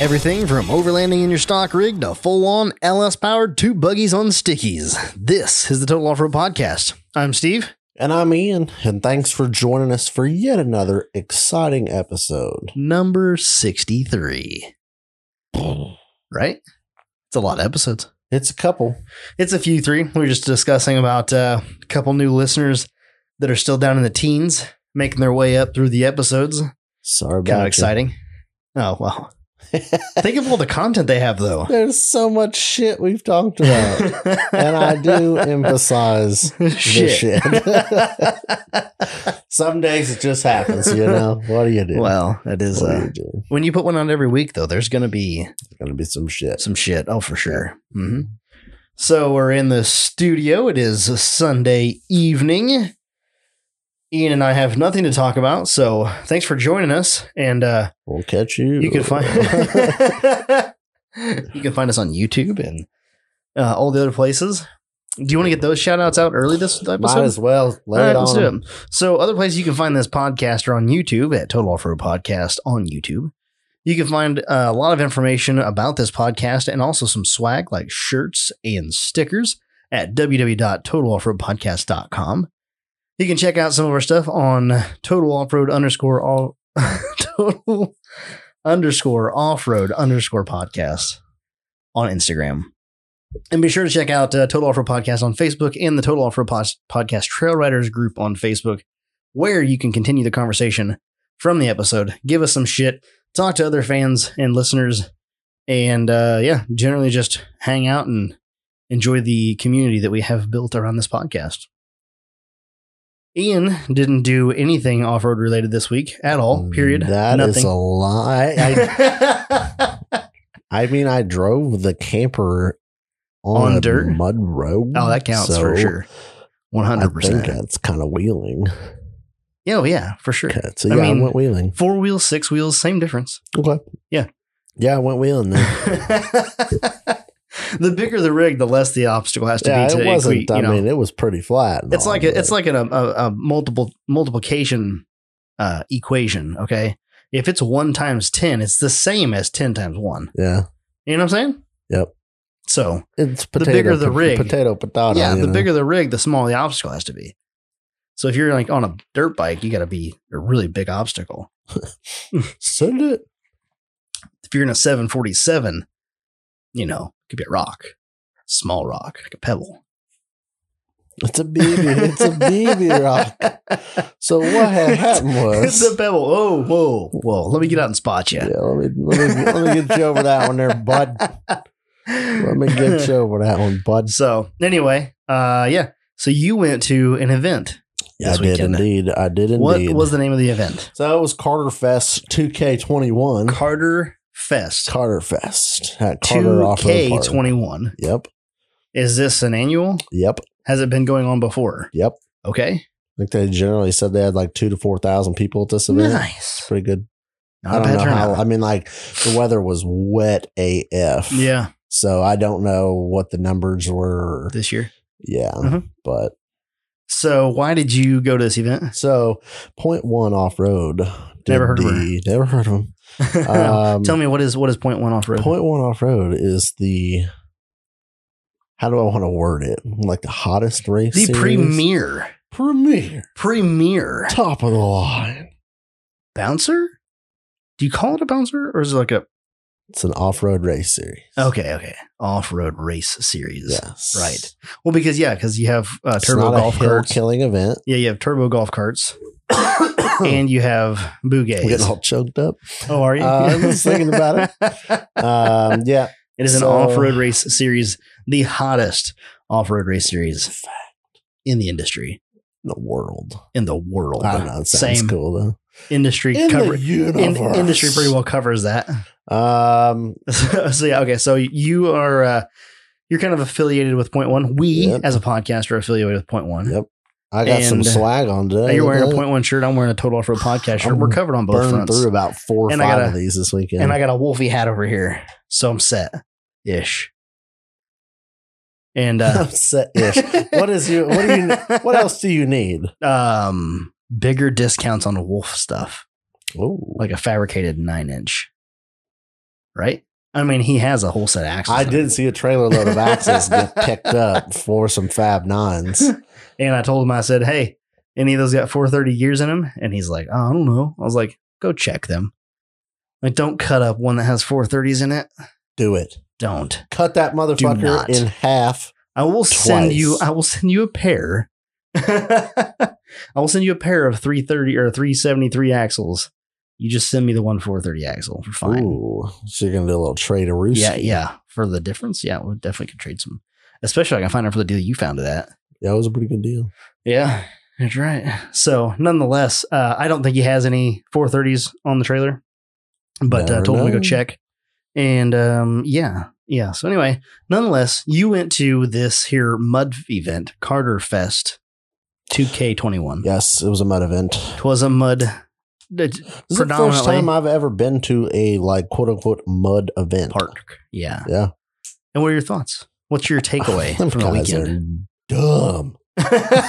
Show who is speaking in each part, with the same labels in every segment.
Speaker 1: Everything from overlanding in your stock rig to full on LS powered two buggies on stickies. This is the Total Off Road Podcast. I'm Steve.
Speaker 2: And I'm Ian, and thanks for joining us for yet another exciting episode.
Speaker 1: Number 63. Right? It's a lot of episodes.
Speaker 2: It's a couple.
Speaker 1: It's a few three. We were just discussing about uh, a couple new listeners that are still down in the teens making their way up through the episodes.
Speaker 2: Sorry about
Speaker 1: Kind
Speaker 2: you.
Speaker 1: of exciting. Oh, well. Think of all the content they have, though.
Speaker 2: There's so much shit we've talked about. and I do emphasize
Speaker 1: Shit.
Speaker 2: shit. some days it just happens, you know. What do you do?
Speaker 1: well, that is.
Speaker 2: what do
Speaker 1: Uh,
Speaker 2: you do?
Speaker 1: when you put one on every week, though, there's going to be
Speaker 2: It's gonna be some shit.
Speaker 1: some shit. Oh, for sure. hmm So we're in the studio. It is a Sunday evening. Ian and I have nothing to talk about, so thanks for joining us. And uh,
Speaker 2: We'll catch you.
Speaker 1: you can find you can find us on YouTube and uh, all the other places. Do you want to get those shout outs out early this episode?
Speaker 2: Might as well lay
Speaker 1: All
Speaker 2: it
Speaker 1: right,
Speaker 2: on.
Speaker 1: let's do
Speaker 2: 'em.
Speaker 1: it. So, other places you can find this podcast are on YouTube at Total Off Road Podcast on YouTube. You can find uh, a lot of information about this podcast and also some swag like shirts and stickers at www.totaloffroadpodcast.com. You can check out some of our stuff on Total Off Road underscore all Total underscore Off Road underscore Podcast on Instagram. And be sure to check out uh, Total Offer Podcast on Facebook and the Total Offer Pos- Podcast Trail Riders group on Facebook, where you can continue the conversation from the episode. Give us some shit, talk to other fans and listeners, and uh, yeah, generally just hang out and enjoy the community that we have built around this podcast. Ian didn't do anything off road related this week at all, period.
Speaker 2: That is a lie. I, I mean, I drove the camper on,
Speaker 1: On
Speaker 2: a
Speaker 1: dirt?
Speaker 2: mud road.
Speaker 1: oh, that counts for
Speaker 2: so
Speaker 1: sure. 100%.
Speaker 2: I think that's kind of wheeling.
Speaker 1: Yeah, oh, yeah, for sure.
Speaker 2: Okay, so
Speaker 1: I
Speaker 2: yeah, I,
Speaker 1: mean-
Speaker 2: went wheeling.
Speaker 1: Four wheels, six wheels, same difference.
Speaker 2: Okay.
Speaker 1: Yeah.
Speaker 2: Yeah, I went wheeling then.
Speaker 1: the bigger the rig, the less the obstacle has to
Speaker 2: yeah,
Speaker 1: be. To
Speaker 2: it wasn't.
Speaker 1: equi-
Speaker 2: I
Speaker 1: you know.
Speaker 2: mean, it was pretty flat. and
Speaker 1: it's
Speaker 2: all,
Speaker 1: like a,
Speaker 2: but
Speaker 1: it's like an, a, a multiple multiplication uh, equation. Okay, if it's one times ten, it's the same as ten times one.
Speaker 2: yeah,
Speaker 1: You know what I'm saying?
Speaker 2: Yep.
Speaker 1: So
Speaker 2: it's
Speaker 1: The
Speaker 2: potato,
Speaker 1: bigger the
Speaker 2: po-
Speaker 1: rig.
Speaker 2: potato, potato.
Speaker 1: yeah,
Speaker 2: you
Speaker 1: the
Speaker 2: know?
Speaker 1: bigger the rig, the smaller the obstacle has to be. So if you're like on a dirt bike, you got to be a really big obstacle.
Speaker 2: Send it.
Speaker 1: if you're in a 747, you know, it could be a rock, small rock, like a pebble.
Speaker 2: It's a baby. It's a baby rock. So what had happened was.
Speaker 1: It's a pebble. Oh, whoa, whoa. Let me get out and spot you.
Speaker 2: yeah, let me, let me let me get you over that one there, bud. Let me get you over that one, bud.
Speaker 1: So, anyway, uh, yeah. So you went to an event.
Speaker 2: Yeah, I
Speaker 1: this
Speaker 2: did
Speaker 1: weekend.
Speaker 2: indeed. I did indeed.
Speaker 1: What was the name of the event?
Speaker 2: so? It was Carter Fest 2K21.
Speaker 1: Carter Fest
Speaker 2: Carter Fest at Carter Off Road Park.
Speaker 1: 2K21.
Speaker 2: Yep,
Speaker 1: Is this an annual?
Speaker 2: yep,
Speaker 1: Has it been going on before?
Speaker 2: yep.
Speaker 1: Okay.
Speaker 2: I think they generally said they had like two to four thousand people at this event. It's
Speaker 1: Nice.
Speaker 2: Pretty good.
Speaker 1: Not
Speaker 2: I
Speaker 1: a
Speaker 2: don't
Speaker 1: bad
Speaker 2: know how.
Speaker 1: turnout.
Speaker 2: I mean, like the weather was wet AF.
Speaker 1: yeah,
Speaker 2: So I don't know what the numbers were.
Speaker 1: this year.
Speaker 2: Yeah,
Speaker 1: Mhm.
Speaker 2: but
Speaker 1: So why did you go to this event?
Speaker 2: So, point one off road.
Speaker 1: Never heard of her.
Speaker 2: Never heard of him. Um,
Speaker 1: Tell me what is what is point one off road?
Speaker 2: Point one off road is the. How do I want to word it? Like the hottest race.
Speaker 1: the
Speaker 2: series?
Speaker 1: premier
Speaker 2: Premier.
Speaker 1: premier
Speaker 2: Top of the line.
Speaker 1: bouncer. Do you call it a bouncer or is it like a
Speaker 2: It's an off road race series.
Speaker 1: okay okay off road race series?
Speaker 2: Yes.
Speaker 1: Right. Well, because yeah, because you have uh,
Speaker 2: It's
Speaker 1: turbo
Speaker 2: not
Speaker 1: golf
Speaker 2: a hill
Speaker 1: carts.
Speaker 2: killing event.
Speaker 1: Yeah, you have turbo golf carts and you have
Speaker 2: I'm getting
Speaker 1: bougays.
Speaker 2: all choked up.
Speaker 1: Oh, are you?
Speaker 2: Uh, I was thinking about
Speaker 1: it.
Speaker 2: Um, yeah.
Speaker 1: it is an
Speaker 2: so-
Speaker 1: off road race series, the hottest off road race series
Speaker 2: Fact
Speaker 1: in the industry,
Speaker 2: in the world.
Speaker 1: in the world.
Speaker 2: I don't know. It Ah, sounds
Speaker 1: Same
Speaker 2: cool though.
Speaker 1: industry
Speaker 2: In
Speaker 1: cover-
Speaker 2: the universe.
Speaker 1: in, industry pretty well covers that.
Speaker 2: Um,
Speaker 1: so, so yeah, okay. So you are uh, you're kind of affiliated with Point One. We
Speaker 2: Yep.
Speaker 1: as a podcast are affiliated with Point One.
Speaker 2: Yep. I got some
Speaker 1: And, uh,
Speaker 2: swag on
Speaker 1: Now
Speaker 2: today.
Speaker 1: you're wearing a
Speaker 2: Look at
Speaker 1: Point One shirt. I'm wearing a Total Off Road podcast shirt.
Speaker 2: I'm
Speaker 1: We're covered on both
Speaker 2: burned
Speaker 1: fronts,
Speaker 2: through about four or
Speaker 1: And I
Speaker 2: five
Speaker 1: gotta-
Speaker 2: of these this weekend.
Speaker 1: and I got a Wolfie hat over here, so I'm set ish. And uh,
Speaker 2: I'm set ish. What is you? What do you? What else do you need?
Speaker 1: Um, bigger discounts on Wolf stuff,
Speaker 2: Oh,
Speaker 1: like a fabricated nine inch. right? I mean, he has a whole set of axles.
Speaker 2: I
Speaker 1: in it.
Speaker 2: did see a trailer load of axes get picked up for some Fab Nines.
Speaker 1: And I told him, I said, hey, any of those got 430 years in them? And he's like, oh, I don't know. I was like, go check them. Like, don't cut up one that has 430s in it.
Speaker 2: Do it.
Speaker 1: Don't.
Speaker 2: Cut that motherfucker
Speaker 1: not.
Speaker 2: in half.
Speaker 1: I will send you,
Speaker 2: Twice.
Speaker 1: I will send you a pair. I will send you a pair of 330 or 373 axles. You just send me the one 430 axle for fine.
Speaker 2: Ooh, so you're gonna do a little trade a roost.
Speaker 1: Yeah, yeah. For the difference, yeah, we definitely could trade some. Especially if I can find out for the deal you found it at.
Speaker 2: that was a pretty good deal.
Speaker 1: Yeah, that's right. So, nonetheless, uh, I don't think he has any 430s on the trailer, but uh,
Speaker 2: Never
Speaker 1: told him to go
Speaker 2: know.
Speaker 1: check. And um, yeah, yeah. So, anyway, nonetheless, you went to this here mud event, Carter Fest 2K21.
Speaker 2: Yes, it was a mud event.
Speaker 1: Twas a mud. It's
Speaker 2: This is the first
Speaker 1: Predominantly-
Speaker 2: time I've ever been to a like quote unquote mud event.
Speaker 1: Park. Yeah.
Speaker 2: Yeah.
Speaker 1: And what are your thoughts? What's your takeaway
Speaker 2: Them
Speaker 1: from the
Speaker 2: guys
Speaker 1: weekend?
Speaker 2: Are dumb.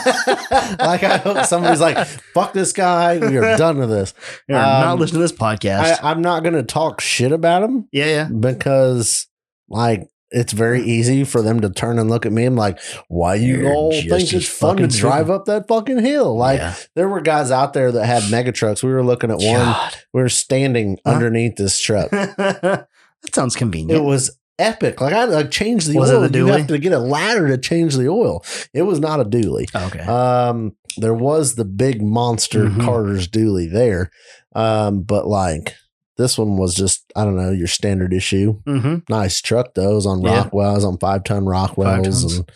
Speaker 2: like I hope somebody's like, fuck this guy. We are done with this.
Speaker 1: You're not
Speaker 2: um,
Speaker 1: listening to this podcast.
Speaker 2: I, I'm not gonna talk shit about him
Speaker 1: yeah, yeah.
Speaker 2: because like it's very easy for them to turn and look at me. I'm like, why you
Speaker 1: You're
Speaker 2: all
Speaker 1: just
Speaker 2: think
Speaker 1: as
Speaker 2: it's fun to
Speaker 1: fucking
Speaker 2: drive up that fucking hill? Like
Speaker 1: Yeah.
Speaker 2: there were guys out there that had mega trucks. We were looking at one.
Speaker 1: God.
Speaker 2: We were standing
Speaker 1: Huh?
Speaker 2: underneath this truck.
Speaker 1: that sounds
Speaker 2: It
Speaker 1: convenient.
Speaker 2: was epic. Like I like changed the
Speaker 1: Was it
Speaker 2: oil.
Speaker 1: the
Speaker 2: you
Speaker 1: dually?
Speaker 2: have to get a ladder to change the oil. It was not a dually.
Speaker 1: Oh, okay.
Speaker 2: Um, there was the big monster
Speaker 1: Mhm.
Speaker 2: Carter's dually there, um, but like this one was just I don't know your standard issue.
Speaker 1: mm-hmm.
Speaker 2: Nice truck though. It was on
Speaker 1: Yeah.
Speaker 2: Rockwells, on five ton Rockwells,
Speaker 1: tons.
Speaker 2: and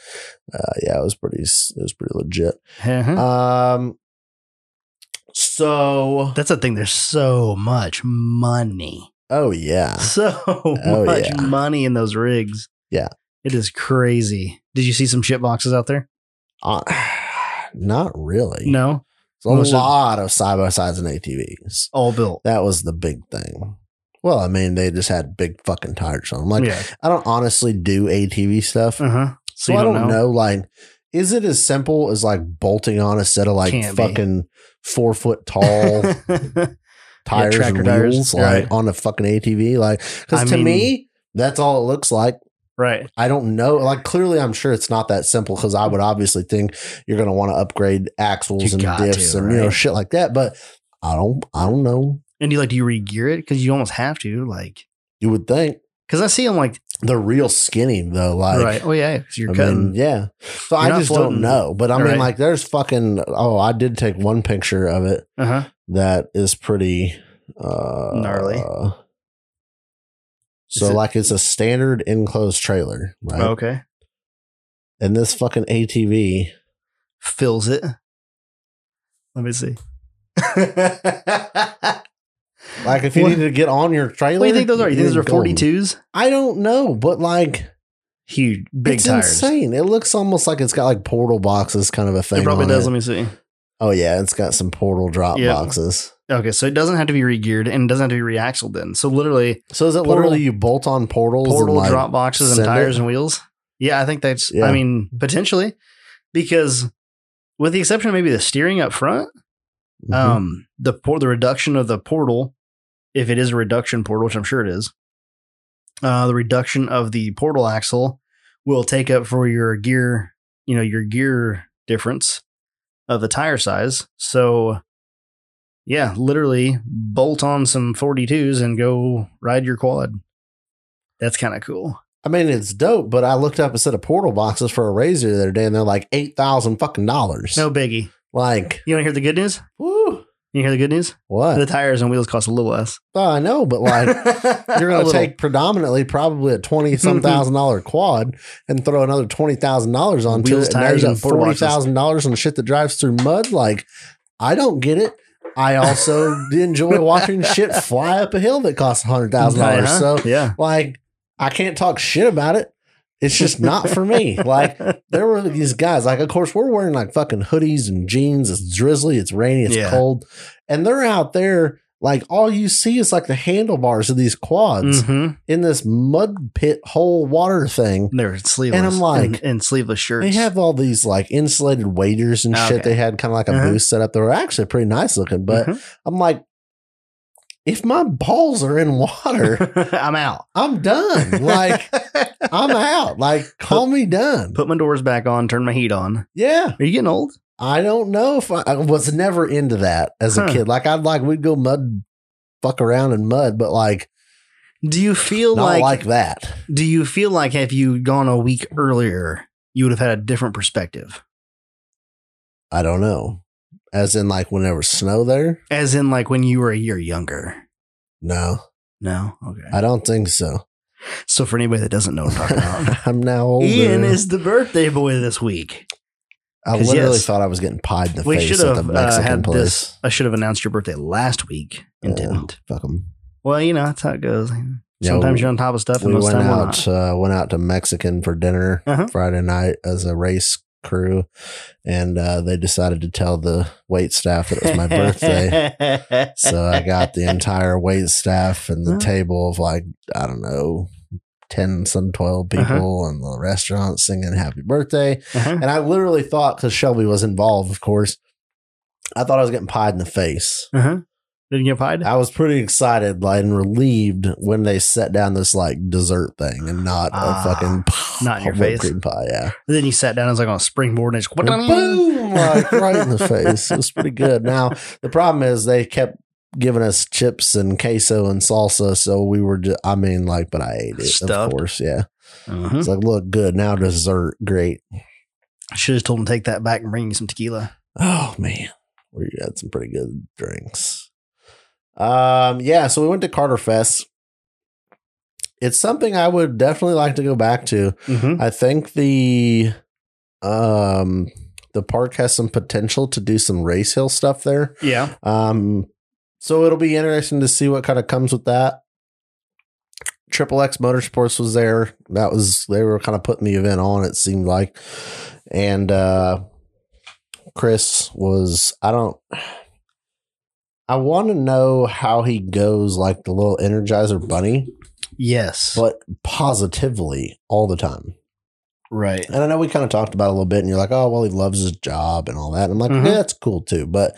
Speaker 2: uh, yeah, it was pretty. s- It was pretty legit.
Speaker 1: Uh-huh.
Speaker 2: Um, so
Speaker 1: That's the thing. There's so much money.
Speaker 2: oh yeah,
Speaker 1: So
Speaker 2: Oh,
Speaker 1: much
Speaker 2: yeah.
Speaker 1: money in those rigs.
Speaker 2: Yeah.
Speaker 1: It is crazy. Did you see some shit boxes out there?
Speaker 2: Uh, not really.
Speaker 1: No.
Speaker 2: So a
Speaker 1: Most of-
Speaker 2: lot of side by sides and ATVs.
Speaker 1: All built.
Speaker 2: That was the big thing. Well, I mean, they just had big fucking tires on them. Like,
Speaker 1: yeah.
Speaker 2: I don't honestly do ATV stuff,
Speaker 1: Uh-huh. So
Speaker 2: so
Speaker 1: you
Speaker 2: I
Speaker 1: don't,
Speaker 2: don't know. Like, is it as simple as like bolting on a set of like
Speaker 1: Can't be.
Speaker 2: fucking four foot tall
Speaker 1: know.
Speaker 2: tires
Speaker 1: tractor
Speaker 2: and
Speaker 1: tires,
Speaker 2: wheels
Speaker 1: right.
Speaker 2: like on a fucking ATV? Like,
Speaker 1: I
Speaker 2: because to
Speaker 1: mean-
Speaker 2: me, that's all it looks like.
Speaker 1: right.
Speaker 2: I don't know. Like, clearly, I'm sure it's not that simple because I would obviously think you're going to want to upgrade axles
Speaker 1: You got
Speaker 2: and diffs
Speaker 1: to,
Speaker 2: and you know
Speaker 1: right?
Speaker 2: shit like that. But I don't, I don't know.
Speaker 1: And you like, do you re-gear it? Because you almost have to, like,
Speaker 2: You would think
Speaker 1: because I see them like,
Speaker 2: they're real skinny though. Like,
Speaker 1: right. Oh yeah, 'cause you're
Speaker 2: I
Speaker 1: cutting.
Speaker 2: mean, yeah. So
Speaker 1: You're
Speaker 2: I
Speaker 1: not
Speaker 2: just
Speaker 1: floating.
Speaker 2: don't know. But I mean,
Speaker 1: Right.
Speaker 2: like, there's fucking. Oh, I did take one picture of it
Speaker 1: Uh-huh.
Speaker 2: that is pretty uh,
Speaker 1: Gnarly.
Speaker 2: So,
Speaker 1: Is it-
Speaker 2: like, it's a standard enclosed trailer, right?
Speaker 1: Oh, Okay.
Speaker 2: And this fucking ATV.
Speaker 1: Fills it. Let me see.
Speaker 2: Like, if you
Speaker 1: What-
Speaker 2: needed to get on your trailer,
Speaker 1: What do you think those are? You think those
Speaker 2: you're
Speaker 1: are forty twos?
Speaker 2: golden. I don't know, but like,
Speaker 1: Huge, big
Speaker 2: it's
Speaker 1: tires.
Speaker 2: insane. It looks almost like it's got like portal boxes, kind of a thing.
Speaker 1: It probably
Speaker 2: on
Speaker 1: does.
Speaker 2: it.
Speaker 1: Let me see.
Speaker 2: Oh yeah, it's got some portal drop
Speaker 1: Yep.
Speaker 2: boxes.
Speaker 1: Okay, so it doesn't have to be regeared and it doesn't have to be reaxled then. So literally,
Speaker 2: So is it
Speaker 1: Portal-
Speaker 2: literally you bolt on portals?
Speaker 1: portal
Speaker 2: and like,
Speaker 1: drop boxes and
Speaker 2: send
Speaker 1: tires
Speaker 2: it?
Speaker 1: and wheels. Yeah, I think that's. I
Speaker 2: Yeah.
Speaker 1: mean, potentially, because with the exception of maybe the steering up front,
Speaker 2: Mhm.
Speaker 1: um, the por- the reduction of the portal, if it is a reduction portal, which I'm sure it is, uh, the reduction of the portal axle will take up for your gear, you know, your gear difference of the tire size. So, yeah, literally bolt on some 42s and go ride your quad. That's kind of cool.
Speaker 2: I mean, it's dope, but I looked up a set of portal boxes for a razor the other day, and they're like eight thousand fucking dollars.
Speaker 1: No biggie.
Speaker 2: like,
Speaker 1: You want to hear the good news?
Speaker 2: woo,
Speaker 1: You hear the good news?
Speaker 2: what?
Speaker 1: The tires and wheels cost a little less.
Speaker 2: Oh, I know, but like, you're
Speaker 1: A
Speaker 2: gonna
Speaker 1: little.
Speaker 2: take predominantly probably a twenty some
Speaker 1: Mhm.
Speaker 2: thousand dollar quad and throw another twenty thousand dollars onto
Speaker 1: Wheels,
Speaker 2: it, and now
Speaker 1: tires,
Speaker 2: you got
Speaker 1: and portal
Speaker 2: forty
Speaker 1: boxes.
Speaker 2: thousand dollars on shit that drives through mud. Like, I don't get it. I also enjoy watching shit fly up a hill that costs hundred thousand dollars.
Speaker 1: Uh-huh.
Speaker 2: So
Speaker 1: yeah.
Speaker 2: Like, I can't talk shit about it. It's just not for me. Like, there were these guys, like, of course, we're wearing like fucking hoodies and jeans. It's drizzly, it's rainy, it's
Speaker 1: Yeah.
Speaker 2: cold. And they're out there, like, all you see is like the handlebars of these quads
Speaker 1: Mhm.
Speaker 2: in this mud pit hole water thing.
Speaker 1: They're sleeveless.
Speaker 2: And I'm like-
Speaker 1: and, and sleeveless shirts.
Speaker 2: They have all these like insulated waders and
Speaker 1: Okay.
Speaker 2: shit. They had kind of like a
Speaker 1: Uh-huh. Mm-hmm.
Speaker 2: booth set up. They were actually pretty nice looking, but
Speaker 1: Mhm.
Speaker 2: I'm like, if my balls are in water,
Speaker 1: I'm out.
Speaker 2: I'm done. Like I'm out. Like call me done.
Speaker 1: Put my doors back on, turn my heat on.
Speaker 2: Yeah.
Speaker 1: Are you getting old?
Speaker 2: I don't know if I, I was never into that as a
Speaker 1: Huh.
Speaker 2: kid. Like I'd like we'd go mud fuck around in mud, but like
Speaker 1: Do you feel
Speaker 2: not like,
Speaker 1: like,
Speaker 2: that.
Speaker 1: do you feel like if you gone a week earlier, you would have had a different perspective?
Speaker 2: I don't know. As in like when there was snow there?
Speaker 1: As in like when you were a year younger.
Speaker 2: No,
Speaker 1: No? Okay.
Speaker 2: I don't think so.
Speaker 1: So for anybody that doesn't know what I'm talking about.
Speaker 2: I'm now older.
Speaker 1: Ian is the birthday boy this week.
Speaker 2: I
Speaker 1: 'cause
Speaker 2: literally
Speaker 1: yes.
Speaker 2: thought I was getting pied in the
Speaker 1: We
Speaker 2: face
Speaker 1: should
Speaker 2: at the
Speaker 1: have uh,
Speaker 2: Mexican
Speaker 1: had
Speaker 2: place.
Speaker 1: this. I should have announced your birthday last week and
Speaker 2: Yeah.
Speaker 1: didn't.
Speaker 2: Fuck 'em.
Speaker 1: Well, you know that's how it goes.
Speaker 2: Yeah,
Speaker 1: Sometimes
Speaker 2: we-
Speaker 1: you're on top of stuff, and
Speaker 2: we
Speaker 1: most
Speaker 2: went
Speaker 1: time we're not.
Speaker 2: out uh, went out to Mexican for dinner
Speaker 1: Uh-huh.
Speaker 2: Friday night as a race crew, and uh, they decided to tell the wait staff that it was my birthday. So I got the entire wait staff and the
Speaker 1: Huh.
Speaker 2: table of like I don't know ten some twelve
Speaker 1: Uh-huh.
Speaker 2: people and the restaurant singing happy birthday.
Speaker 1: Uh-huh.
Speaker 2: And I literally thought because Shelby was involved, of course, I thought I was getting pied in the face.
Speaker 1: Uh-huh. Didn't get pied.
Speaker 2: I was pretty excited like, and relieved when they set down this like dessert thing and not
Speaker 1: Ah,
Speaker 2: a fucking
Speaker 1: not in your face.
Speaker 2: whipped cream pie. Yeah,
Speaker 1: then you sat down. It was like on a springboard, and it's
Speaker 2: And boom, like right in the face. It was pretty good. Now the problem is they kept giving us chips and queso and salsa, so we were. Just, I mean, like, but I ate it,
Speaker 1: Stuffed.
Speaker 2: of course. Yeah,
Speaker 1: Uh-huh.
Speaker 2: it's like look good now. Dessert, great.
Speaker 1: Should have told him to take that back and bring you some tequila.
Speaker 2: Oh man, we had some pretty good drinks. Um, yeah, so we went to Carter Fest. It's something I would definitely like to go back to.
Speaker 1: Mm-hmm.
Speaker 2: I think the um the park has some potential to do some race hill stuff there.
Speaker 1: Yeah.
Speaker 2: Um, so it'll be interesting to see what kind of comes with that. Triple X Motorsports was there. That was they were kind of putting the event on. It seemed like, and uh, Chris was. I don't. I want to know how he goes, like the little Energizer Bunny,
Speaker 1: Yes.
Speaker 2: but positively all the time.
Speaker 1: right.
Speaker 2: And I know we kind of talked about it a little bit, and you're like, oh, well, he loves his job and all that. And I'm like,
Speaker 1: Mhm.
Speaker 2: yeah, that's cool too. But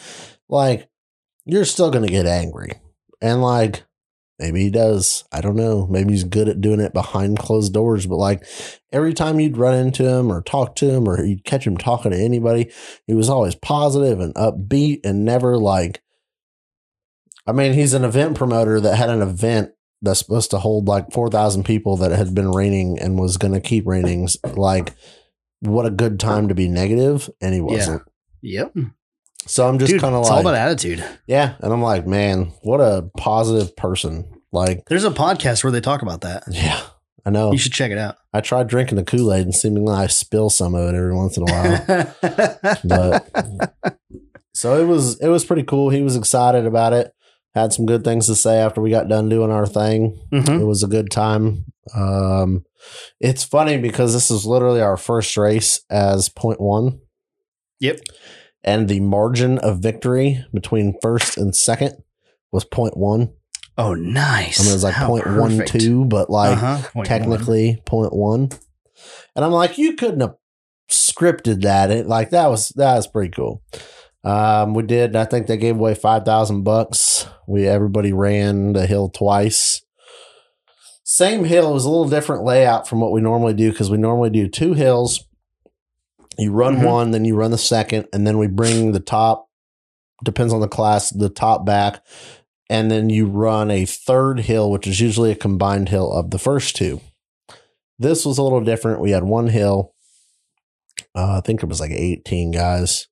Speaker 2: like, you're still going to get angry. And like, maybe he does. I don't know. Maybe he's good at doing it behind closed doors. But like, every time you'd run into him or talk to him or you'd catch him talking to anybody, he was always positive and upbeat and never like, I mean, he's an event promoter that had an event that's supposed to hold like 4,000 people that had been raining and was going to keep raining. Like, what a good time to be negative, And he
Speaker 1: Yeah.
Speaker 2: wasn't.
Speaker 1: Yep.
Speaker 2: So I'm just
Speaker 1: Dude,
Speaker 2: kind of
Speaker 1: it's all
Speaker 2: like,
Speaker 1: about attitude.
Speaker 2: yeah. And I'm like, man, what a positive person. Like,
Speaker 1: There's a podcast where they talk about that.
Speaker 2: yeah, I know.
Speaker 1: You should check it out.
Speaker 2: I tried drinking the Kool Aid and seemingly I spill some of it every once in a while. but so it was it was pretty cool. He was excited about it. Had some good things to say after we got done doing our thing.
Speaker 1: Mhm.
Speaker 2: It was a good time. Um, it's funny because this is literally our first race as point one,
Speaker 1: Yep.
Speaker 2: and the margin of victory between first and second was point one.
Speaker 1: Oh, nice.
Speaker 2: I mean, it was like
Speaker 1: How
Speaker 2: point one
Speaker 1: perfect.
Speaker 2: two, but like
Speaker 1: Uh-huh. Point one.
Speaker 2: technically point one. And I'm like, you couldn't have scripted that. It like that was that was pretty cool. Um, we did. I think they gave away five thousand bucks. We everybody ran the hill twice. Same hill. It was a little different layout from what we normally do because we normally do two hills. You run
Speaker 1: Mhm.
Speaker 2: one, then you run the second, and then we bring the top. Depends on the class. The top back, and then you run a third hill, which is usually a combined hill of the first two. This was a little different. We had one hill. Uh, I think it was like 18 guys.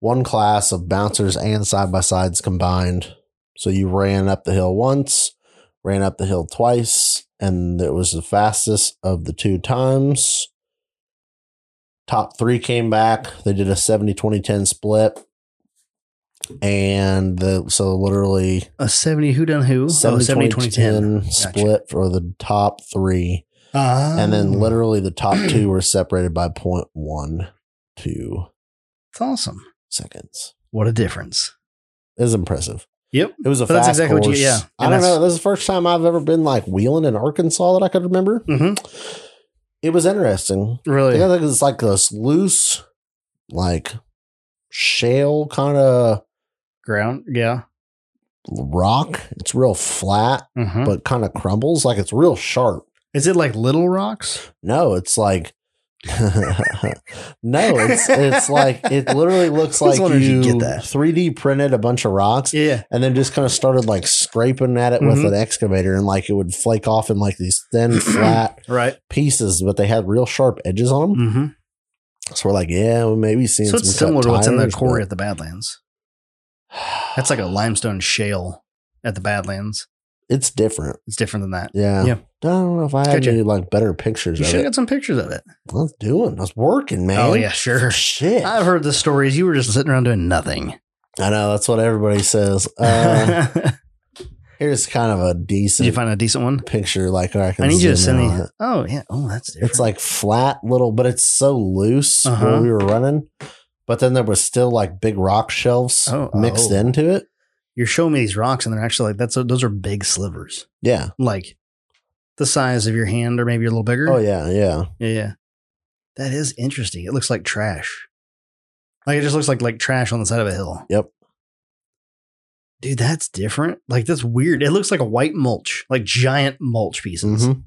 Speaker 2: One class of bouncers and side by sides combined. So you ran up the hill once, ran up the hill twice, and it was the fastest of the two times. Top three came back. They did a 70 20 10 split. And the, so literally
Speaker 1: A 70 who done who? Oh,
Speaker 2: 70,
Speaker 1: 70 20 10.
Speaker 2: split for the top three. and then
Speaker 1: Oh,
Speaker 2: literally the top two were separated by 0.12
Speaker 1: It's awesome.
Speaker 2: seconds.
Speaker 1: What a difference.
Speaker 2: It was impressive.
Speaker 1: Yep.
Speaker 2: It was a
Speaker 1: But
Speaker 2: fast
Speaker 1: that's exactly what
Speaker 2: course.
Speaker 1: you- yeah.
Speaker 2: I
Speaker 1: And
Speaker 2: don't
Speaker 1: that's-
Speaker 2: know. This is the first time I've ever been like wheeling in Arkansas that I could remember.
Speaker 1: Mm-hmm.
Speaker 2: It was interesting.
Speaker 1: Really?
Speaker 2: I think it's like this loose, like shale kind of
Speaker 1: Ground. Yeah.
Speaker 2: rock. It's real flat,
Speaker 1: Mhm.
Speaker 2: but kind of crumbles. Like it's real sharp.
Speaker 1: Is it like little rocks?
Speaker 2: No, it's like no, it's it's like it literally looks
Speaker 1: I was
Speaker 2: like
Speaker 1: wondering if
Speaker 2: you
Speaker 1: you'd get that.
Speaker 2: 3D printed a bunch of rocks
Speaker 1: Yeah.
Speaker 2: and then just kind of started like scraping at it with
Speaker 1: Mhm.
Speaker 2: an excavator and like it would flake off in like these thin flat
Speaker 1: Right.
Speaker 2: pieces, but they had real sharp edges on them.
Speaker 1: Mm-hmm.
Speaker 2: So we're like, yeah, we maybe seeing
Speaker 1: So
Speaker 2: some
Speaker 1: it's
Speaker 2: cut
Speaker 1: similar to what's in the
Speaker 2: tires,
Speaker 1: quarry
Speaker 2: but-
Speaker 1: at the Badlands. That's like a limestone shale at the Badlands.
Speaker 2: it's different.
Speaker 1: It's different than that.
Speaker 2: Yeah.
Speaker 1: Yeah.
Speaker 2: I don't know if I had
Speaker 1: Gotcha.
Speaker 2: any like better pictures
Speaker 1: You
Speaker 2: of
Speaker 1: should have
Speaker 2: it.
Speaker 1: got some pictures of it.
Speaker 2: I was doing. I was working, man.
Speaker 1: Oh yeah, sure.
Speaker 2: Shit.
Speaker 1: I've heard the stories. You were just sitting around doing nothing.
Speaker 2: I know that's what everybody says. Uh, here's kind of a
Speaker 1: Did
Speaker 2: decent
Speaker 1: you find a decent one?
Speaker 2: picture. Like I can.
Speaker 1: I need you to send me.
Speaker 2: It.
Speaker 1: Oh yeah. Oh, that's different.
Speaker 2: It's like flat, little, but it's so loose
Speaker 1: Uh-huh.
Speaker 2: where we were running. But then there was still like big rock shelves
Speaker 1: Oh,
Speaker 2: mixed
Speaker 1: oh.
Speaker 2: into it.
Speaker 1: you're showing me these rocks, and they're actually like that's those are big slivers,
Speaker 2: Yeah.
Speaker 1: like the size of your hand, or maybe a little bigger.
Speaker 2: Oh yeah, yeah.
Speaker 1: Yeah, yeah. That is interesting. It looks like trash. Like it just looks like like trash on the side of a hill.
Speaker 2: Yep.
Speaker 1: Dude, that's different. Like that's weird. It looks like a white mulch, like giant mulch pieces.
Speaker 2: Mhm.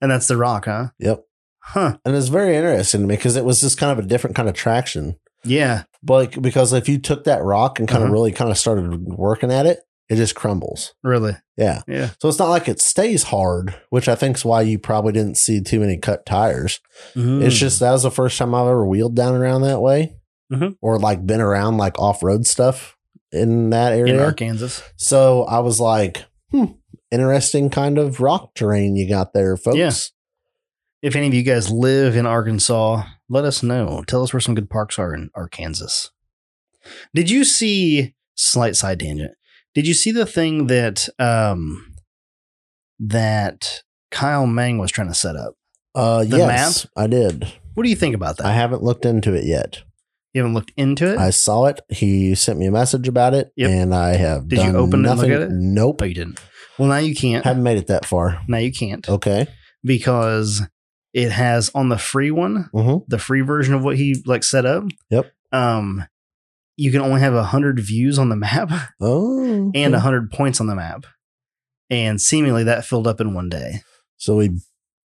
Speaker 1: And that's the rock, huh?
Speaker 2: Yep.
Speaker 1: Huh.
Speaker 2: And it's very interesting to me because it was just kind of a different kind of traction.
Speaker 1: Yeah.
Speaker 2: But like, because if you took that rock and kind
Speaker 1: Uh-huh.
Speaker 2: of really kind of started working at it, it just crumbles.
Speaker 1: Really.
Speaker 2: Yeah.
Speaker 1: Yeah.
Speaker 2: So it's not like it stays hard, which I think's why you probably didn't see too many cut tires. It's
Speaker 1: Mm.
Speaker 2: just that was the first time I've ever wheeled down around that way
Speaker 1: Mhm.
Speaker 2: or like been around like off road stuff in that
Speaker 1: in
Speaker 2: area.
Speaker 1: Arkansas.
Speaker 2: So I was like, hmm, interesting kind of rock terrain you got there, folks.
Speaker 1: Yeah. If any of you guys live in Arkansas, let us know. Tell us where some good parks are in Arkansas. Did you see slight side tangent? Did you see the thing that um that Kyle Mang was trying to set up?
Speaker 2: Uh,
Speaker 1: The
Speaker 2: yes, I did.
Speaker 1: What do you think about that?
Speaker 2: I haven't looked into it yet.
Speaker 1: you haven't looked into it?
Speaker 2: I saw it. He sent me a message about it,
Speaker 1: Yep.
Speaker 2: and I have.
Speaker 1: Did you
Speaker 2: done
Speaker 1: open it and look
Speaker 2: nothing.
Speaker 1: at it?
Speaker 2: Nope.
Speaker 1: no, Oh, you didn't. Well, now you can't.
Speaker 2: Haven't made it that far.
Speaker 1: now you can't
Speaker 2: Okay.
Speaker 1: because it has on the free one
Speaker 2: Mm-hmm.
Speaker 1: the free version of what he like set up.
Speaker 2: Yep.
Speaker 1: Um, you can only have a hundred views on the map
Speaker 2: Oh.
Speaker 1: and
Speaker 2: okay.
Speaker 1: a hundred points on the map, and seemingly that filled up in one day.
Speaker 2: so we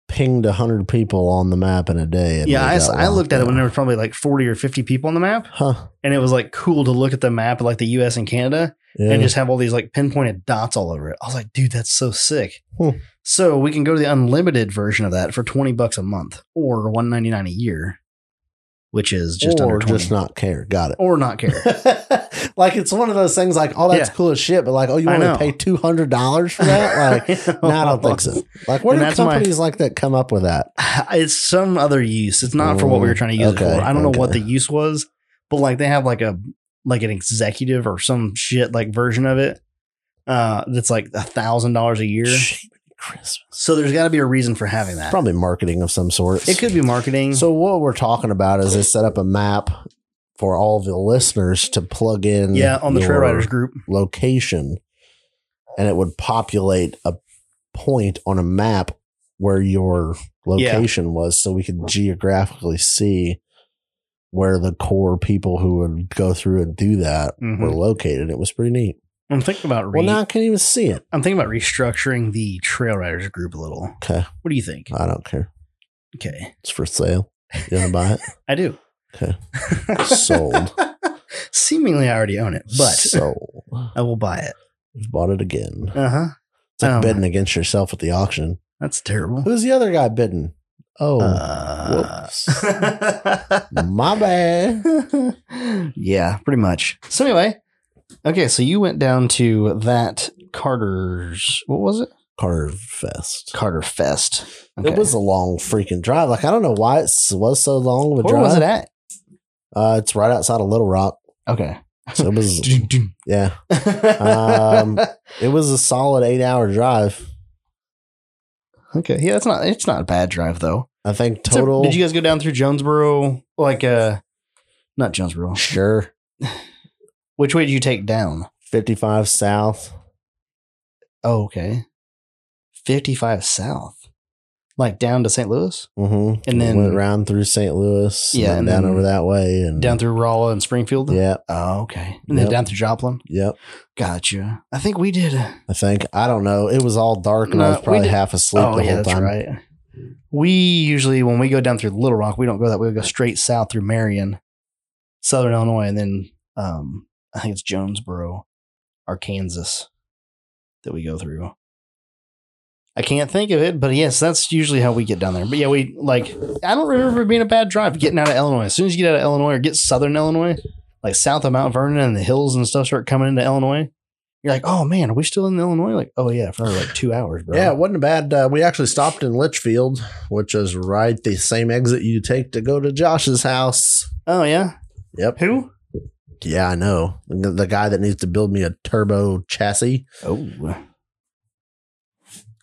Speaker 2: pinged hundred people on the map in a day. and
Speaker 1: yeah,
Speaker 2: we
Speaker 1: I,
Speaker 2: got
Speaker 1: I looked at it
Speaker 2: locked
Speaker 1: when
Speaker 2: down.
Speaker 1: there was probably like forty or fifty people on the map,
Speaker 2: Huh.
Speaker 1: and it was like cool to look at the map of like the U.S. and Canada
Speaker 2: Yeah.
Speaker 1: and just have all these like pinpointed dots all over it. I was like, dude, that's so sick.
Speaker 2: Hmm.
Speaker 1: So we can go to the unlimited version of that for twenty bucks a month or one ninety nine a year, which is just
Speaker 2: or
Speaker 1: under twenty.
Speaker 2: just not care. Got it.
Speaker 1: or not care.
Speaker 2: like it's one of those things. Like, oh, that's
Speaker 1: Yeah.
Speaker 2: cool as shit. But like, oh, you
Speaker 1: I
Speaker 2: want to
Speaker 1: know.
Speaker 2: pay two hundred dollars for that? Like, no, I don't think so. Like, what
Speaker 1: And
Speaker 2: do
Speaker 1: that's my-
Speaker 2: companies like that come up with that?
Speaker 1: It's some other use. It's not for what we were trying to use it
Speaker 2: Mm, Okay,
Speaker 1: for. I don't know what
Speaker 2: okay.
Speaker 1: the use was, but like they have like a like an executive or some shit like version of it. Uh, that's like a thousand dollars a year.
Speaker 2: Shit, Christmas.
Speaker 1: So there's got to be a reason for having that.
Speaker 2: Probably marketing of some sort.
Speaker 1: It could be marketing.
Speaker 2: So what we're talking about is they set up a map for all the listeners to plug in.
Speaker 1: yeah, on the Trail
Speaker 2: your
Speaker 1: Riders group.
Speaker 2: location, and it would populate a point on a map where your location was, so we could geographically see where the core people who would go through and do that were
Speaker 1: Mhm.
Speaker 2: located. It was pretty neat.
Speaker 1: I'm thinking about re-
Speaker 2: well, now I can't even see it.
Speaker 1: I'm thinking about restructuring the Trail Riders group a little.
Speaker 2: Okay, Uh,
Speaker 1: What do you think?
Speaker 2: I don't care.
Speaker 1: Okay,
Speaker 2: It's for sale. You want to buy it?
Speaker 1: I do.
Speaker 2: Okay. Sold.
Speaker 1: Seemingly, I already own it, but
Speaker 2: sold.
Speaker 1: I will buy it.
Speaker 2: You've bought it again.
Speaker 1: Uh huh.
Speaker 2: It's like
Speaker 1: Um,
Speaker 2: bidding against yourself at the auction.
Speaker 1: That's terrible.
Speaker 2: Who's the other guy bidding? Oh,
Speaker 1: Uh,
Speaker 2: whoops. my bad.
Speaker 1: yeah, pretty much. So anyway, okay, so you went down to that Carter's. What was it?
Speaker 2: Carter Fest.
Speaker 1: Carter Fest. Okay.
Speaker 2: It was a long freaking drive. Like I don't know why it s- was so long of a
Speaker 1: Where
Speaker 2: drive.
Speaker 1: was it at?
Speaker 2: Uh, it's right outside of Little Rock.
Speaker 1: Okay.
Speaker 2: So it was yeah. Um,
Speaker 1: um,
Speaker 2: It was a solid eight hour drive.
Speaker 1: okay. Yeah, that's not. It's not a bad drive though.
Speaker 2: I think
Speaker 1: It's a-
Speaker 2: total.
Speaker 1: did you guys go down through Jonesboro? Like uh, not Jonesboro.
Speaker 2: sure
Speaker 1: Which way did you take down?
Speaker 2: fifty five south?
Speaker 1: Oh, okay. Fifty-five South. like down to St. Louis,
Speaker 2: Mm-hmm.
Speaker 1: And then-
Speaker 2: went around through St. Louis.
Speaker 1: Yeah,
Speaker 2: Yeah, and
Speaker 1: and
Speaker 2: down
Speaker 1: then
Speaker 2: over that way and
Speaker 1: down through Rolla and Springfield.
Speaker 2: Yeah,
Speaker 1: Oh, okay. And then
Speaker 2: Yep.
Speaker 1: down through Joplin.
Speaker 2: yep.
Speaker 1: Gotcha. I think we did.
Speaker 2: I think I don't know. It was all dark and I
Speaker 1: No,
Speaker 2: was
Speaker 1: we
Speaker 2: probably
Speaker 1: did-
Speaker 2: half asleep
Speaker 1: oh,
Speaker 2: the
Speaker 1: yeah,
Speaker 2: whole
Speaker 1: that's
Speaker 2: time.
Speaker 1: right. We usually, when we go down through Little Rock, we don't go that way. We go straight south through Marion, Southern Illinois, and then um, I think it's Jonesboro, Arkansas, that we go through. I can't think of it, but yes, that's usually how we get down there. But yeah, we like I don't remember it being a bad drive getting out of Illinois. As soon as you get out of Illinois or get southern Illinois, like south of Mount Vernon and the hills and stuff start coming into Illinois, you're like, oh man, are we still in Illinois? Like, oh yeah, for like two hours, bro.
Speaker 2: Yeah, it wasn't bad. Uh, we actually stopped in Litchfield, which is right the same exit you take to go to Josh's house.
Speaker 1: Oh yeah.
Speaker 2: Yep.
Speaker 1: Who?
Speaker 2: Yeah, I know. The the guy that needs to build me a turbo chassis.
Speaker 1: Oh.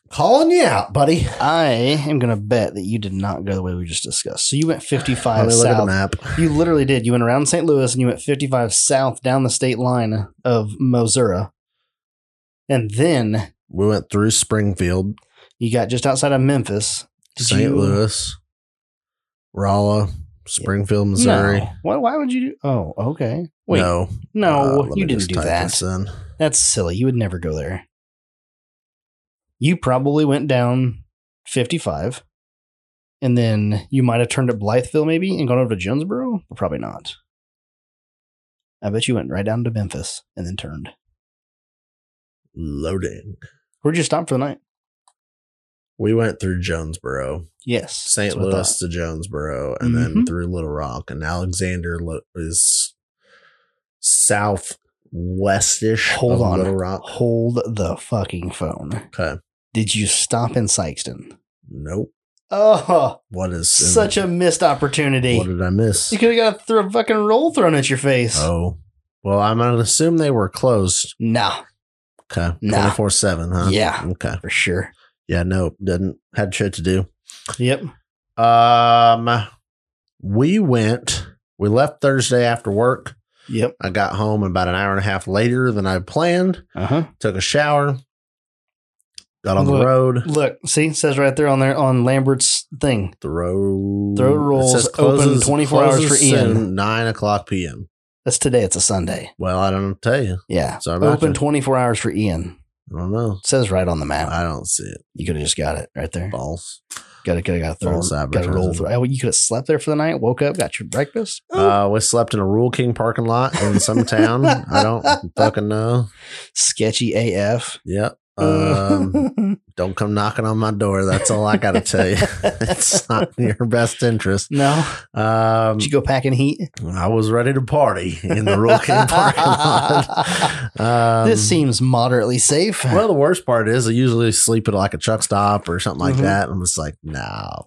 Speaker 2: Calling you out, buddy.
Speaker 1: I am gonna bet that you did not go the way we just discussed. So you went
Speaker 2: Let
Speaker 1: 55
Speaker 2: me look at the
Speaker 1: south.
Speaker 2: map.
Speaker 1: You literally did. You went around St. Louis and you went 55 south down the state line of Missouri, and then
Speaker 2: We went through Springfield,
Speaker 1: you got just outside of Memphis. Did
Speaker 2: St.
Speaker 1: you-
Speaker 2: Louis, Rolla, Springfield, Missouri.
Speaker 1: No. Why, why would you do? Oh, okay. Wait, no,
Speaker 2: no, Uh, let me
Speaker 1: you didn't
Speaker 2: just
Speaker 1: do
Speaker 2: type
Speaker 1: that.
Speaker 2: this in.
Speaker 1: That's silly. You would never go there. You probably went down 55 and then you might have turned at Blytheville maybe and gone over to Jonesboro? Probably not. I bet you went right down to Memphis and then turned.
Speaker 2: Loading.
Speaker 1: Where'd you stop for the night?
Speaker 2: We went through Jonesboro,
Speaker 1: Yes.
Speaker 2: St.
Speaker 1: that's what I
Speaker 2: Louis
Speaker 1: thought.
Speaker 2: to Jonesboro, and then
Speaker 1: Mhm.
Speaker 2: through Little Rock. And Alexander lo- is southwestish.
Speaker 1: Hold
Speaker 2: of
Speaker 1: on.
Speaker 2: Little Rock.
Speaker 1: Hold the fucking phone.
Speaker 2: Okay.
Speaker 1: Did you stop in Sykeston?
Speaker 2: Nope.
Speaker 1: Oh,
Speaker 2: What is in-
Speaker 1: such a missed opportunity.
Speaker 2: What did I miss?
Speaker 1: You could have got a th- fucking roll thrown at your face.
Speaker 2: Oh, well, I'm gonna assume they were closed.
Speaker 1: Nah,
Speaker 2: Okay,
Speaker 1: Nah.
Speaker 2: twenty four seven, huh?
Speaker 1: Yeah.
Speaker 2: Okay.
Speaker 1: for sure.
Speaker 2: Yeah. Nope. Didn't had shit to do.
Speaker 1: Yep.
Speaker 2: Um, we went. We left Thursday after work.
Speaker 1: Yep.
Speaker 2: I got home about an hour and a half later than I planned.
Speaker 1: Uh huh.
Speaker 2: Took a shower. Got on the
Speaker 1: Look.
Speaker 2: road.
Speaker 1: Look, see, it says right there on there on Lambert's thing.
Speaker 2: The road.
Speaker 1: The road
Speaker 2: it
Speaker 1: rolls
Speaker 2: says
Speaker 1: open 24 hours for
Speaker 2: closes
Speaker 1: Ian.
Speaker 2: soon, Nine o'clock p.m.
Speaker 1: That's today. It's a Sunday.
Speaker 2: Well, I don't tell you.
Speaker 1: Yeah.
Speaker 2: So I'm
Speaker 1: Open
Speaker 2: open.
Speaker 1: 24 hours for Ian.
Speaker 2: I don't know.
Speaker 1: It says right on the map.
Speaker 2: I don't see it.
Speaker 1: you could have just got it right there.
Speaker 2: False.
Speaker 1: Got to, could have got a
Speaker 2: False
Speaker 1: throw, got a roll
Speaker 2: advertising.
Speaker 1: through. Oh, You could have slept there for the night, woke up, got your breakfast.
Speaker 2: Uh, we slept in a Rule King parking lot in some town. I don't fucking know.
Speaker 1: Sketchy AF.
Speaker 2: Yep. Um, don't come knocking on my door. That's all I got to tell you. it's not in your best interest.
Speaker 1: no.
Speaker 2: Um,
Speaker 1: Did you go packing heat?
Speaker 2: I was ready to party in the Rule King parking lot. Um,
Speaker 1: this seems moderately safe.
Speaker 2: Well, the worst part is I usually sleep at like a truck stop or something like
Speaker 1: Mhm.
Speaker 2: that. I'm just like, no,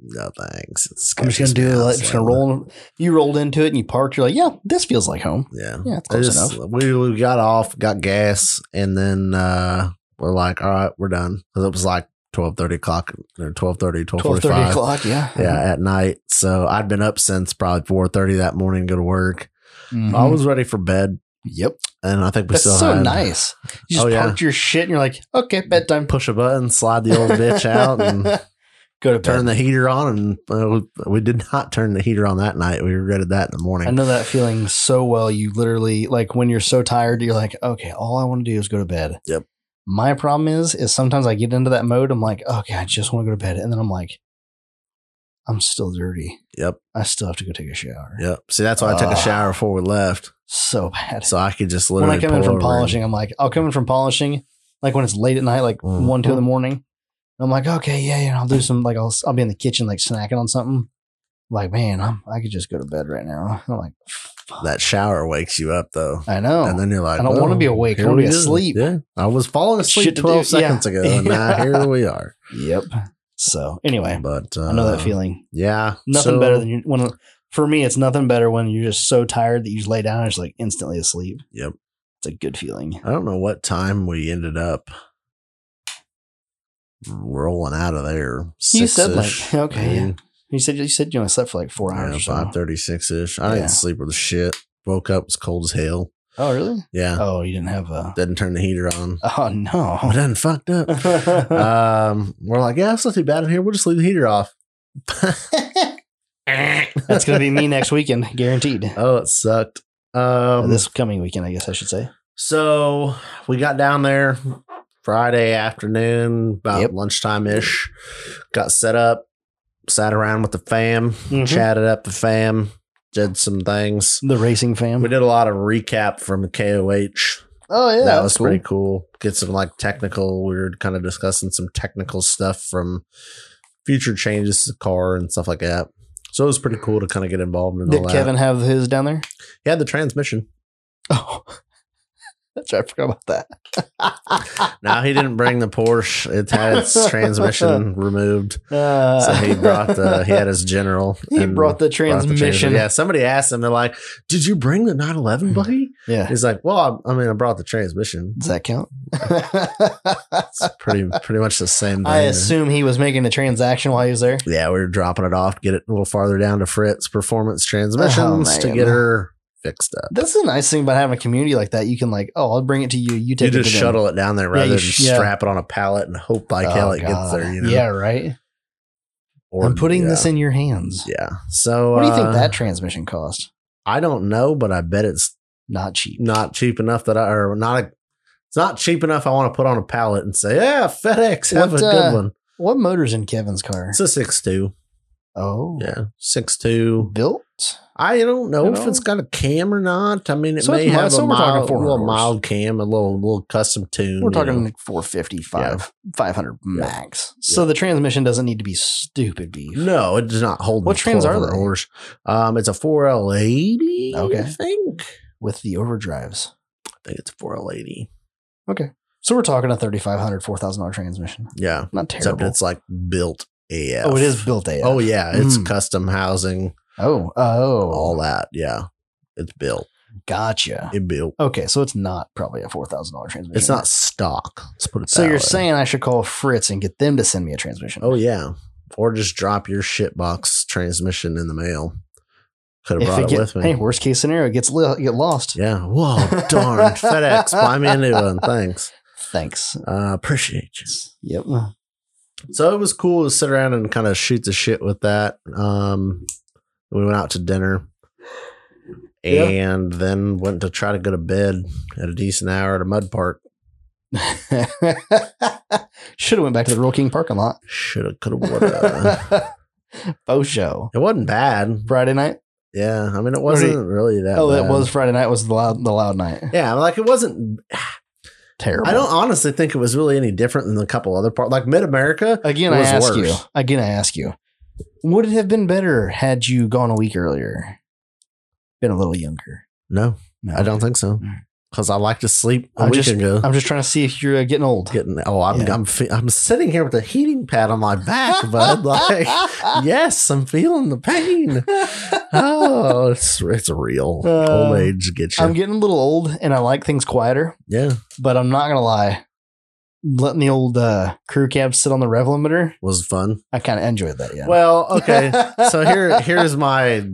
Speaker 2: no thanks. It's
Speaker 1: I'm just gonna
Speaker 2: sketchy
Speaker 1: do
Speaker 2: smell,
Speaker 1: like just gonna
Speaker 2: so-
Speaker 1: roll. You rolled into it and you parked. You're like, yeah, this feels like home.
Speaker 2: Yeah.
Speaker 1: Yeah, it's
Speaker 2: I
Speaker 1: close
Speaker 2: just-
Speaker 1: enough.
Speaker 2: We, we got off, got gas, and then uh, we're like, all right, we're done. Because it was like 12 30 o'clock or 12 30,
Speaker 1: 12, 30 o'clock. Yeah.
Speaker 2: Yeah, at night. So I'd been up since probably four thirty that morning to go to work.
Speaker 1: Mhm.
Speaker 2: I was ready for bed,
Speaker 1: Yep.
Speaker 2: and I think we
Speaker 1: That's
Speaker 2: still
Speaker 1: so
Speaker 2: had-
Speaker 1: nice. You just
Speaker 2: Oh, yeah.
Speaker 1: parked your shit and you're like, okay, bedtime.
Speaker 2: Push a button, slide the old bitch out, and
Speaker 1: go to bed.
Speaker 2: turn the heater on. And uh, we did not turn the heater on that night. We regretted that in the morning.
Speaker 1: I know that feeling so well. You literally like when you're so tired, you're like, okay, all I want to do is go to bed.
Speaker 2: Yep.
Speaker 1: My problem is, is sometimes I get into that mode. I'm like, okay, I just want to go to bed, and then I'm like, I'm still dirty.
Speaker 2: Yep.
Speaker 1: I still have to go take a shower.
Speaker 2: Yep. See, that's why I took
Speaker 1: Ah.
Speaker 2: a shower before we left,
Speaker 1: So bad.
Speaker 2: so I could just
Speaker 1: when
Speaker 2: literally
Speaker 1: I come in
Speaker 2: pull
Speaker 1: from
Speaker 2: over and-
Speaker 1: polishing, I'm like, I'll come in from polishing, like when it's late at night, like
Speaker 2: Mhm.
Speaker 1: one, two in the morning. I'm like, okay, yeah, yeah, I'll do some, like, I'll, I'll be in the kitchen, like, snacking on something. Like, man, I'm, I could just go to bed right now. I'm like, fuck.
Speaker 2: That shower wakes you up though.
Speaker 1: I know.
Speaker 2: And then you're like,
Speaker 1: Oh.
Speaker 2: "Oh,
Speaker 1: I don't wanna be awake. I
Speaker 2: here
Speaker 1: wanna be
Speaker 2: we is.
Speaker 1: asleep.
Speaker 2: Yeah. I was falling
Speaker 1: Shit
Speaker 2: asleep
Speaker 1: to
Speaker 2: 12
Speaker 1: do. Yeah.
Speaker 2: seconds ago, and now here we are.
Speaker 1: yep. So, anyway,
Speaker 2: But uh,
Speaker 1: I know that feeling.
Speaker 2: Yeah.
Speaker 1: Nothing
Speaker 2: so-
Speaker 1: better than you, when, for me, it's nothing better when you're just so tired that you just lay down and just like instantly asleep.
Speaker 2: Yep.
Speaker 1: It's a good feeling.
Speaker 2: I don't know what time we ended up rolling out of there.
Speaker 1: You said, like,
Speaker 2: Six-ish,
Speaker 1: okay,
Speaker 2: I
Speaker 1: yeah.
Speaker 2: mean,
Speaker 1: You said, you said you only slept for like four
Speaker 2: yeah,
Speaker 1: hours or so.
Speaker 2: five thirty six ish. I
Speaker 1: Yeah.
Speaker 2: didn't sleep with shit. Woke up was cold as hell.
Speaker 1: Oh, really?
Speaker 2: Yeah.
Speaker 1: Oh, you didn't have a.
Speaker 2: Didn't turn the heater on.
Speaker 1: Oh
Speaker 2: Oh,
Speaker 1: no.
Speaker 2: done fucked up. um, we're like, yeah, it's not too bad in here. We'll just leave the heater off.
Speaker 1: That's gonna be me next weekend, guaranteed. Uh,
Speaker 2: Oh, it sucked. Um,
Speaker 1: this coming weekend, I guess I should say.
Speaker 2: So we got down there Friday afternoon, about
Speaker 1: Yep.
Speaker 2: lunchtime ish. Got set up, sat around with the fam,
Speaker 1: Mhm.
Speaker 2: chatted up the fam, did some things.
Speaker 1: The racing fam.
Speaker 2: We did a lot of recap from the KOH.
Speaker 1: oh yeah,
Speaker 2: that was pretty cool. Get some like technical. We were kind of discussing some technical stuff from future changes to the car and stuff like that. So it was pretty cool to kind of get involved in all
Speaker 1: Did
Speaker 2: that.
Speaker 1: Kevin have his down there?
Speaker 2: He had the transmission.
Speaker 1: Oh, that's right. I forgot about that.
Speaker 2: No, he didn't bring the Porsche. It had its transmission removed.
Speaker 1: Uh,
Speaker 2: So he brought the he had his general.
Speaker 1: he
Speaker 2: and
Speaker 1: brought the
Speaker 2: brought the
Speaker 1: transmission. Mm.
Speaker 2: Yeah, somebody asked him. They're like, "Did you bring the 911, buddy?"
Speaker 1: yeah.
Speaker 2: He's like, "Well, I, I mean, I brought the transmission.
Speaker 1: Does that count?
Speaker 2: It's pretty pretty much the same thing."
Speaker 1: I assume he was making a transaction while he was there.
Speaker 2: Yeah, we were dropping it off to get it a little farther down to Fritz Performance Transmissions
Speaker 1: Oh,
Speaker 2: to
Speaker 1: man.
Speaker 2: get her fixed up.
Speaker 1: That's the nice thing about having a community like that. You can like, oh, I'll bring it to you. You
Speaker 2: You
Speaker 1: take it
Speaker 2: just
Speaker 1: to them.
Speaker 2: shuttle it down there
Speaker 1: Yeah,
Speaker 2: rather
Speaker 1: you
Speaker 2: than
Speaker 1: sh- yeah.
Speaker 2: strap it on a pallet and hope like hell
Speaker 1: Oh,
Speaker 2: it gets
Speaker 1: God.
Speaker 2: there. You know?
Speaker 1: Yeah, right.
Speaker 2: Or-
Speaker 1: I'm putting
Speaker 2: yeah.
Speaker 1: this in your hands.
Speaker 2: Yeah. So
Speaker 1: What do you think
Speaker 2: uh,
Speaker 1: that transmission cost?
Speaker 2: I don't know, but I bet it's
Speaker 1: Not cheap.
Speaker 2: not cheap enough that I or not a, it's not cheap enough I want to put on a pallet and say, Yeah, FedEx, have
Speaker 1: What,
Speaker 2: a
Speaker 1: uh,
Speaker 2: good one.
Speaker 1: What motor's in Kevin's car?
Speaker 2: It's a six two.
Speaker 1: Oh,
Speaker 2: Yeah. Six two.
Speaker 1: built.
Speaker 2: I don't know
Speaker 1: You
Speaker 2: if
Speaker 1: know?
Speaker 2: it's got a cam or not. I mean it
Speaker 1: So
Speaker 2: may
Speaker 1: it's mi-
Speaker 2: have
Speaker 1: so
Speaker 2: a
Speaker 1: we're talking
Speaker 2: mild,
Speaker 1: 400
Speaker 2: little
Speaker 1: horse.
Speaker 2: mild cam, a little little custom tune.
Speaker 1: We're
Speaker 2: you
Speaker 1: talking
Speaker 2: know.
Speaker 1: like 455, 500 max. So
Speaker 2: Yeah.
Speaker 1: the transmission doesn't need to be stupid beef.
Speaker 2: No, it does not hold
Speaker 1: What
Speaker 2: the
Speaker 1: trans are
Speaker 2: 1200
Speaker 1: they?
Speaker 2: horse. Um it's a four L eighty, I
Speaker 1: Okay.
Speaker 2: think.
Speaker 1: With the overdrives.
Speaker 2: I think it's a four L eighty.
Speaker 1: So we're talking a 3500 $4,000 transmission.
Speaker 2: Yeah.
Speaker 1: Not
Speaker 2: Except
Speaker 1: terrible.
Speaker 2: it's like built AF.
Speaker 1: Oh, it is built AF.
Speaker 2: Oh yeah, it's
Speaker 1: Mm.
Speaker 2: custom housing,
Speaker 1: Oh, oh.
Speaker 2: all that. Yeah, it's built.
Speaker 1: Gotcha.
Speaker 2: It built.
Speaker 1: Okay, so it's not probably a four thousand dollar transmission.
Speaker 2: It's not stock. Let's put it.
Speaker 1: So
Speaker 2: that
Speaker 1: you're
Speaker 2: way.
Speaker 1: saying I should call Fritz and get them to send me a transmission?
Speaker 2: Oh yeah, or just drop your shitbox transmission in the mail. Could have
Speaker 1: If
Speaker 2: brought
Speaker 1: it
Speaker 2: it,
Speaker 1: get-
Speaker 2: with me.
Speaker 1: Hey, worst case scenario, it gets li- get lost.
Speaker 2: Yeah. Whoa, darn FedEx, buy me a new one. Thanks.
Speaker 1: Thanks.
Speaker 2: Uh, appreciate you.
Speaker 1: Yep.
Speaker 2: So it was cool to sit around and kind of shoot the shit with that. Um, we went out to dinner
Speaker 1: Yeah.
Speaker 2: and then went to try to go to bed at a decent hour at a mud park.
Speaker 1: should have went back to the Royal King parking lot.
Speaker 2: Should have, could have, would have.
Speaker 1: Faux show.
Speaker 2: It wasn't bad.
Speaker 1: Friday night.
Speaker 2: Yeah. I mean, it wasn't really that
Speaker 1: oh, that
Speaker 2: bad.
Speaker 1: was Friday night. Was the loud the loud night?
Speaker 2: Yeah. Like, it wasn't.
Speaker 1: Terrible.
Speaker 2: I don't honestly think it was really any different than a couple other parts. Like, Mid America,
Speaker 1: Again,
Speaker 2: It
Speaker 1: I
Speaker 2: was
Speaker 1: ask
Speaker 2: worse.
Speaker 1: you. Again, I ask you. Would it have been better had you gone a week earlier? Been a little younger.
Speaker 2: no,
Speaker 1: No.
Speaker 2: I don't think so. Because I like to sleep a
Speaker 1: I'm
Speaker 2: week
Speaker 1: just-
Speaker 2: ago.
Speaker 1: I'm just trying to see if you're uh, getting old.
Speaker 2: Getting oh I'm
Speaker 1: Yeah.
Speaker 2: I'm fe- I'm sitting here with a heating pad on my back, bud. Like yes, I'm feeling the pain. Oh, it's it's real.
Speaker 1: Uh,
Speaker 2: Old age gets you.
Speaker 1: I'm getting a little old, and I like things quieter.
Speaker 2: yeah,
Speaker 1: But I'm not gonna lie, letting the old uh, crew cab sit on the rev limiter,
Speaker 2: was fun.
Speaker 1: I kind of enjoyed that. Yeah.
Speaker 2: Well, okay. so here here's my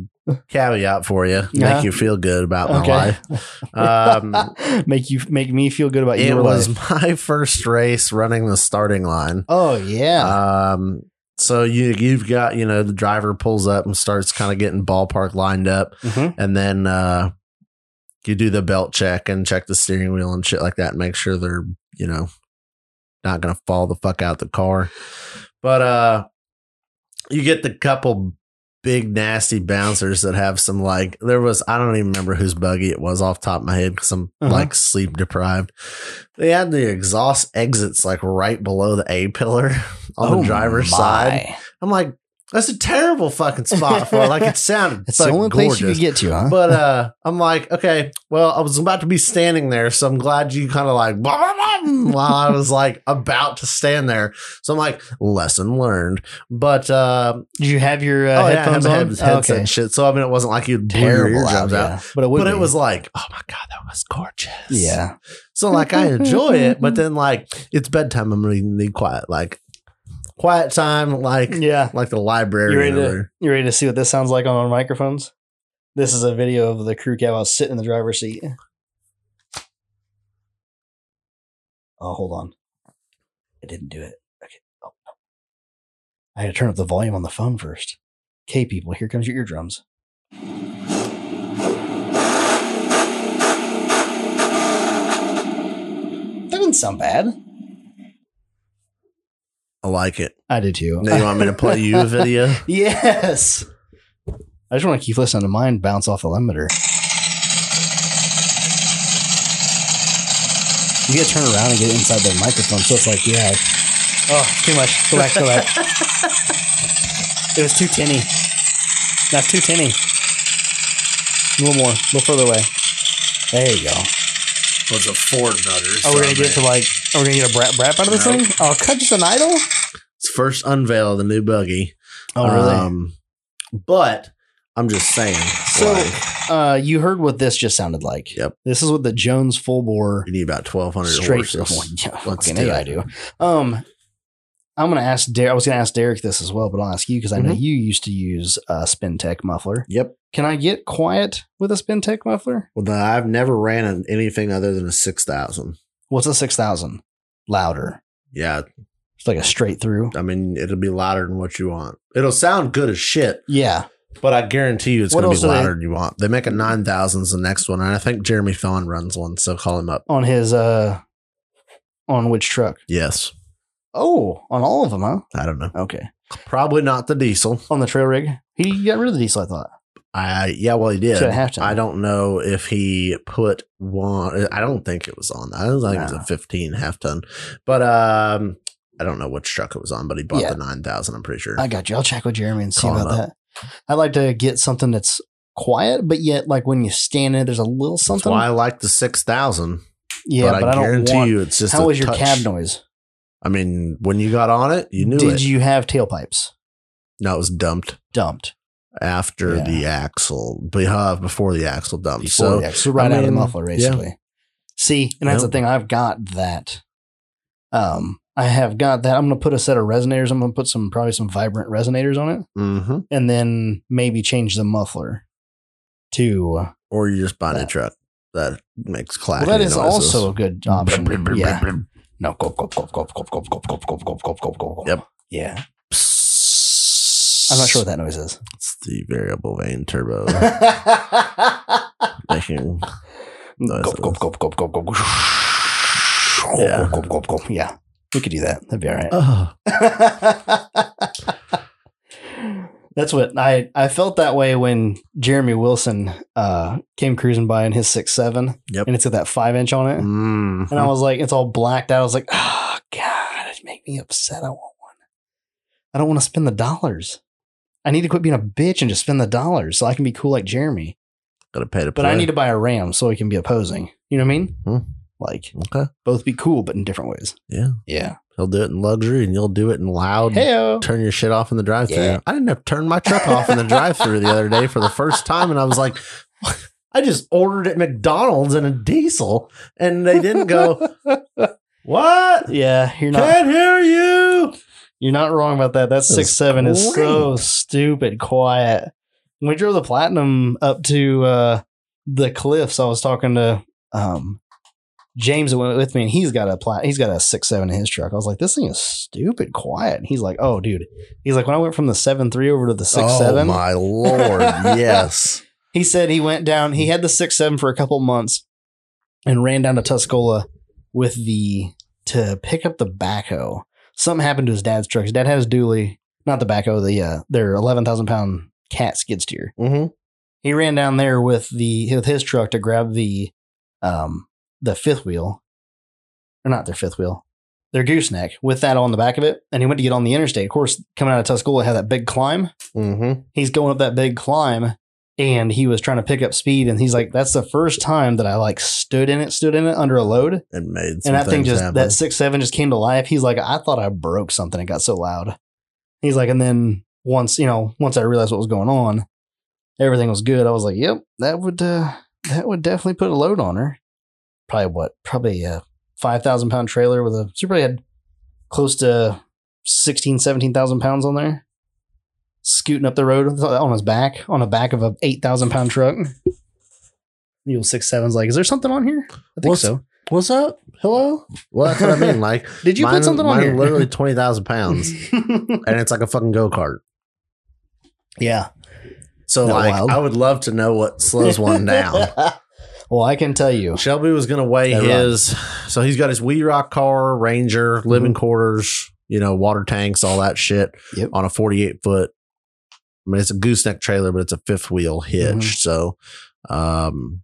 Speaker 2: caveat for you. Make
Speaker 1: Yeah.
Speaker 2: you feel good about my
Speaker 1: Uh-huh. Okay.
Speaker 2: life. Um,
Speaker 1: make you make me feel good about
Speaker 2: it
Speaker 1: your
Speaker 2: was
Speaker 1: life.
Speaker 2: my first race running the starting line.
Speaker 1: Oh yeah.
Speaker 2: Um, so you you've got you know the driver pulls up and starts kind of getting ballpark lined up,
Speaker 1: Mhm.
Speaker 2: and then uh, you do the belt check and check the steering wheel and shit like that, and make sure they're you know not gonna fall the fuck out the car. But uh, you get the couple big nasty bouncers that have some like there was I don't even remember whose buggy it was off the top of my head because I'm
Speaker 1: Uh-huh.
Speaker 2: like sleep deprived. They had the exhaust exits like right below the A pillar on
Speaker 1: Oh,
Speaker 2: the driver's
Speaker 1: my.
Speaker 2: side. I'm like, that's a terrible fucking spot for it. like it sounded
Speaker 1: It's
Speaker 2: fucking
Speaker 1: the only place you
Speaker 2: gorgeous.
Speaker 1: could get to, huh?
Speaker 2: but uh I'm like, okay, well, I was about to be standing there, so I'm glad you kind of like blah, blah, blah, while I was like about to stand there. So I'm like, lesson learned. But uh
Speaker 1: Did you have your uh,
Speaker 2: oh, yeah, I
Speaker 1: headphones
Speaker 2: have a
Speaker 1: on?
Speaker 2: head- headset and shit. So I mean, it wasn't like you'd tear your
Speaker 1: Terrible
Speaker 2: eardrums out,
Speaker 1: yeah. but it would.
Speaker 2: but it
Speaker 1: be.
Speaker 2: was like, oh my god, that was gorgeous.
Speaker 1: yeah.
Speaker 2: So like, I enjoy it, but then like, it's bedtime. I'm gonna need quiet, like quiet time, like
Speaker 1: Yeah.
Speaker 2: like the library.
Speaker 1: You ready,
Speaker 2: over
Speaker 1: to,
Speaker 2: there.
Speaker 1: you ready to see what this sounds like on our microphones? This is a video of the crew cab. I was sitting in the driver's seat. Oh, hold on. I didn't do it. Okay. Oh, no. I had to turn up the volume on the phone first. Okay, people, here comes your eardrums. That didn't sound bad.
Speaker 2: I like it.
Speaker 1: I did too.
Speaker 2: Now you want me to play you a video?
Speaker 1: Yes. I just want to keep listening to mine bounce off the limiter. You gotta turn around and get inside the microphone, so it's like, yeah. Oh, too much. Go back, go back. it was too tinny. That's too tinny. A little more, a little further away. There you go.
Speaker 3: was a Ford nutter.
Speaker 1: Oh, we're gonna get to like, are we gonna get a brap, brap out of this
Speaker 3: No.
Speaker 1: thing? Oh, cut just an idol?
Speaker 2: It's first unveil of the new buggy.
Speaker 1: Oh, really?
Speaker 2: Um, but I'm just saying.
Speaker 1: So-
Speaker 2: like,
Speaker 1: Uh, you heard what this just sounded like.
Speaker 2: Yep.
Speaker 1: This is what the Jones full bore
Speaker 2: you need about 1,200
Speaker 1: straight. Well,
Speaker 2: horses.
Speaker 1: yeah,
Speaker 2: Let's
Speaker 1: fucking
Speaker 2: do
Speaker 1: A, I
Speaker 2: it.
Speaker 1: do. Um, I'm gonna ask Derek. I was gonna ask Derek this as well, but I'll ask you because I know
Speaker 2: Mhm.
Speaker 1: you used to use a SpinTech muffler.
Speaker 2: Yep.
Speaker 1: Can I get quiet with a SpinTech muffler?
Speaker 2: Well, then I've never ran an- anything other than a 6,000.
Speaker 1: What's a six thousand louder?
Speaker 2: Yeah.
Speaker 1: It's like a straight through.
Speaker 2: I mean, it'll be louder than what you want. It'll sound good as shit,
Speaker 1: Yeah,
Speaker 2: but I guarantee you it's
Speaker 1: What
Speaker 2: going
Speaker 1: else
Speaker 2: to
Speaker 1: do
Speaker 2: be
Speaker 1: they-
Speaker 2: louder than you want. They make a 9,000's the next one. And I think Jeremy Thon runs one. So call him up.
Speaker 1: on his uh, on which truck?
Speaker 2: Yes.
Speaker 1: Oh, on all of them, huh?
Speaker 2: I don't know.
Speaker 1: Okay,
Speaker 2: Probably not the diesel.
Speaker 1: on the trail rig. He got rid of the diesel. I thought.
Speaker 2: I yeah, well, he did.
Speaker 1: Should have to.
Speaker 2: I don't know if he put one. I don't think it was on that. I don't think it
Speaker 1: No.
Speaker 2: was a fifteen half ton, but um, I don't know which truck it was on. But he bought
Speaker 1: Yeah.
Speaker 2: the nine thousand. I'm pretty sure.
Speaker 1: I got you. I'll check with Jeremy and see
Speaker 2: Call him
Speaker 1: about that. I'd like to get something that's quiet, but yet like when you stand in it, there's a little
Speaker 2: That's
Speaker 1: something.
Speaker 2: why I like the six thousand.
Speaker 1: yeah, but, I, don't
Speaker 2: guarantee
Speaker 1: want.
Speaker 2: you, it's just
Speaker 1: How
Speaker 2: a
Speaker 1: was your
Speaker 2: touch-
Speaker 1: cab noise?
Speaker 2: I mean, when you got on it, you knew
Speaker 1: Did
Speaker 2: it.
Speaker 1: you have tailpipes
Speaker 2: no, it was dumped
Speaker 1: dumped
Speaker 2: after
Speaker 1: Yeah.
Speaker 2: the axle, be- uh, before the axle dumped.
Speaker 1: before
Speaker 2: so
Speaker 1: the ex- so right out of the
Speaker 2: mean,
Speaker 1: muffler,
Speaker 2: yeah.
Speaker 1: basically? See, and that's
Speaker 2: Yeah.
Speaker 1: the thing. I've got that. Um, I have got that. I'm gonna put a set of resonators. I'm gonna put some probably some vibrant resonators on it,
Speaker 2: hmm
Speaker 1: and then maybe change the muffler to.
Speaker 2: or you just buy a new
Speaker 1: That-
Speaker 2: truck that makes
Speaker 1: Well,
Speaker 2: clacking.
Speaker 1: that is
Speaker 2: noises.
Speaker 1: also a good option. yeah. No, go, go, go, go, go, go, go, go, go, go, go, go, go.
Speaker 2: Yep.
Speaker 1: Yeah. I'm not sure what that noise is.
Speaker 2: It's the variable vane turbo
Speaker 1: Gulp,
Speaker 2: making noises.
Speaker 1: gulp, gulp, gulp, gulp, gulp.
Speaker 2: Yeah.
Speaker 1: Gulp, gulp, gulp, gulp. Yeah. We could do that. That'd be all right.
Speaker 2: Oh,
Speaker 1: That's what I, I felt that way when Jeremy Wilson uh, came cruising by in his six seven.
Speaker 2: Yep.
Speaker 1: And it's got that five inch on it.
Speaker 2: mm.
Speaker 1: And I was like, it's all blacked out. I was like, oh, God, it make me upset. I want one. I don't want to spend the dollars. I need to quit being a bitch and just spend the dollars so I can be cool like Jeremy.
Speaker 2: gotta pay to
Speaker 1: But
Speaker 2: play.
Speaker 1: I need to buy a RAM so I can be opposing. You know what I mean?
Speaker 2: Hmm.
Speaker 1: Like,
Speaker 2: Okay,
Speaker 1: both be cool, but in different ways.
Speaker 2: Yeah. Um,
Speaker 1: Yeah.
Speaker 2: he'll do it in luxury, and you'll do it in loud.
Speaker 1: Hey,
Speaker 2: Turn your shit off in the drive-through.
Speaker 1: Yeah.
Speaker 2: I didn't have to turn my truck off in the drive-through the other day for the first time, and I was like, I just ordered at McDonald's in a diesel, and they didn't go. What?
Speaker 1: Yeah, you're not
Speaker 2: Can't hear you.
Speaker 1: you're not wrong about that. That
Speaker 2: That's
Speaker 1: six seven is so stupid quiet. When we drove the platinum up to uh, the cliffs, I was talking to um, James that went with me, and he's got a plat. He's got a six seven in his truck. I was like, this thing is stupid quiet. And he's like, oh, dude. He's like, when I went from the seven three over to the six
Speaker 2: oh
Speaker 1: seven,
Speaker 2: my lord! Yes.
Speaker 1: he said he went down. He had the six seven for a couple months, and ran down to Tuscola with the to pick up the backhoe. Something happened to his dad's truck. His dad had his dually, not the backhoe, the uh, their eleven thousand pound cat skid steer.
Speaker 2: Mm-hmm.
Speaker 1: He ran down there with the with his truck to grab the um the fifth wheel, or not their fifth wheel, their gooseneck with that on the back of it. And he went to get on the interstate. Of course, coming out of Tuscola, it had that big climb
Speaker 2: Mm-hmm.
Speaker 1: he's going up that big climb and he was trying to pick up speed and he's like that's the first time that i like stood in it stood in it under a load
Speaker 2: And made.
Speaker 1: and
Speaker 2: Some
Speaker 1: that thing
Speaker 2: things
Speaker 1: just
Speaker 2: happen.
Speaker 1: that six seven just came to life he's like i thought i broke something it got so loud he's like and then once you know once i realized what was going on everything was good i was like yep that would uh that would definitely put a load on her probably what probably a 5000 pound trailer with a she probably had close to 16 17000 pounds on there scooting up the road on his back on the back of a 8000 pound truck the old six seven's like is there something on here i think
Speaker 2: Well,
Speaker 1: so
Speaker 2: What's up? Hello? Well, that's what I mean. Like,
Speaker 1: Did you
Speaker 2: mine-
Speaker 1: put something on
Speaker 2: mine
Speaker 1: here?
Speaker 2: Literally twenty thousand pounds, and it's like a fucking go kart.
Speaker 1: yeah.
Speaker 2: So
Speaker 1: Not
Speaker 2: like,
Speaker 1: wild.
Speaker 2: I would love to know what slows one down.
Speaker 1: Well, I can tell you.
Speaker 2: Shelby was going to weigh
Speaker 1: That
Speaker 2: his. So he's got his We Rock car, Ranger, living quarters, you know, water tanks, all that shit
Speaker 1: Mhm. Yep.
Speaker 2: on a 48 foot. I mean, it's a gooseneck trailer, but it's a fifth wheel hitch.
Speaker 1: Mhm.
Speaker 2: So, um,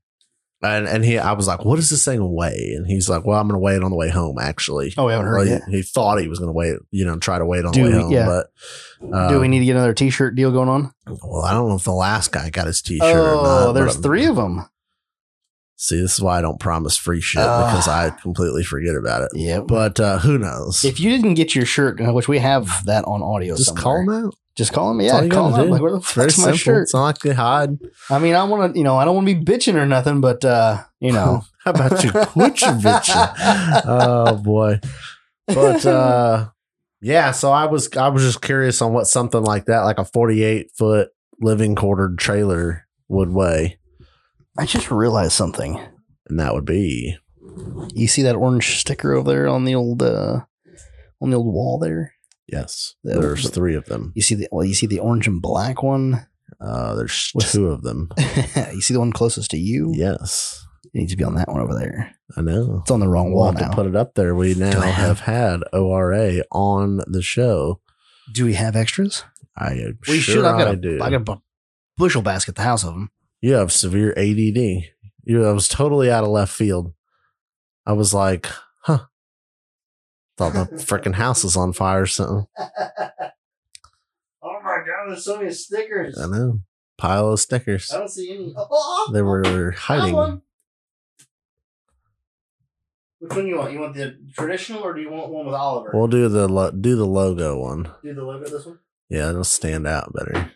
Speaker 2: and and he, I was like, "What does this thing weigh?" And he's like, "Well, I'm going to weigh it on the way home." Actually,
Speaker 1: Oh, we haven't
Speaker 2: Or
Speaker 1: heard
Speaker 2: he,
Speaker 1: yet.
Speaker 2: he thought he was going to weigh it, you know, try to weigh it on
Speaker 1: Do
Speaker 2: the way
Speaker 1: we-
Speaker 2: home.
Speaker 1: yeah.
Speaker 2: But uh,
Speaker 1: Do we need to get another T-shirt deal going on?
Speaker 2: Well, I don't know if the last guy got his T-shirt. or not,
Speaker 1: Oh,
Speaker 2: but um,
Speaker 1: there's
Speaker 2: I'm-
Speaker 1: three of them.
Speaker 2: See, this is why I don't promise free shit
Speaker 1: Ah.
Speaker 2: because I completely forget about it.
Speaker 1: Yep.
Speaker 2: But uh, who knows?
Speaker 1: If you didn't get your shirt, uh, which we have that on audio,
Speaker 2: just
Speaker 1: somewhere.
Speaker 2: call them out.
Speaker 1: Just call him.
Speaker 2: That's all
Speaker 1: Yeah,
Speaker 2: you
Speaker 1: call
Speaker 2: gotta
Speaker 1: him.
Speaker 2: do.
Speaker 1: Like, where the
Speaker 2: It's very
Speaker 1: fuck's my
Speaker 2: simple.
Speaker 1: shirt?
Speaker 2: It's not like they hide.
Speaker 1: I mean, I want to, you know, I don't want to be bitching or nothing, but uh, you know,
Speaker 2: How about you quit your bitching? oh boy. But uh, yeah, so I was I was just curious on what something like that, like a forty eight foot living quartered trailer would weigh,
Speaker 1: I just realized something.
Speaker 2: and that would be
Speaker 1: You see that orange sticker over there on the old uh, on the old wall there?
Speaker 2: yes.
Speaker 1: That-
Speaker 2: There's three of them.
Speaker 1: You see the well, you see the orange and black one.
Speaker 2: Uh, there's
Speaker 1: What's-
Speaker 2: two of them.
Speaker 1: you see the one closest to you.
Speaker 2: Yes,
Speaker 1: It needs to be on that one over there.
Speaker 2: I know.
Speaker 1: It's on the wrong
Speaker 2: We'll
Speaker 1: wall
Speaker 2: have
Speaker 1: now.
Speaker 2: to put it up there. We now
Speaker 1: I have-
Speaker 2: have had ORA on the show.
Speaker 1: Do we have extras?
Speaker 2: I am
Speaker 1: We
Speaker 2: sure
Speaker 1: should. I've got
Speaker 2: I
Speaker 1: a,
Speaker 2: do.
Speaker 1: I got a bushel basket at the house of them.
Speaker 2: you have severe ADD. You I was totally out of left field. I was like, huh. Thought the freaking house was on fire or something.
Speaker 1: Oh my god, there's so many stickers.
Speaker 2: I know. Pile of stickers.
Speaker 1: don't see any. Oh,
Speaker 2: Um, They were hiding.
Speaker 1: Which one you want? You want the traditional or do you want one with Oliver?
Speaker 2: We'll do the lo- do the logo one.
Speaker 1: do the logo this one.
Speaker 2: Yeah, it'll stand out better.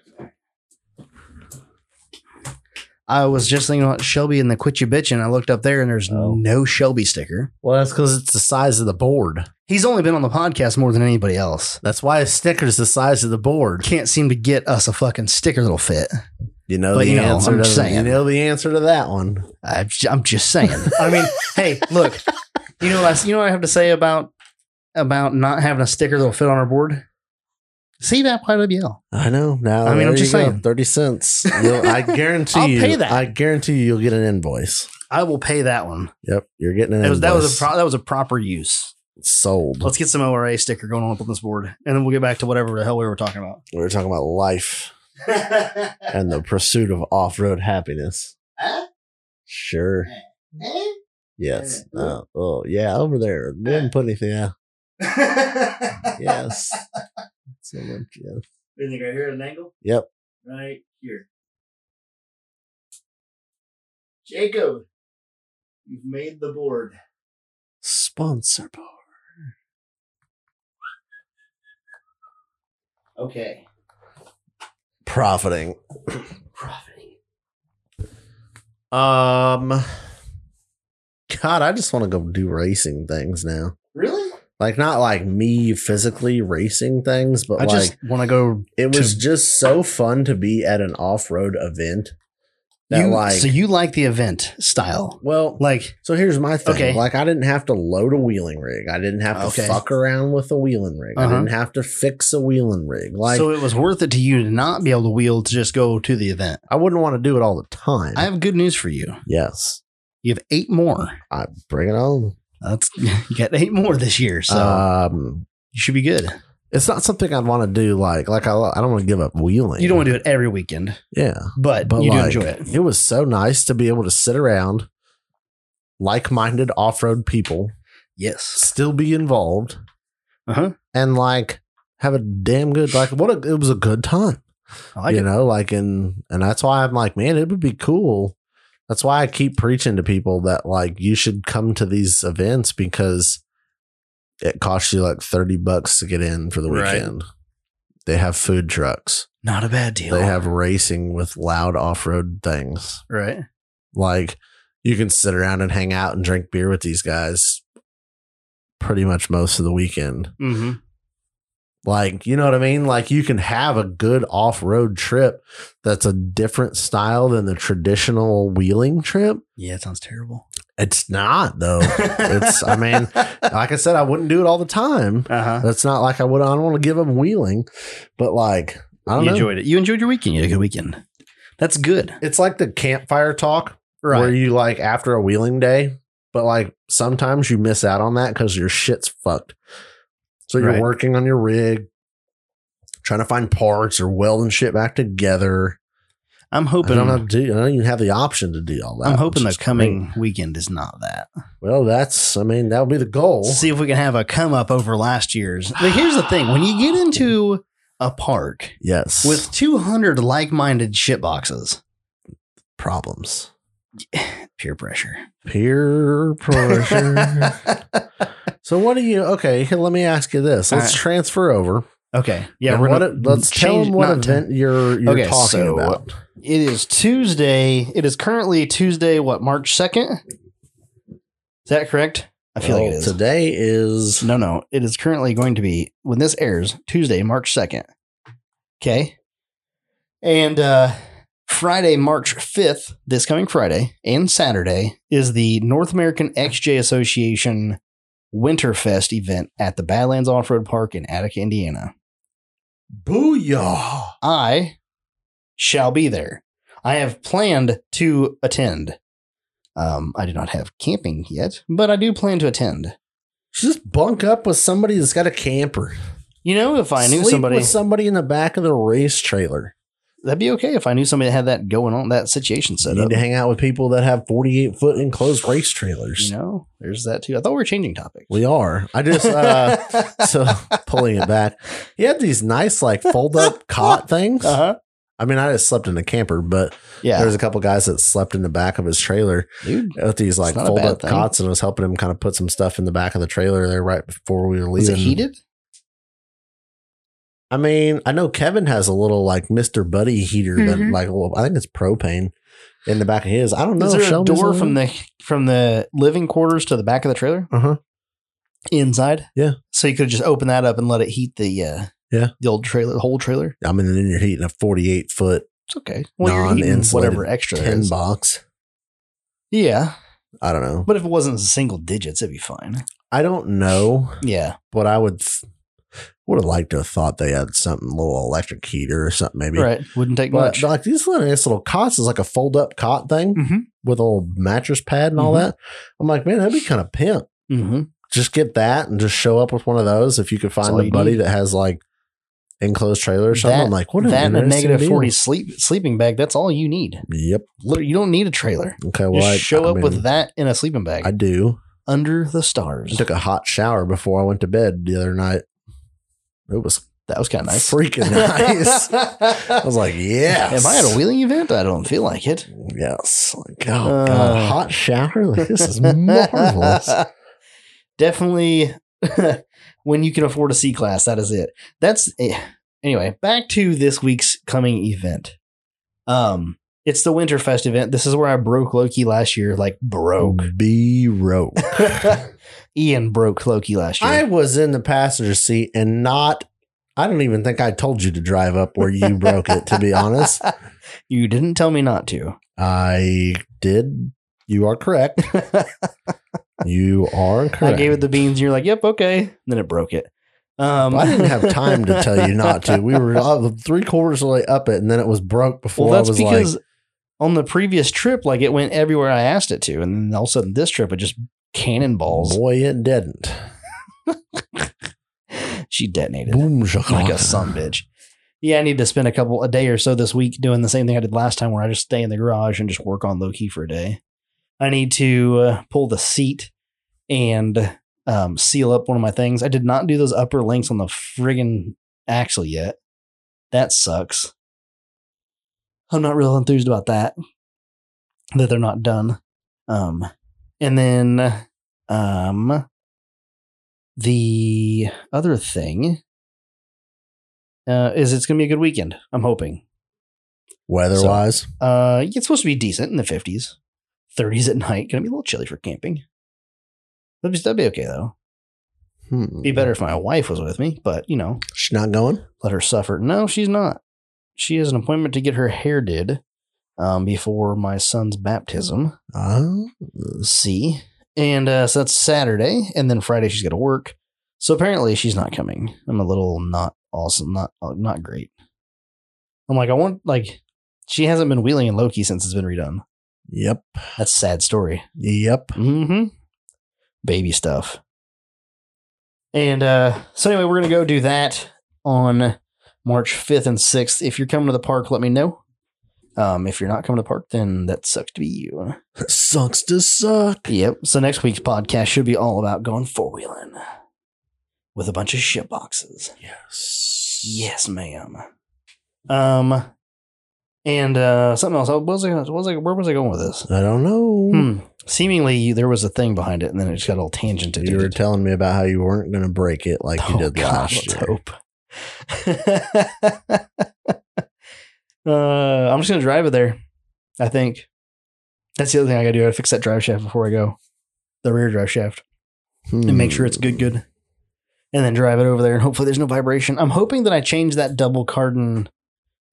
Speaker 1: I was just thinking about Shelby and the Quit You Bitch, and I looked up there and there's
Speaker 2: Oh.
Speaker 1: no Shelby sticker.
Speaker 2: Well, that's because it's the size of the board.
Speaker 1: He's only been on the podcast more than anybody else.
Speaker 2: That's why a sticker's the size of the board.
Speaker 1: Can't seem to get us a fucking sticker that'll fit.
Speaker 2: You know
Speaker 1: But
Speaker 2: the
Speaker 1: you know,
Speaker 2: answer.
Speaker 1: I'm
Speaker 2: to- You
Speaker 1: saying.
Speaker 2: know the answer to that one.
Speaker 1: I'm j- I'm just saying. I mean, hey, look, you know what I, you know what I have to say about about not having a sticker that'll fit on our board. See that YWL.
Speaker 2: I know. Now
Speaker 1: I mean, I'm
Speaker 2: there
Speaker 1: just
Speaker 2: you go.
Speaker 1: saying.
Speaker 2: thirty cents. You'll- I guarantee
Speaker 1: I'll
Speaker 2: you.
Speaker 1: pay that.
Speaker 2: I guarantee you. You'll get an invoice.
Speaker 1: I will pay that one.
Speaker 2: Yep, you're getting an
Speaker 1: That was that was a
Speaker 2: invoice.
Speaker 1: pro- that was a proper use.
Speaker 2: sold.
Speaker 1: Let's get some ORA sticker going on up on this board, and then we'll get back to whatever the hell we were talking about.
Speaker 2: We were talking about life and the pursuit of off-road happiness. Sure. Yes. Uh, oh, yeah. Over there. We didn't put anything out. Yes. so much. Yeah.
Speaker 1: You think right here at an angle?
Speaker 2: Yep.
Speaker 1: Right here. Jacob, you've made the board.
Speaker 2: Sponsor board.
Speaker 1: Okay.
Speaker 2: Profiting.
Speaker 1: Profiting.
Speaker 2: Um. God, I just want to go do racing things now.
Speaker 1: Really?
Speaker 2: Like not like me physically racing things, but
Speaker 1: I
Speaker 2: like
Speaker 1: just want to go.
Speaker 2: it was
Speaker 1: to-
Speaker 2: just so fun to be at an off-road event.
Speaker 1: you,
Speaker 2: That like
Speaker 1: so you like the event style?
Speaker 2: well,
Speaker 1: Like
Speaker 2: so here's my thing.
Speaker 1: Okay.
Speaker 2: Like I didn't have to load a wheeling rig. I didn't have to
Speaker 1: Okay.
Speaker 2: fuck around with a wheeling rig. I
Speaker 1: Uh-huh.
Speaker 2: didn't have to fix a wheeling rig. Like
Speaker 1: so, it was worth it to you to not be able to wheel to just go to the event.
Speaker 2: I wouldn't want to do it all the time.
Speaker 1: I have good news for you.
Speaker 2: yes.
Speaker 1: You have eight more.
Speaker 2: I bring it on.
Speaker 1: That's you got eight more this year, so
Speaker 2: um
Speaker 1: you should be good.
Speaker 2: it's not something I'd want to do like like I I don't want to give up wheeling.
Speaker 1: You don't want to do it every weekend,
Speaker 2: Yeah.
Speaker 1: but,
Speaker 2: But
Speaker 1: you
Speaker 2: like,
Speaker 1: do enjoy it.
Speaker 2: It was so nice to be able to sit around like-minded off-road people,
Speaker 1: Yes.
Speaker 2: still be involved.
Speaker 1: Uh huh.
Speaker 2: and like have a damn good like what a, it was a good time
Speaker 1: I like
Speaker 2: you
Speaker 1: it.
Speaker 2: know like and and that's why i'm like man it would be cool that's why i keep preaching to people that like you should come to these events because it costs you like 30 bucks to get in for the
Speaker 1: Right.
Speaker 2: weekend they have food trucks
Speaker 1: Not a bad deal.
Speaker 2: they have racing with loud off-road things
Speaker 1: right.
Speaker 2: like you can sit around and hang out and drink beer with these guys pretty much most of the weekend
Speaker 1: Mm-hmm.
Speaker 2: like, you know what I mean? Like, you can have a good off road trip that's a different style than the traditional wheeling trip
Speaker 1: Yeah, it sounds terrible.
Speaker 2: It's not though. It's- I mean, like I said, I wouldn't do it all the time.
Speaker 1: uh-huh.
Speaker 2: That's not like I would. I don't want to give them wheeling, but like I don't
Speaker 1: you
Speaker 2: know.
Speaker 1: enjoyed it. You enjoyed your weekend. You had a good weekend. That's good.
Speaker 2: it's like the campfire talk where
Speaker 1: Right.
Speaker 2: you like after a wheeling day, but like sometimes you miss out on that because your shit's fucked. So you're
Speaker 1: Right.
Speaker 2: working on your rig, trying to find parts or welding shit back together.
Speaker 1: I'm
Speaker 2: But I
Speaker 1: hoping
Speaker 2: don't have to do. I don't even have the option to do all that.
Speaker 1: I'm hoping
Speaker 2: which
Speaker 1: the
Speaker 2: is
Speaker 1: coming
Speaker 2: great.
Speaker 1: weekend is not that.
Speaker 2: Well, that's. I mean, that would be the goal.
Speaker 1: See if we can have a come up over last year's. But here's the thing: when you get into a park
Speaker 2: yes,
Speaker 1: with 200 like-minded shitboxes,
Speaker 2: problems,
Speaker 1: peer pressure.
Speaker 2: peer pressure. so what do you? Okay, here, let me ask you this.
Speaker 1: All
Speaker 2: Let's
Speaker 1: right.
Speaker 2: transfer over.
Speaker 1: okay. Yeah.
Speaker 2: And
Speaker 1: We're
Speaker 2: what
Speaker 1: gonna
Speaker 2: it- let's tell
Speaker 1: change-
Speaker 2: them what
Speaker 1: not tell-
Speaker 2: event you're you're
Speaker 1: Okay,
Speaker 2: talking
Speaker 1: so-
Speaker 2: about.
Speaker 1: It is Tuesday. It is currently Tuesday. What March 2nd? Is that correct? I feel like
Speaker 2: Well,
Speaker 1: it is.
Speaker 2: Today is
Speaker 1: No, no. It is currently going to be when this airs, Tuesday, March 2nd. Okay. And uh Friday, March 5th, this coming Friday and Saturday is the North American XJ Association Winterfest event at the Badlands Off-Road Park in Attica, Indiana.
Speaker 2: booyah.
Speaker 1: I shall be there. I have planned to attend. Um, I do not have camping yet, but I do plan to attend.
Speaker 2: Just bunk up with somebody that's got a camper.
Speaker 1: You know, if I knew
Speaker 2: Sleep
Speaker 1: somebody
Speaker 2: with somebody in the back of the race trailer.
Speaker 1: that'd be okay if I knew somebody that had that going on, that situation
Speaker 2: You
Speaker 1: set
Speaker 2: need
Speaker 1: up.
Speaker 2: to hang out with people that have 48 foot enclosed race trailers.
Speaker 1: You know, there's that too. I thought we were changing topics.
Speaker 2: We are. I just uh so pulling it back. He had these nice like fold up cot things.
Speaker 1: huh.
Speaker 2: I mean, I just slept in a camper, but
Speaker 1: Uh-huh. Yeah,
Speaker 2: there's a couple guys that slept in the back of his trailer
Speaker 1: dude.
Speaker 2: with these like
Speaker 1: not a
Speaker 2: fold
Speaker 1: bad
Speaker 2: up
Speaker 1: thing.
Speaker 2: cots and was helping him kind of put some stuff in the back of the trailer there right before we were
Speaker 1: Was
Speaker 2: leaving.
Speaker 1: it heated?
Speaker 2: I mean, I know Kevin has a little like Mr. Buddy heater that
Speaker 4: Mhm.
Speaker 2: like well, I think it's propane in the back of his. I don't know.
Speaker 1: Is there a
Speaker 2: Shelby's
Speaker 1: door
Speaker 2: on
Speaker 1: from
Speaker 2: there?
Speaker 1: the from the living quarters to the back of the trailer?
Speaker 2: Uh-huh.
Speaker 1: Inside.
Speaker 2: Yeah.
Speaker 1: So you could just open that up and let it heat the uh
Speaker 2: Yeah.
Speaker 1: the old trailer, the whole trailer.
Speaker 2: I mean, then you're heating a 48 foot
Speaker 1: It's okay. Well, you're eating
Speaker 2: Non-insulated
Speaker 1: whatever extra there
Speaker 2: 10
Speaker 1: is.
Speaker 2: box.
Speaker 1: Yeah,
Speaker 2: I don't know.
Speaker 1: but if it wasn't single digits, it'd be fine.
Speaker 2: I don't know,
Speaker 1: Yeah.
Speaker 2: but I would th- would have liked to have thought they had something a little electric heater or something maybe.
Speaker 1: Right. Wouldn't take
Speaker 2: But
Speaker 1: much.
Speaker 2: like these little nice little cots is like a fold up cot thing
Speaker 1: Mhm.
Speaker 2: with a little mattress pad and all
Speaker 1: Mhm.
Speaker 2: that. I'm like, man, that'd be kind of pimp.
Speaker 1: Mm-hmm.
Speaker 2: just get that and just show up with one of those if you could
Speaker 1: all
Speaker 2: find a
Speaker 1: you
Speaker 2: buddy
Speaker 1: need.
Speaker 2: that has like enclosed trailer or something.
Speaker 1: That-
Speaker 2: I'm like, what an
Speaker 1: that and a
Speaker 2: interesting
Speaker 1: negative
Speaker 2: deal.
Speaker 1: 40 sleep sleeping bag that's all you need
Speaker 2: Yep.
Speaker 1: Literally, you don't need a trailer
Speaker 2: Okay. Well,
Speaker 1: just
Speaker 2: I,
Speaker 1: show
Speaker 2: I
Speaker 1: up with
Speaker 2: mean,
Speaker 1: that in a sleeping bag
Speaker 2: I do.
Speaker 1: under the
Speaker 2: I
Speaker 1: stars
Speaker 2: took a hot shower before I went to bed the other night. It was
Speaker 1: that was kind of nice
Speaker 2: freaking nice. I was like, yes.
Speaker 1: am i at a wheeling event i don't feel like it
Speaker 2: Yes. Like, oh,
Speaker 1: Uh.
Speaker 2: God. a Hot shower? Like, this is marvelous.
Speaker 1: definitely when you can afford a c class that is it that's eh. anyway back to this week's coming event um it's the winterfest event this is where i broke loki last year like broke
Speaker 2: Mm. Be rope.
Speaker 1: ian broke loki last year
Speaker 2: I was in the passenger seat and not. I don't even think I told you to drive up where you broke it. To be honest,
Speaker 1: You didn't tell me not to.
Speaker 2: I did. You are correct. You are correct.
Speaker 1: I gave it the beans, and you're like, "Yep, okay." And then it broke it. Um,
Speaker 2: I didn't have time to tell you not to. We were up- three quarters of the way up it, and then it was broke before
Speaker 1: Well, that's
Speaker 2: I was
Speaker 1: because
Speaker 2: like,
Speaker 1: on the previous trip, like it went everywhere I asked it to, and then all of a sudden this trip, it just cannonballs.
Speaker 2: "Oh, "Boy, it didn't."
Speaker 1: She detonated
Speaker 2: Boom, shakalaka.
Speaker 1: like a son bitch. Yeah, I need to spend a couple a day or so this week doing the same thing I did last time, where I just stay in the garage and just work on low key for a day. I need to uh, pull the seat and um, seal up one of my things. I did not do those upper links on the friggin' axle yet. That sucks. I'm not real enthused about that. That they're not done. Um, and then um, the other thing uh, is it's going to be a good weekend. I'm hoping.
Speaker 2: Weather-wise,
Speaker 1: Uh, it's supposed to be decent in the 50s, 30s at night. Going to be a little chilly for camping. That'd be, that'd be okay though.
Speaker 2: hmm.
Speaker 1: Be better if my wife was with me, but you know,
Speaker 2: She's not going.
Speaker 1: let her suffer. No, she's not. She has an appointment to get her hair did um, before my son's baptism.
Speaker 2: Oh,
Speaker 1: See, and uh, so that's Saturday, and then Friday she's got to work. So apparently she's not coming. I'm a little not awesome, not uh, not great. I'm like I want like she hasn't been wheeling in Loki since it's been redone.
Speaker 2: yep,
Speaker 1: That's a sad story.
Speaker 2: yep.
Speaker 1: Mm-hmm. Baby stuff. And uh, so anyway, we're gonna go do that on March 5th and 6th. If you're coming to the park, let me know. Um, if you're not coming to the park, then that sucks to be you.
Speaker 2: Sucks to suck.
Speaker 1: Yep. So next week's podcast should be all about going four wheeling with a bunch of shit boxes.
Speaker 2: Yes.
Speaker 1: Yes, ma'am. Um, and uh, something else. What was I? What was I? Where was I going with this?
Speaker 2: I don't know.
Speaker 1: Hmm. Seemingly, there was a thing behind it, and then it just got all tangented.
Speaker 2: You were telling me about how you weren't going to break it like you
Speaker 1: Oh,
Speaker 2: did
Speaker 1: God,
Speaker 2: last
Speaker 1: let's
Speaker 2: year.
Speaker 1: hope. uh, I'm just gonna drive it there. I think that's the other thing I gotta do. I gotta fix that drive shaft before I go. The rear drive shaft.
Speaker 2: Hmm.
Speaker 1: and make sure it's
Speaker 2: Mm.
Speaker 1: good, good, and then drive it over there. And hopefully, there's no vibration. I'm hoping that I change that double cardan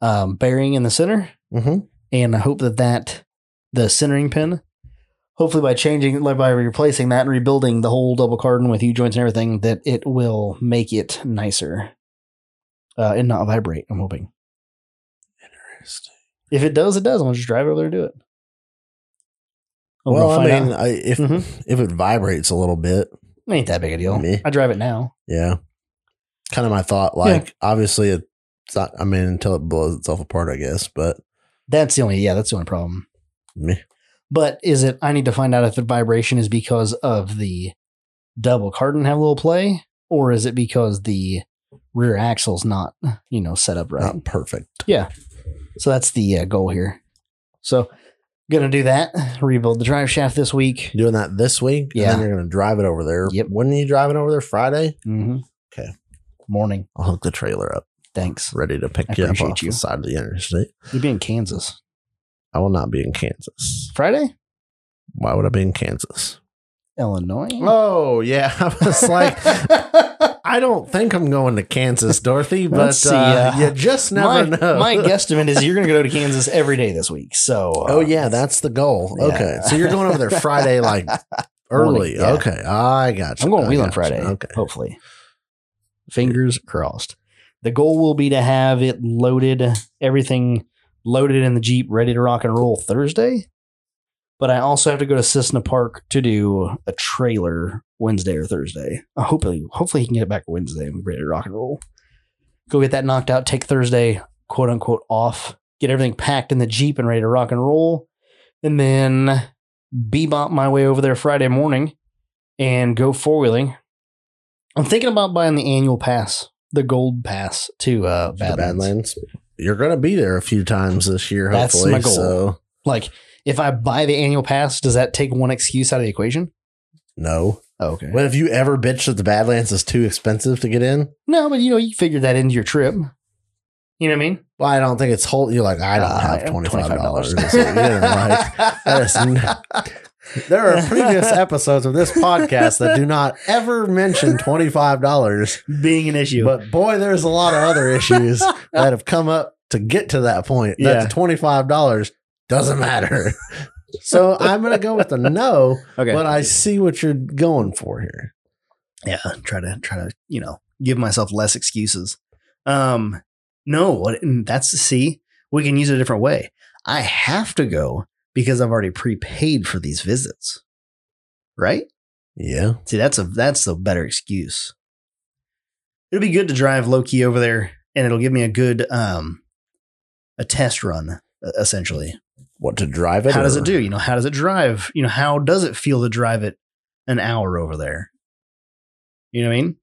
Speaker 1: um, bearing in the center,
Speaker 2: hmm
Speaker 1: and I hope that that the centering pin. Hopefully, by changing, like by replacing that and rebuilding the whole double cardan with U joints and everything, that it will make it nicer uh, and not vibrate. I'm hoping.
Speaker 2: Interesting.
Speaker 1: If it does, it does. I'm gonna just drive over there and do it. I'm gonna
Speaker 2: Well, I
Speaker 1: Oh, find out. Mm-hmm.
Speaker 2: mean, I, if if it vibrates a little bit,
Speaker 1: ain't that big a deal.
Speaker 2: Me.
Speaker 1: I drive it now.
Speaker 2: yeah. Kind of my thought. Like, obviously, it's not. I mean, until it blows itself apart, I guess. But
Speaker 1: That's the only yeah. That's the only problem.
Speaker 2: me,
Speaker 1: But is it? I need to find out if the vibration is because of the double cardan have a little play, or is it because the rear axle's not you know set up right?
Speaker 2: not perfect.
Speaker 1: So that's the uh, goal here. So gonna do that. Rebuild the drive shaft this week.
Speaker 2: You're doing that this week.
Speaker 1: Yeah.
Speaker 2: And then you're going to drive it over there.
Speaker 1: Yep.
Speaker 2: When are you driving over there? Friday.
Speaker 1: Mm-hmm.
Speaker 2: Okay.
Speaker 1: Morning.
Speaker 2: I'll hook the trailer up,
Speaker 1: Thanks.
Speaker 2: ready to pick
Speaker 1: I
Speaker 2: you up
Speaker 1: appreciate
Speaker 2: off
Speaker 1: you.
Speaker 2: the side of the interstate.
Speaker 1: You'll be in Kansas
Speaker 2: I will not be in Kansas.
Speaker 1: Friday,
Speaker 2: Why would I be in Kansas?
Speaker 1: Illinois.
Speaker 2: Oh yeah, I was like, I don't think I'm going to Kansas, Dorothy, but
Speaker 1: Let's see,
Speaker 2: uh,
Speaker 1: uh,
Speaker 2: you just
Speaker 1: my,
Speaker 2: never know.
Speaker 1: my guesstimate is you're gonna go to Kansas every day this week. So uh,
Speaker 2: Oh yeah, that's the goal.
Speaker 1: Yeah.
Speaker 2: Okay, so you're going over there Friday, like
Speaker 1: Morning,
Speaker 2: early.
Speaker 1: yeah.
Speaker 2: Okay, I got you.
Speaker 1: I'm going
Speaker 2: I
Speaker 1: wheel on
Speaker 2: got you.
Speaker 1: Friday.
Speaker 2: Oh, Okay,
Speaker 1: Hopefully. Fingers crossed. The goal will be to have it loaded, everything loaded in the Jeep, ready to rock and roll Thursday. But I also have to go to Cisna Park to do a trailer Wednesday or Thursday. Uh, Hopefully, hopefully he can get it back Wednesday and we're ready to rock and roll. Go get that knocked out. Take Thursday, quote unquote, off. Get everything packed in the Jeep and ready to rock and roll. And then bebop my way over there Friday morning and go four wheeling. I'm thinking about buying the annual pass, the gold pass to uh,
Speaker 2: The
Speaker 1: Badlands.
Speaker 2: Badlands. You're going to be there a few times this year.
Speaker 1: That's
Speaker 2: Hopefully,
Speaker 1: my goal.
Speaker 2: So
Speaker 1: Like, if I buy the annual pass, does that take one excuse out of the equation?
Speaker 2: no.
Speaker 1: Oh, okay.
Speaker 2: What have you ever bitched that the Badlands is too expensive to get in?
Speaker 1: No, but you know, you figure that into your trip. You know what I mean?
Speaker 2: Well, I don't think it's whole. You're like, I don't
Speaker 1: Uh,
Speaker 2: have twenty five dollars. like, that is
Speaker 1: $25.
Speaker 2: n- there are previous episodes of this podcast that do not ever mention twenty five dollars.
Speaker 1: Being an issue.
Speaker 2: But boy, there's a lot of other issues that have come up to get to that point.
Speaker 1: Yeah.
Speaker 2: That the $25 doesn't matter. so I'm going to go with the no,
Speaker 1: okay.
Speaker 2: but I see what you're going for here.
Speaker 1: yeah try to try to you know give myself less excuses um no what- that's see we can use it a different way i have to go because i've already prepaid for these visits right
Speaker 2: Yeah.
Speaker 1: see that's a that's a better excuse it'll be good to drive low key over there and it'll give me a good um a test run e- essentially
Speaker 2: What to drive it?
Speaker 1: how does
Speaker 2: or-
Speaker 1: it do? You know, how does it drive? You know, how does it feel to drive it an hour over there? You know what I mean?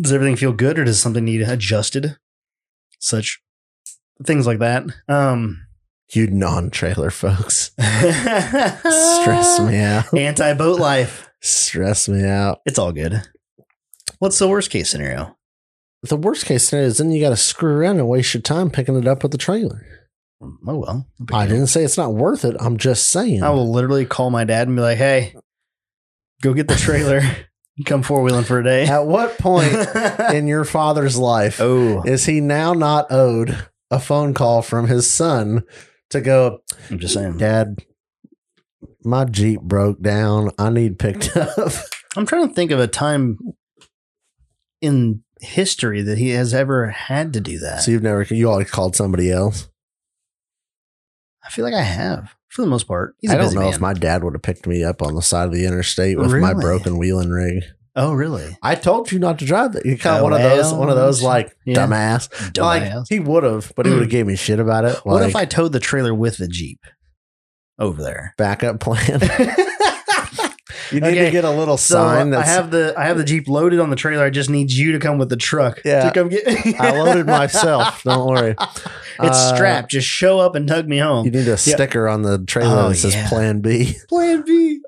Speaker 1: Does everything feel good or does something need adjusted? Such things like that. Um
Speaker 2: You non trailer folks. Stress
Speaker 1: stress
Speaker 2: me out.
Speaker 1: Anti boat life.
Speaker 2: Stress me out.
Speaker 1: It's all good. What's the worst case scenario?
Speaker 2: The worst case scenario is then you got to screw around and waste your time picking it up with the trailer.
Speaker 1: Oh well.
Speaker 2: I didn't say it's not worth it. I'm just saying.
Speaker 1: I will literally call my dad and be like, hey, go get the trailer. Come four wheeling for a day.
Speaker 2: At what point in your father's life
Speaker 1: oh.
Speaker 2: is he now not owed a phone call from his son to go,
Speaker 1: I'm just saying.
Speaker 2: Dad, my Jeep broke down. I need picked up.
Speaker 1: I'm trying to think of a time in history that he has ever had to do that.
Speaker 2: so you've never, you always called somebody else.
Speaker 1: I feel like I have for the most part. He's a
Speaker 2: I don't
Speaker 1: busy
Speaker 2: know
Speaker 1: man.
Speaker 2: if my dad would have picked me up on the side of the interstate with my
Speaker 1: Really?
Speaker 2: broken wheeling rig.
Speaker 1: Oh, really?
Speaker 2: I told you not to drive that. You kind of
Speaker 1: Oh,
Speaker 2: one of those,
Speaker 1: well,
Speaker 2: one of those like
Speaker 1: yeah.
Speaker 2: dumbass. Like
Speaker 1: Dumbass.
Speaker 2: he would have, but he would have gave me shit about it.
Speaker 1: what if
Speaker 2: Like,
Speaker 1: I towed the trailer with the Jeep over there?
Speaker 2: backup plan? you need
Speaker 1: Okay,
Speaker 2: to get a little
Speaker 1: So
Speaker 2: sign
Speaker 1: I
Speaker 2: that's. I,
Speaker 1: have the I have the Jeep loaded on the trailer. I just need you to come with the truck.
Speaker 2: Yeah.
Speaker 1: To come get
Speaker 2: loaded myself. Don't worry.
Speaker 1: It's
Speaker 2: Uh,
Speaker 1: strapped. Just show up and tug me
Speaker 2: You
Speaker 1: home.
Speaker 2: need a sticker on the trailer
Speaker 1: Oh,
Speaker 2: that says
Speaker 1: yeah.
Speaker 2: Plan B.
Speaker 1: Plan B.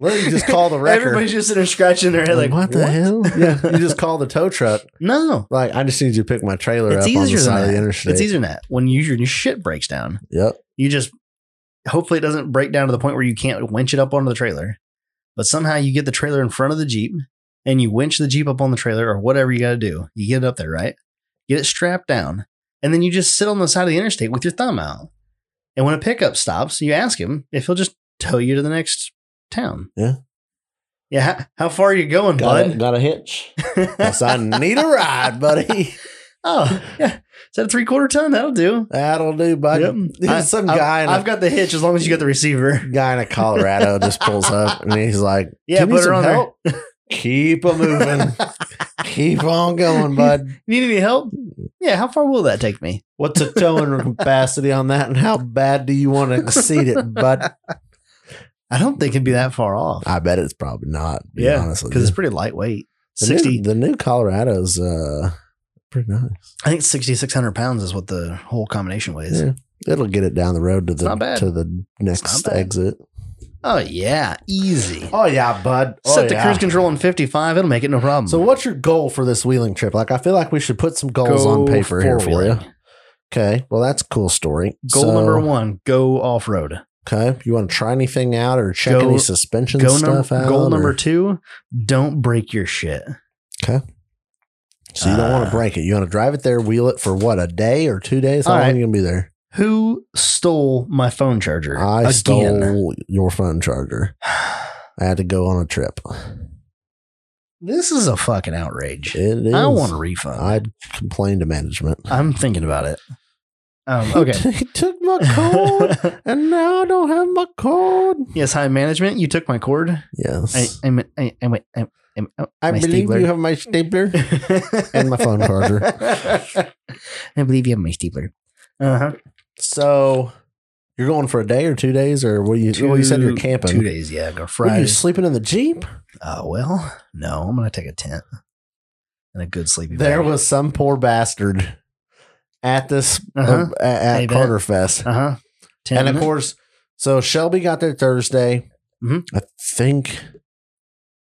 Speaker 2: Well, you just call the wrecker.
Speaker 1: Everybody's just in there scratching their head like,
Speaker 2: what the hell? Yeah, you just call the tow truck.
Speaker 1: No.
Speaker 2: Like, I just need you to pick my trailer
Speaker 1: It's
Speaker 2: up on
Speaker 1: easier
Speaker 2: the
Speaker 1: than
Speaker 2: side of the
Speaker 1: that.
Speaker 2: interstate.
Speaker 1: It's easier than that. When you, your shit breaks down,
Speaker 2: Yep.
Speaker 1: you just hopefully it doesn't break down to the point where you can't winch it up onto the trailer. But somehow you get the trailer in front of the Jeep and you winch the Jeep up on the trailer or whatever you got to do. You get it up there, right? Get it strapped down. And then you just sit on the side of the interstate with your thumb out. And when a pickup stops, you ask him if he'll just tow you to the next town.
Speaker 2: Yeah.
Speaker 1: Yeah. How, how far are you going,
Speaker 2: Got a,
Speaker 1: bud?
Speaker 2: got a hitch. Yes, I need a ride, buddy.
Speaker 1: Oh, yeah. Is that a three quarter ton? That'll do.
Speaker 2: That'll do, buddy.
Speaker 1: Yep.
Speaker 2: There's
Speaker 1: I-
Speaker 2: some
Speaker 1: I've-
Speaker 2: guy in a
Speaker 1: I've got the hitch as long as you got the receiver.
Speaker 2: guy in a Colorado just pulls up and he's like,
Speaker 1: Yeah,
Speaker 2: "Do you need
Speaker 1: put her
Speaker 2: some
Speaker 1: on there."
Speaker 2: help? Keep a moving. Keep on going, bud.
Speaker 1: Need any help? Yeah, how far will that take me?
Speaker 2: What's the towing capacity on that, and how bad do you want to exceed it, bud?
Speaker 1: I don't think it'd be that far off.
Speaker 2: I bet it's probably not. to be
Speaker 1: Yeah,
Speaker 2: honest with
Speaker 1: Because
Speaker 2: you.
Speaker 1: it's pretty lightweight.
Speaker 2: the
Speaker 1: 60,
Speaker 2: New, the new Colorado's uh, pretty nice.
Speaker 1: I think 6,600 pounds is what the whole combination weighs.
Speaker 2: Yeah. It'll get it down the road to the
Speaker 1: not bad.
Speaker 2: to the next
Speaker 1: not bad.
Speaker 2: exit.
Speaker 1: Oh, yeah. Easy.
Speaker 2: Oh yeah, bud. Oh,
Speaker 1: Set the
Speaker 2: yeah.
Speaker 1: cruise control on 55. It'll make it no problem.
Speaker 2: So, what's your goal for this wheeling trip? Like, I feel like we should put some goals on paper here for you.
Speaker 1: four-wheeling.
Speaker 2: Okay, well, that's a cool story.
Speaker 1: Goal
Speaker 2: So-
Speaker 1: number one go off road.
Speaker 2: Okay, you want to try anything out or check
Speaker 1: Go-
Speaker 2: any suspension
Speaker 1: Go
Speaker 2: stuff
Speaker 1: num-
Speaker 2: out?
Speaker 1: goal number
Speaker 2: or-
Speaker 1: two don't break your shit.
Speaker 2: So you don't want
Speaker 1: uh,
Speaker 2: to break it. You want to drive it there, wheel it for what a day or two days? How
Speaker 1: All
Speaker 2: long
Speaker 1: right.
Speaker 2: you gonna be there?
Speaker 1: Who stole my phone charger?
Speaker 2: I stole your phone charger. I had to go on a trip.
Speaker 1: This is a fucking outrage.
Speaker 2: It is.
Speaker 1: I want a refund.
Speaker 2: I complained to management.
Speaker 1: I'm thinking about it. Um, okay.
Speaker 2: he took my code, and now I don't have my code.
Speaker 1: yes, hi management. You took my cord. I,
Speaker 2: Yes,
Speaker 1: I'm, I, oh. I'm, I'm, I'm,
Speaker 2: I,
Speaker 1: my
Speaker 2: believe
Speaker 1: stapler.
Speaker 2: you have my stapler. And my phone charger.
Speaker 1: I believe you have my stapler. Uh
Speaker 2: Uh-huh.
Speaker 1: huh.
Speaker 2: So you're going for a day or two days, or what? You well, you said you're camping.
Speaker 1: Two days, yeah. Go
Speaker 2: What, Are
Speaker 1: Friday.
Speaker 2: you sleeping in the jeep?
Speaker 1: Uh, well, no, I'm gonna take a tent and a good sleeping.
Speaker 2: There was some poor bastard at this
Speaker 1: Uh-huh.
Speaker 2: uh, at,
Speaker 1: I bet.
Speaker 2: at Carter Fest,
Speaker 1: Uh huh.
Speaker 2: and of course, so Shelby got there Thursday.
Speaker 1: Mhm.
Speaker 2: I think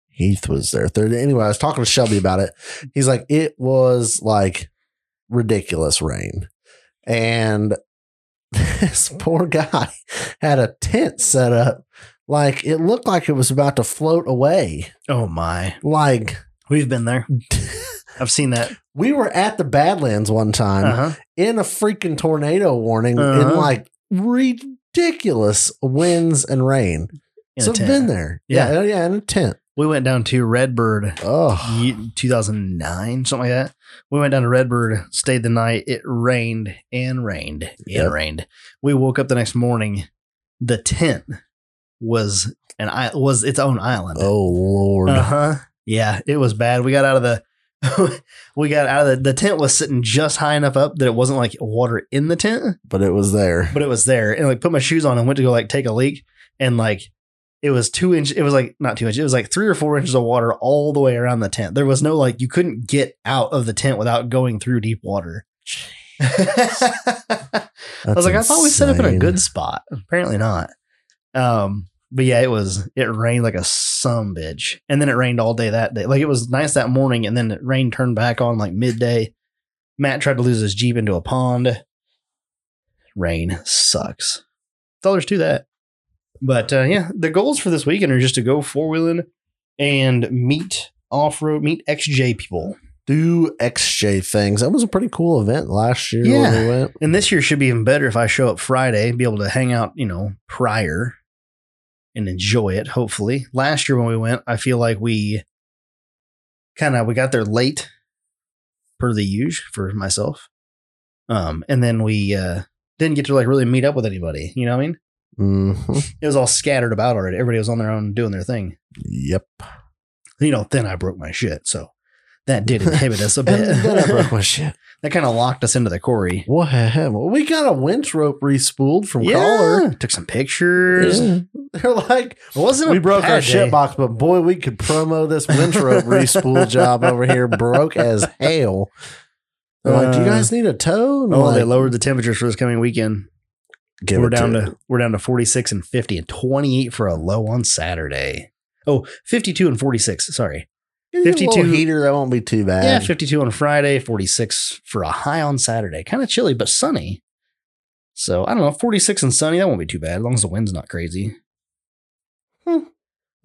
Speaker 2: Heath was there Thursday. Anyway, I was talking to Shelby about it. He's like, it was like ridiculous rain, and this poor guy had a tent set up. Like it looked like it was about to float away.
Speaker 1: oh my,
Speaker 2: Like
Speaker 1: we've been there. I've seen that.
Speaker 2: we were at the Badlands one time,
Speaker 1: Uh huh.
Speaker 2: in a freaking tornado warning
Speaker 1: Uh-huh.
Speaker 2: in like ridiculous winds and rain. so I've been there.
Speaker 1: Yeah.
Speaker 2: Yeah. yeah. in a tent.
Speaker 1: We went down to Redbird
Speaker 2: Oh.
Speaker 1: ye- 2009, something like that. We went down to Redbird, stayed the night. It rained and rained and
Speaker 2: Yep.
Speaker 1: rained. We woke up the next morning. The tent was an I was its own island.
Speaker 2: Oh Lord.
Speaker 1: uh huh. Yeah, it was bad. We got out of the we got out of the, the tent was sitting just high enough up that it wasn't like water in the tent,
Speaker 2: But it was there.
Speaker 1: but it was there. And like put my shoes on and went to go like take a leak and like. It was two inch. It was like not two inches. It was like three or four inches of water all the way around the tent. There was no like you couldn't get out of the tent without going through deep water. I was like, I thought we set up in a good spot. Apparently not. Um, but yeah, it was it rained like a some bitch. And then it rained all day that day. Like it was nice that morning, and then it rain turned back on like midday. Matt tried to lose his Jeep into a pond. Rain sucks. That's all there's to that. But uh, yeah, the goals for this weekend are just to go four wheeling and meet off road, meet XJ people.
Speaker 2: do XJ things. That was a pretty cool event last year
Speaker 1: Yeah.
Speaker 2: when we went.
Speaker 1: And this year should be even better if I show up Friday, be able to hang out, you know, prior and enjoy it, hopefully. Last year when we went, I feel like we kind of we got there late per the huge for myself. Um, and then we uh didn't get to like really meet up with anybody. You know what I mean?
Speaker 2: Mhm.
Speaker 1: It was all scattered about already. Everybody was on their own doing their thing.
Speaker 2: Yep.
Speaker 1: You know, then I broke my shit, so that did inhibit us a bit.
Speaker 2: And then I broke my shit.
Speaker 1: that kind of locked us into the quarry.
Speaker 2: What happened? We got a winch rope respooled from
Speaker 1: Yeah.
Speaker 2: collar.
Speaker 1: Took some pictures.
Speaker 2: They're like,
Speaker 1: It wasn't
Speaker 2: we
Speaker 1: a
Speaker 2: broke
Speaker 1: bad
Speaker 2: our
Speaker 1: day.
Speaker 2: shit box, but boy, we could promo this winch rope respool job over here. Broke as hell. They're like, do you
Speaker 1: Uh,
Speaker 2: guys need a tow? And I'm
Speaker 1: Oh, they
Speaker 2: like,
Speaker 1: lowered the temperatures for this coming weekend.
Speaker 2: "Give
Speaker 1: we're
Speaker 2: it
Speaker 1: down to,
Speaker 2: it."
Speaker 1: we're down to 46 and 50 and 28 for a low on Saturday. Oh, 52 and 46. Sorry.
Speaker 2: Give it a little
Speaker 1: 52
Speaker 2: heater. That won't be too bad.
Speaker 1: yeah, 52 on Friday, 46 for a high on Saturday. Kind of chilly, but sunny. So I don't know, 46 and sunny, that won't be too bad as long as the wind's not crazy.
Speaker 2: Hmm.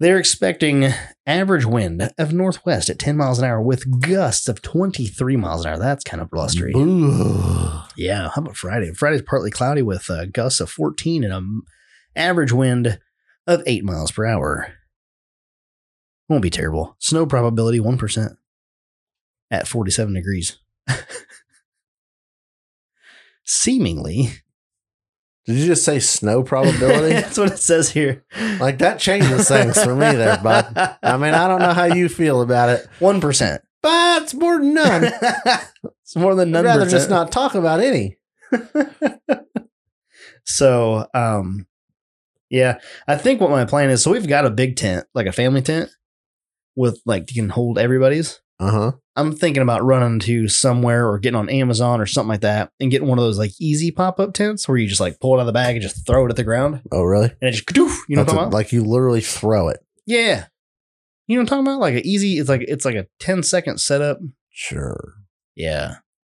Speaker 1: They're expecting average wind of northwest at 10 miles an hour with gusts of 23 miles an hour. That's kind of blustery.
Speaker 2: Boo.
Speaker 1: Yeah, how about Friday? Friday's partly cloudy with uh, gusts of 14 and an average wind of 8 miles per hour. Won't be terrible. Snow probability 1% at 47 degrees. Seemingly.
Speaker 2: Did you just say snow probability?
Speaker 1: That's what it says here.
Speaker 2: like that changes things for me there, bud. I mean, I don't know how you feel about it,
Speaker 1: 1%.
Speaker 2: but it's more than none.
Speaker 1: it's more than none.
Speaker 2: I'd rather
Speaker 1: percent.
Speaker 2: just not talk about any.
Speaker 1: So, um, yeah, I think what my plan is. So we've got a big tent, like a family tent, with like you can hold everybody's.
Speaker 2: Uh huh.
Speaker 1: I'm thinking about running to somewhere or getting on Amazon or something like that and getting one of those like easy pop up tents where you just like pull it out of the bag and just throw it at the ground
Speaker 2: Oh, really?
Speaker 1: and it just kadoof, you know what I'm
Speaker 2: That's a-
Speaker 1: talking about?
Speaker 2: Like you literally throw it.
Speaker 1: yeah, you know what I'm talking about? Like an easy, it's like it's like a 10 second setup.
Speaker 2: Sure.
Speaker 1: Yeah.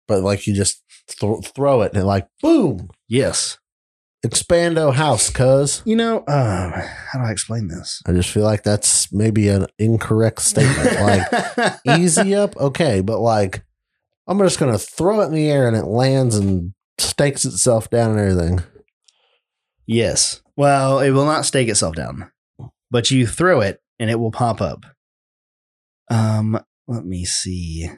Speaker 2: But like you just th- throw it and like boom,
Speaker 1: Yes.
Speaker 2: expando house, cuz.
Speaker 1: You know, um, how do I explain this?
Speaker 2: I just feel like that's maybe an incorrect statement. like easy up, okay, but like I'm just gonna throw it in the air and it lands and stakes itself down and everything.
Speaker 1: Yes. Well, it will not stake itself down, but you throw it and it will pop up. Um, let me see.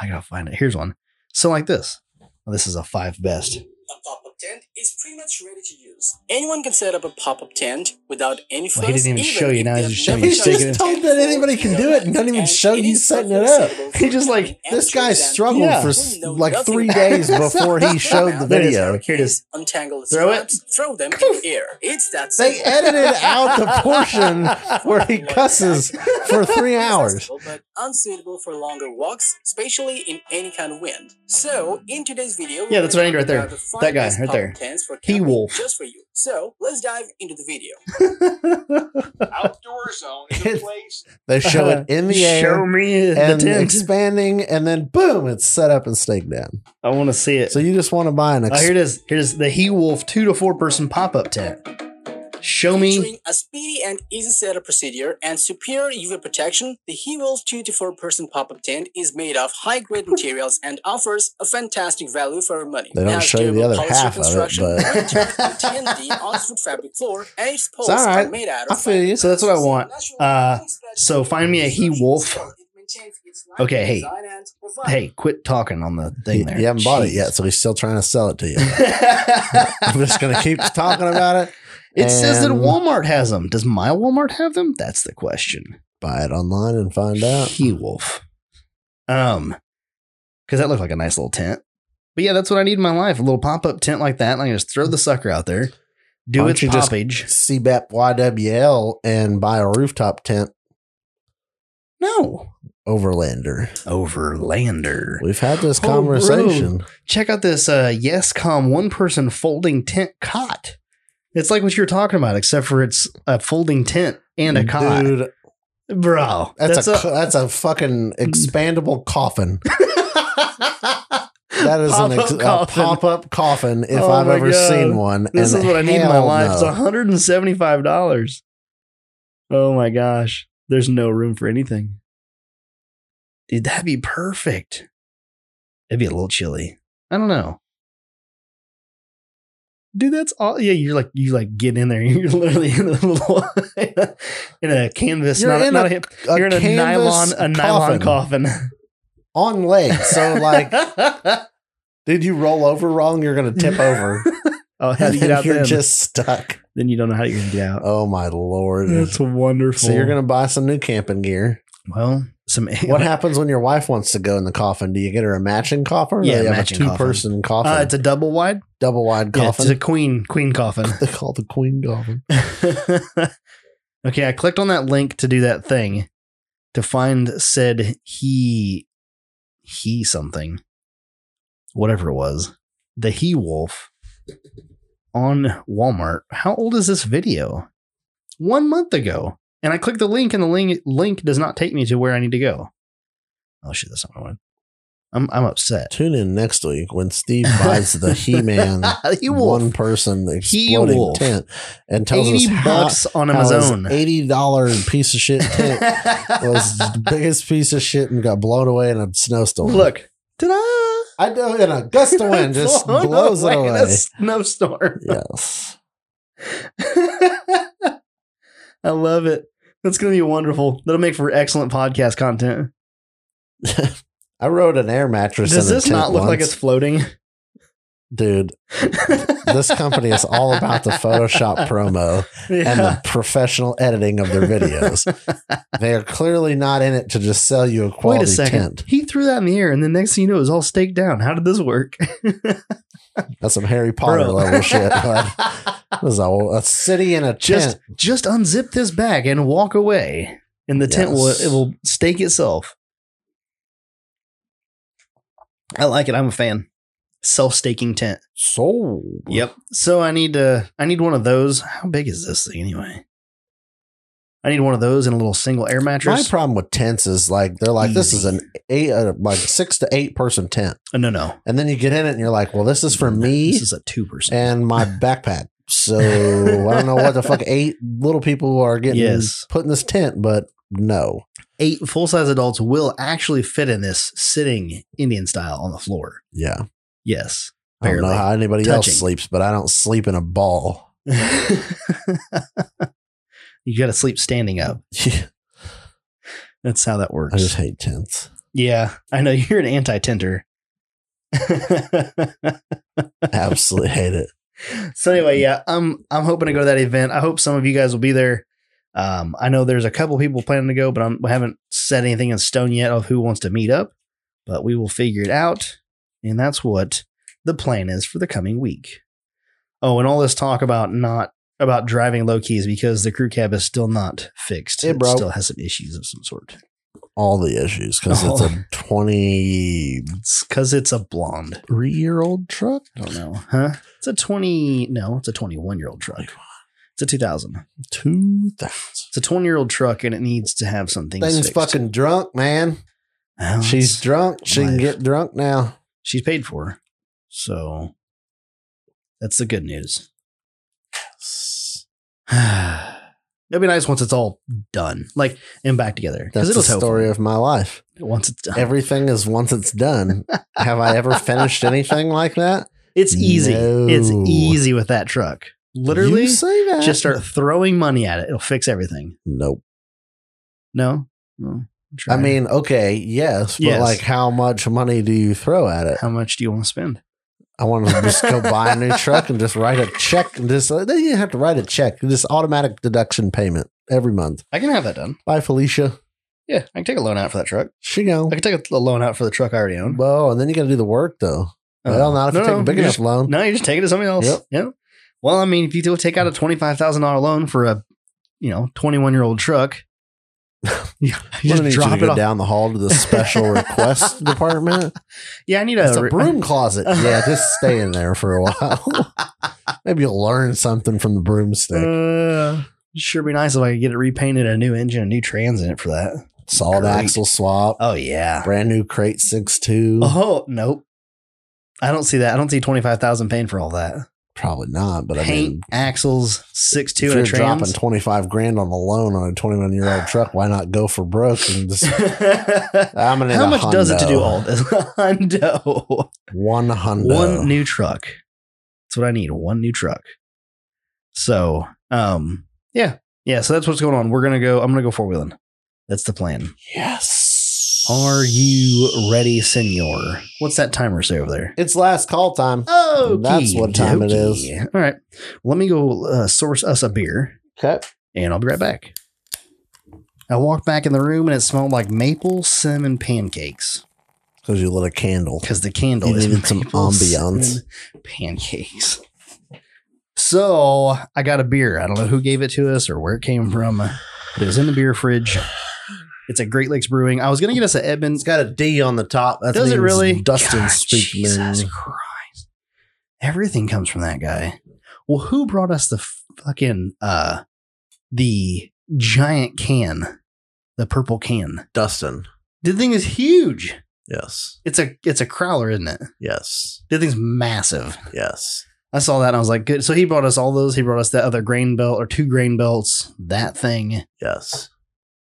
Speaker 1: I gotta find it. Here's one. So like this. This is a five best.
Speaker 4: A pop-up tent is pretty much ready to use. Anyone can set up a pop-up tent without any
Speaker 1: Well, he
Speaker 4: fuss,
Speaker 1: didn't even show you,
Speaker 4: if
Speaker 1: now
Speaker 4: they
Speaker 1: he's
Speaker 4: have
Speaker 1: just showing
Speaker 4: never
Speaker 1: you
Speaker 4: used
Speaker 1: sticking
Speaker 4: this
Speaker 1: it.
Speaker 4: tent
Speaker 2: Told that anybody can do it and doesn't even
Speaker 4: And
Speaker 2: show
Speaker 4: it
Speaker 2: you
Speaker 4: is
Speaker 2: setting it
Speaker 4: perfectly
Speaker 2: up.
Speaker 4: suitable
Speaker 1: He just,
Speaker 4: for
Speaker 1: like,
Speaker 4: an
Speaker 2: This
Speaker 4: amateur
Speaker 2: guy
Speaker 4: examiner
Speaker 2: struggled
Speaker 1: Yeah.
Speaker 2: for
Speaker 4: who
Speaker 2: s-
Speaker 4: knows
Speaker 2: like
Speaker 4: nothing
Speaker 2: three
Speaker 4: about
Speaker 2: days
Speaker 4: it.
Speaker 2: before he showed the
Speaker 1: There it is.
Speaker 2: video.
Speaker 1: Here it is.
Speaker 4: Untangle the
Speaker 1: Throw it.
Speaker 4: straps, throw them in the air. It's that
Speaker 2: They
Speaker 4: simple.
Speaker 2: edited out the portion where he cusses for three hours.
Speaker 4: Accessible, but unsuitable for longer walks, especially in any kind of wind. So, in today's video,
Speaker 1: Yeah, that's what I need right there.
Speaker 4: about the five
Speaker 1: That guy,
Speaker 4: best
Speaker 1: right there.
Speaker 4: pop-up tents for
Speaker 1: He
Speaker 4: camping
Speaker 1: wolf.
Speaker 4: Just for you. So, let's dive into the video.
Speaker 5: outdoor zone is a place
Speaker 2: They show it in the
Speaker 1: Show
Speaker 2: air
Speaker 1: me the
Speaker 2: and
Speaker 1: tent.
Speaker 2: expanding, and then boom, it's set up and staked down.
Speaker 1: I want to see it.
Speaker 2: So you just want to buy an
Speaker 1: oh, here
Speaker 2: ex-
Speaker 1: it is. Here's the He Wolf two to four person pop up tent. Show me.
Speaker 4: Featuring a speedy and easy setup procedure and superior UV protection, the HeWolf 2 to 4 person pop up tent is made of high grade materials and offers a fantastic value for your money.
Speaker 2: They don't
Speaker 4: It has
Speaker 2: show you the
Speaker 4: durable
Speaker 2: other
Speaker 4: polyester
Speaker 2: half of it,
Speaker 4: construction,
Speaker 2: but-
Speaker 4: and 10D Oxford fabric floor, and its poles
Speaker 2: all right.
Speaker 4: are made out
Speaker 2: I
Speaker 4: of
Speaker 2: feel you.
Speaker 1: So that's what I want. Uh, so find me a He Wolf. Okay, hey. Hey, quit talking on the thing
Speaker 2: You,
Speaker 1: there.
Speaker 2: you haven't bought it
Speaker 1: Jeez.
Speaker 2: yet, so he's still trying to sell it to you. I'm just gonna keep talking about it.
Speaker 1: It says that
Speaker 2: and
Speaker 1: Walmart has them. Does my Walmart have them? That's the question.
Speaker 2: buy it online and find out.
Speaker 1: He wolf. Um, because that looked like a nice little tent. But yeah, that's what I need in my life. A little pop up tent like that. And I can just throw the sucker out there, do
Speaker 2: Why
Speaker 1: its
Speaker 2: don't you just-
Speaker 1: poppage.
Speaker 2: CBAP YWL and buy a rooftop tent
Speaker 1: no.
Speaker 2: overlander.
Speaker 1: Overlander.
Speaker 2: We've had this
Speaker 1: Oh, bro.
Speaker 2: conversation.
Speaker 1: Check out this uh Yescom one person folding tent cot. It's like what you're talking about, except for it's a folding tent and a cot.
Speaker 2: Dude,
Speaker 1: Bro.
Speaker 2: that's, a, co- that's a fucking expandable coffin. That is an ex- a pop-up coffin if
Speaker 1: Oh
Speaker 2: I've
Speaker 1: my
Speaker 2: ever
Speaker 1: God.
Speaker 2: seen one.
Speaker 1: This
Speaker 2: and
Speaker 1: is what I need in my
Speaker 2: hell
Speaker 1: life. It's
Speaker 2: no.
Speaker 1: $175. Oh my gosh. There's no room for anything. Dude, that'd be perfect. It'd be a little chilly. I don't know. Dude, that's all. Yeah, you're like you like get in there. You're literally in a little in a canvas,
Speaker 2: You're
Speaker 1: not, a
Speaker 2: in
Speaker 1: not a, you're in a nylon
Speaker 2: canvas
Speaker 1: a nylon coffin.
Speaker 2: on legs. So like, did you roll over wrong? You're gonna tip over.
Speaker 1: oh, how do
Speaker 2: and
Speaker 1: you get
Speaker 2: then
Speaker 1: out
Speaker 2: you're
Speaker 1: then?
Speaker 2: just stuck.
Speaker 1: then you don't know how you're gonna get out.
Speaker 2: Oh my lord!
Speaker 1: That's wonderful.
Speaker 2: so you're gonna buy some new camping gear.
Speaker 1: well some
Speaker 2: What happens when your wife wants to go in the coffin? Do you get her a matching coffin? Or
Speaker 1: Yeah,
Speaker 2: do you have a
Speaker 1: matching
Speaker 2: two
Speaker 1: coffin.
Speaker 2: person coffin,
Speaker 1: Uh, it's a double wide
Speaker 2: double wide
Speaker 1: Yeah, it's a
Speaker 2: coffin.
Speaker 1: queen queen coffin.
Speaker 2: they call it the queen coffin.
Speaker 1: okay, I clicked on that link to do that thing to find said he he something whatever it was the he wolf on Walmart. How old is this video? One month ago, and I clicked the link, and the link link does not take me to where I need to go. Oh shit, that's not what I wanted. I'm I'm upset.
Speaker 2: Tune in next week when Steve buys the He Man
Speaker 1: he wolf.
Speaker 2: one person exploding
Speaker 1: He-Wolf.
Speaker 2: tent and tells us
Speaker 1: Eighty
Speaker 2: how,
Speaker 1: bucks on
Speaker 2: how his
Speaker 1: Amazon.
Speaker 2: eighty dollar piece of shit tent was the biggest piece of shit and got blown away in a snowstorm.
Speaker 1: Look, Oh, ta-da!
Speaker 2: I know in a gust of wind just
Speaker 1: Blown
Speaker 2: blows it away.
Speaker 1: in a snowstorm.
Speaker 2: Yes.
Speaker 1: I love it. That's going to be wonderful. That'll make for excellent podcast content.
Speaker 2: I rode an air mattress.
Speaker 1: Does
Speaker 2: in a
Speaker 1: this
Speaker 2: tent
Speaker 1: not look like
Speaker 2: once.
Speaker 1: it's floating?
Speaker 2: dude? This company is all about the Photoshop promo and the professional editing of their videos. they are clearly not in it to just sell you a
Speaker 1: Wait a
Speaker 2: quality
Speaker 1: second.
Speaker 2: tent.
Speaker 1: He threw that in the air, and the next thing you know, it was all staked down. How did this work?
Speaker 2: That's some Harry Potter
Speaker 1: Bro.
Speaker 2: level shit. Like, this is a, a city in a
Speaker 1: just
Speaker 2: tent.
Speaker 1: just unzip this bag and walk away, and the tent will
Speaker 2: Yes.
Speaker 1: it will stake itself. I like it. I'm a fan. Self staking tent.
Speaker 2: So
Speaker 1: Yep. So I need to I need one of those. How big is this thing anyway? I need one of those and a little single air
Speaker 2: my
Speaker 1: mattress.
Speaker 2: problem with tents is like they're like this is an eight uh, like six to eight person tent,
Speaker 1: Uh, no, no.
Speaker 2: and then you get in it and you're like, well, this is for me.
Speaker 1: This is a two person.
Speaker 2: and my backpack. So I don't know what the fuck eight little people are getting
Speaker 1: Yes.
Speaker 2: put in this tent, but no.
Speaker 1: Eight full size adults will actually fit in this sitting Indian style on the floor.
Speaker 2: Yeah.
Speaker 1: Yes.
Speaker 2: I don't know
Speaker 1: Barely.
Speaker 2: how anybody else
Speaker 1: Touching.
Speaker 2: sleeps, but I don't sleep in a ball.
Speaker 1: you got to sleep standing up.
Speaker 2: I
Speaker 1: That's how that works.
Speaker 2: just hate tents.
Speaker 1: yeah, I know you're an anti tenter.
Speaker 2: Absolutely hate it.
Speaker 1: so anyway, yeah, I'm I'm hoping to go to that event. I hope some of you guys will be there. Um, I know there's a couple people planning to go, but I'm, I haven't set anything in stone yet of who wants to meet up. But we will figure it out, and that's what the plan is for the coming week. Oh, and all this talk about not about driving low keys because the crew cab is still not fixed.
Speaker 2: Hey, bro.
Speaker 1: It still has some issues of some sort.
Speaker 2: All the issues because it's a 23
Speaker 1: It's because it's a blonde.
Speaker 2: year old truck.
Speaker 1: I don't know, huh? It's a twenty. No, it's a twenty-one year old truck. It's a two thousand.
Speaker 2: 2000.
Speaker 1: It's a 20 year old truck and it needs to have some things.
Speaker 2: Thing's
Speaker 1: fixed.
Speaker 2: fucking drunk, man.
Speaker 1: Well,
Speaker 2: She's
Speaker 1: it's-
Speaker 2: drunk. She can
Speaker 1: life.
Speaker 2: get drunk now.
Speaker 1: she's paid for. So that's the good news. It'll be nice once it's all done, like and back together. Because
Speaker 2: That's
Speaker 1: it'll
Speaker 2: the
Speaker 1: tow
Speaker 2: story of my life.
Speaker 1: once it's done.
Speaker 2: everything is once it's done. Have I ever finished anything like that?
Speaker 1: it's easy.
Speaker 2: No.
Speaker 1: It's easy with that truck. Literally,
Speaker 2: You say that.
Speaker 1: just start throwing money at it. It'll fix everything.
Speaker 2: Nope.
Speaker 1: No, no.
Speaker 2: I mean, okay, yes, but
Speaker 1: Yes.
Speaker 2: like, how much money do you throw at it?
Speaker 1: how much do you want to spend?
Speaker 2: I want to just go buy a new truck and just write a check. And just they didn't have to write a check. Just automatic deduction payment every month.
Speaker 1: I can have that done.
Speaker 2: Bye, Felicia.
Speaker 1: Yeah, I can take a loan out for that truck.
Speaker 2: She go.
Speaker 1: I can take a loan out for the truck I already own.
Speaker 2: Well, and then you got to do the work though.
Speaker 1: Uh-huh.
Speaker 2: well, not if you take a big
Speaker 1: you're
Speaker 2: enough
Speaker 1: just-
Speaker 2: loan.
Speaker 1: No, you just take it to somebody else.
Speaker 2: Yep.
Speaker 1: Well, I mean, if you do take out a twenty five thousand dollar loan for a you know twenty one year old truck, you
Speaker 2: I'm
Speaker 1: just
Speaker 2: gonna need you to
Speaker 1: drop
Speaker 2: go
Speaker 1: it off.
Speaker 2: down the hall to the special request department.
Speaker 1: Yeah, I need
Speaker 2: It's
Speaker 1: a,
Speaker 2: a
Speaker 1: re- uh,
Speaker 2: broom closet. Yeah, just stay in there for a while. Maybe you'll learn something from the broomstick.
Speaker 1: Uh, sure, be nice if I could get it repainted, a new engine, a new trans in it for that.
Speaker 2: Solid
Speaker 1: great.
Speaker 2: axle swap.
Speaker 1: Oh yeah.
Speaker 2: Brand new crate six two.
Speaker 1: uh-huh. Oh nope. I don't see that. I don't see twenty five thousand paying for all that.
Speaker 2: Probably not, but I
Speaker 1: paint
Speaker 2: mean,
Speaker 1: axles, six two,
Speaker 2: if
Speaker 1: and
Speaker 2: you're
Speaker 1: a trans.
Speaker 2: dropping 25 grand on a loan on a 21 year old truck, why not go for broke? And just, I'm gonna need
Speaker 1: How
Speaker 2: a
Speaker 1: much does it to do
Speaker 2: Hundo.
Speaker 1: all this? Hundo.
Speaker 2: One Hundo.
Speaker 1: One new truck. That's what I need. One new truck. So, um, yeah, yeah. So that's what's going on. We're gonna go. I'm gonna go four wheeling. That's the plan.
Speaker 2: yes.
Speaker 1: Are you ready, Senor? What's that timer say over there?
Speaker 2: It's last call time.
Speaker 1: Oh,
Speaker 2: That's what time it is.
Speaker 1: All right. Let me go uh, source us a beer,
Speaker 2: Okay.
Speaker 1: and I'll be right back. I walked back in the room, and it smelled like maple cinnamon pancakes
Speaker 2: Because you lit a candle.
Speaker 1: because the candle
Speaker 2: You
Speaker 1: is
Speaker 2: needed some
Speaker 1: maple
Speaker 2: ambiance.
Speaker 1: cinnamon pancakes. So I got a beer. I don't know who gave it to us or where it came from, but it was in the beer fridge. It's a Great Lakes Brewing. I was gonna get us a Edmonds.
Speaker 2: It's got a D on the top. That
Speaker 1: Does it
Speaker 2: means
Speaker 1: really?
Speaker 2: Dustin
Speaker 1: God,
Speaker 2: speaking.
Speaker 1: Jesus Christ. Everything comes from that guy. Well, who brought us the fucking uh the giant can? The purple can.
Speaker 2: Dustin.
Speaker 1: The thing is huge.
Speaker 2: Yes.
Speaker 1: It's a it's a crowler, isn't it?
Speaker 2: Yes.
Speaker 1: The thing's massive.
Speaker 2: Yes.
Speaker 1: I saw that and I was like, good. So he brought us all those. He brought us that other grain belt or two grain belts. That thing.
Speaker 2: Yes.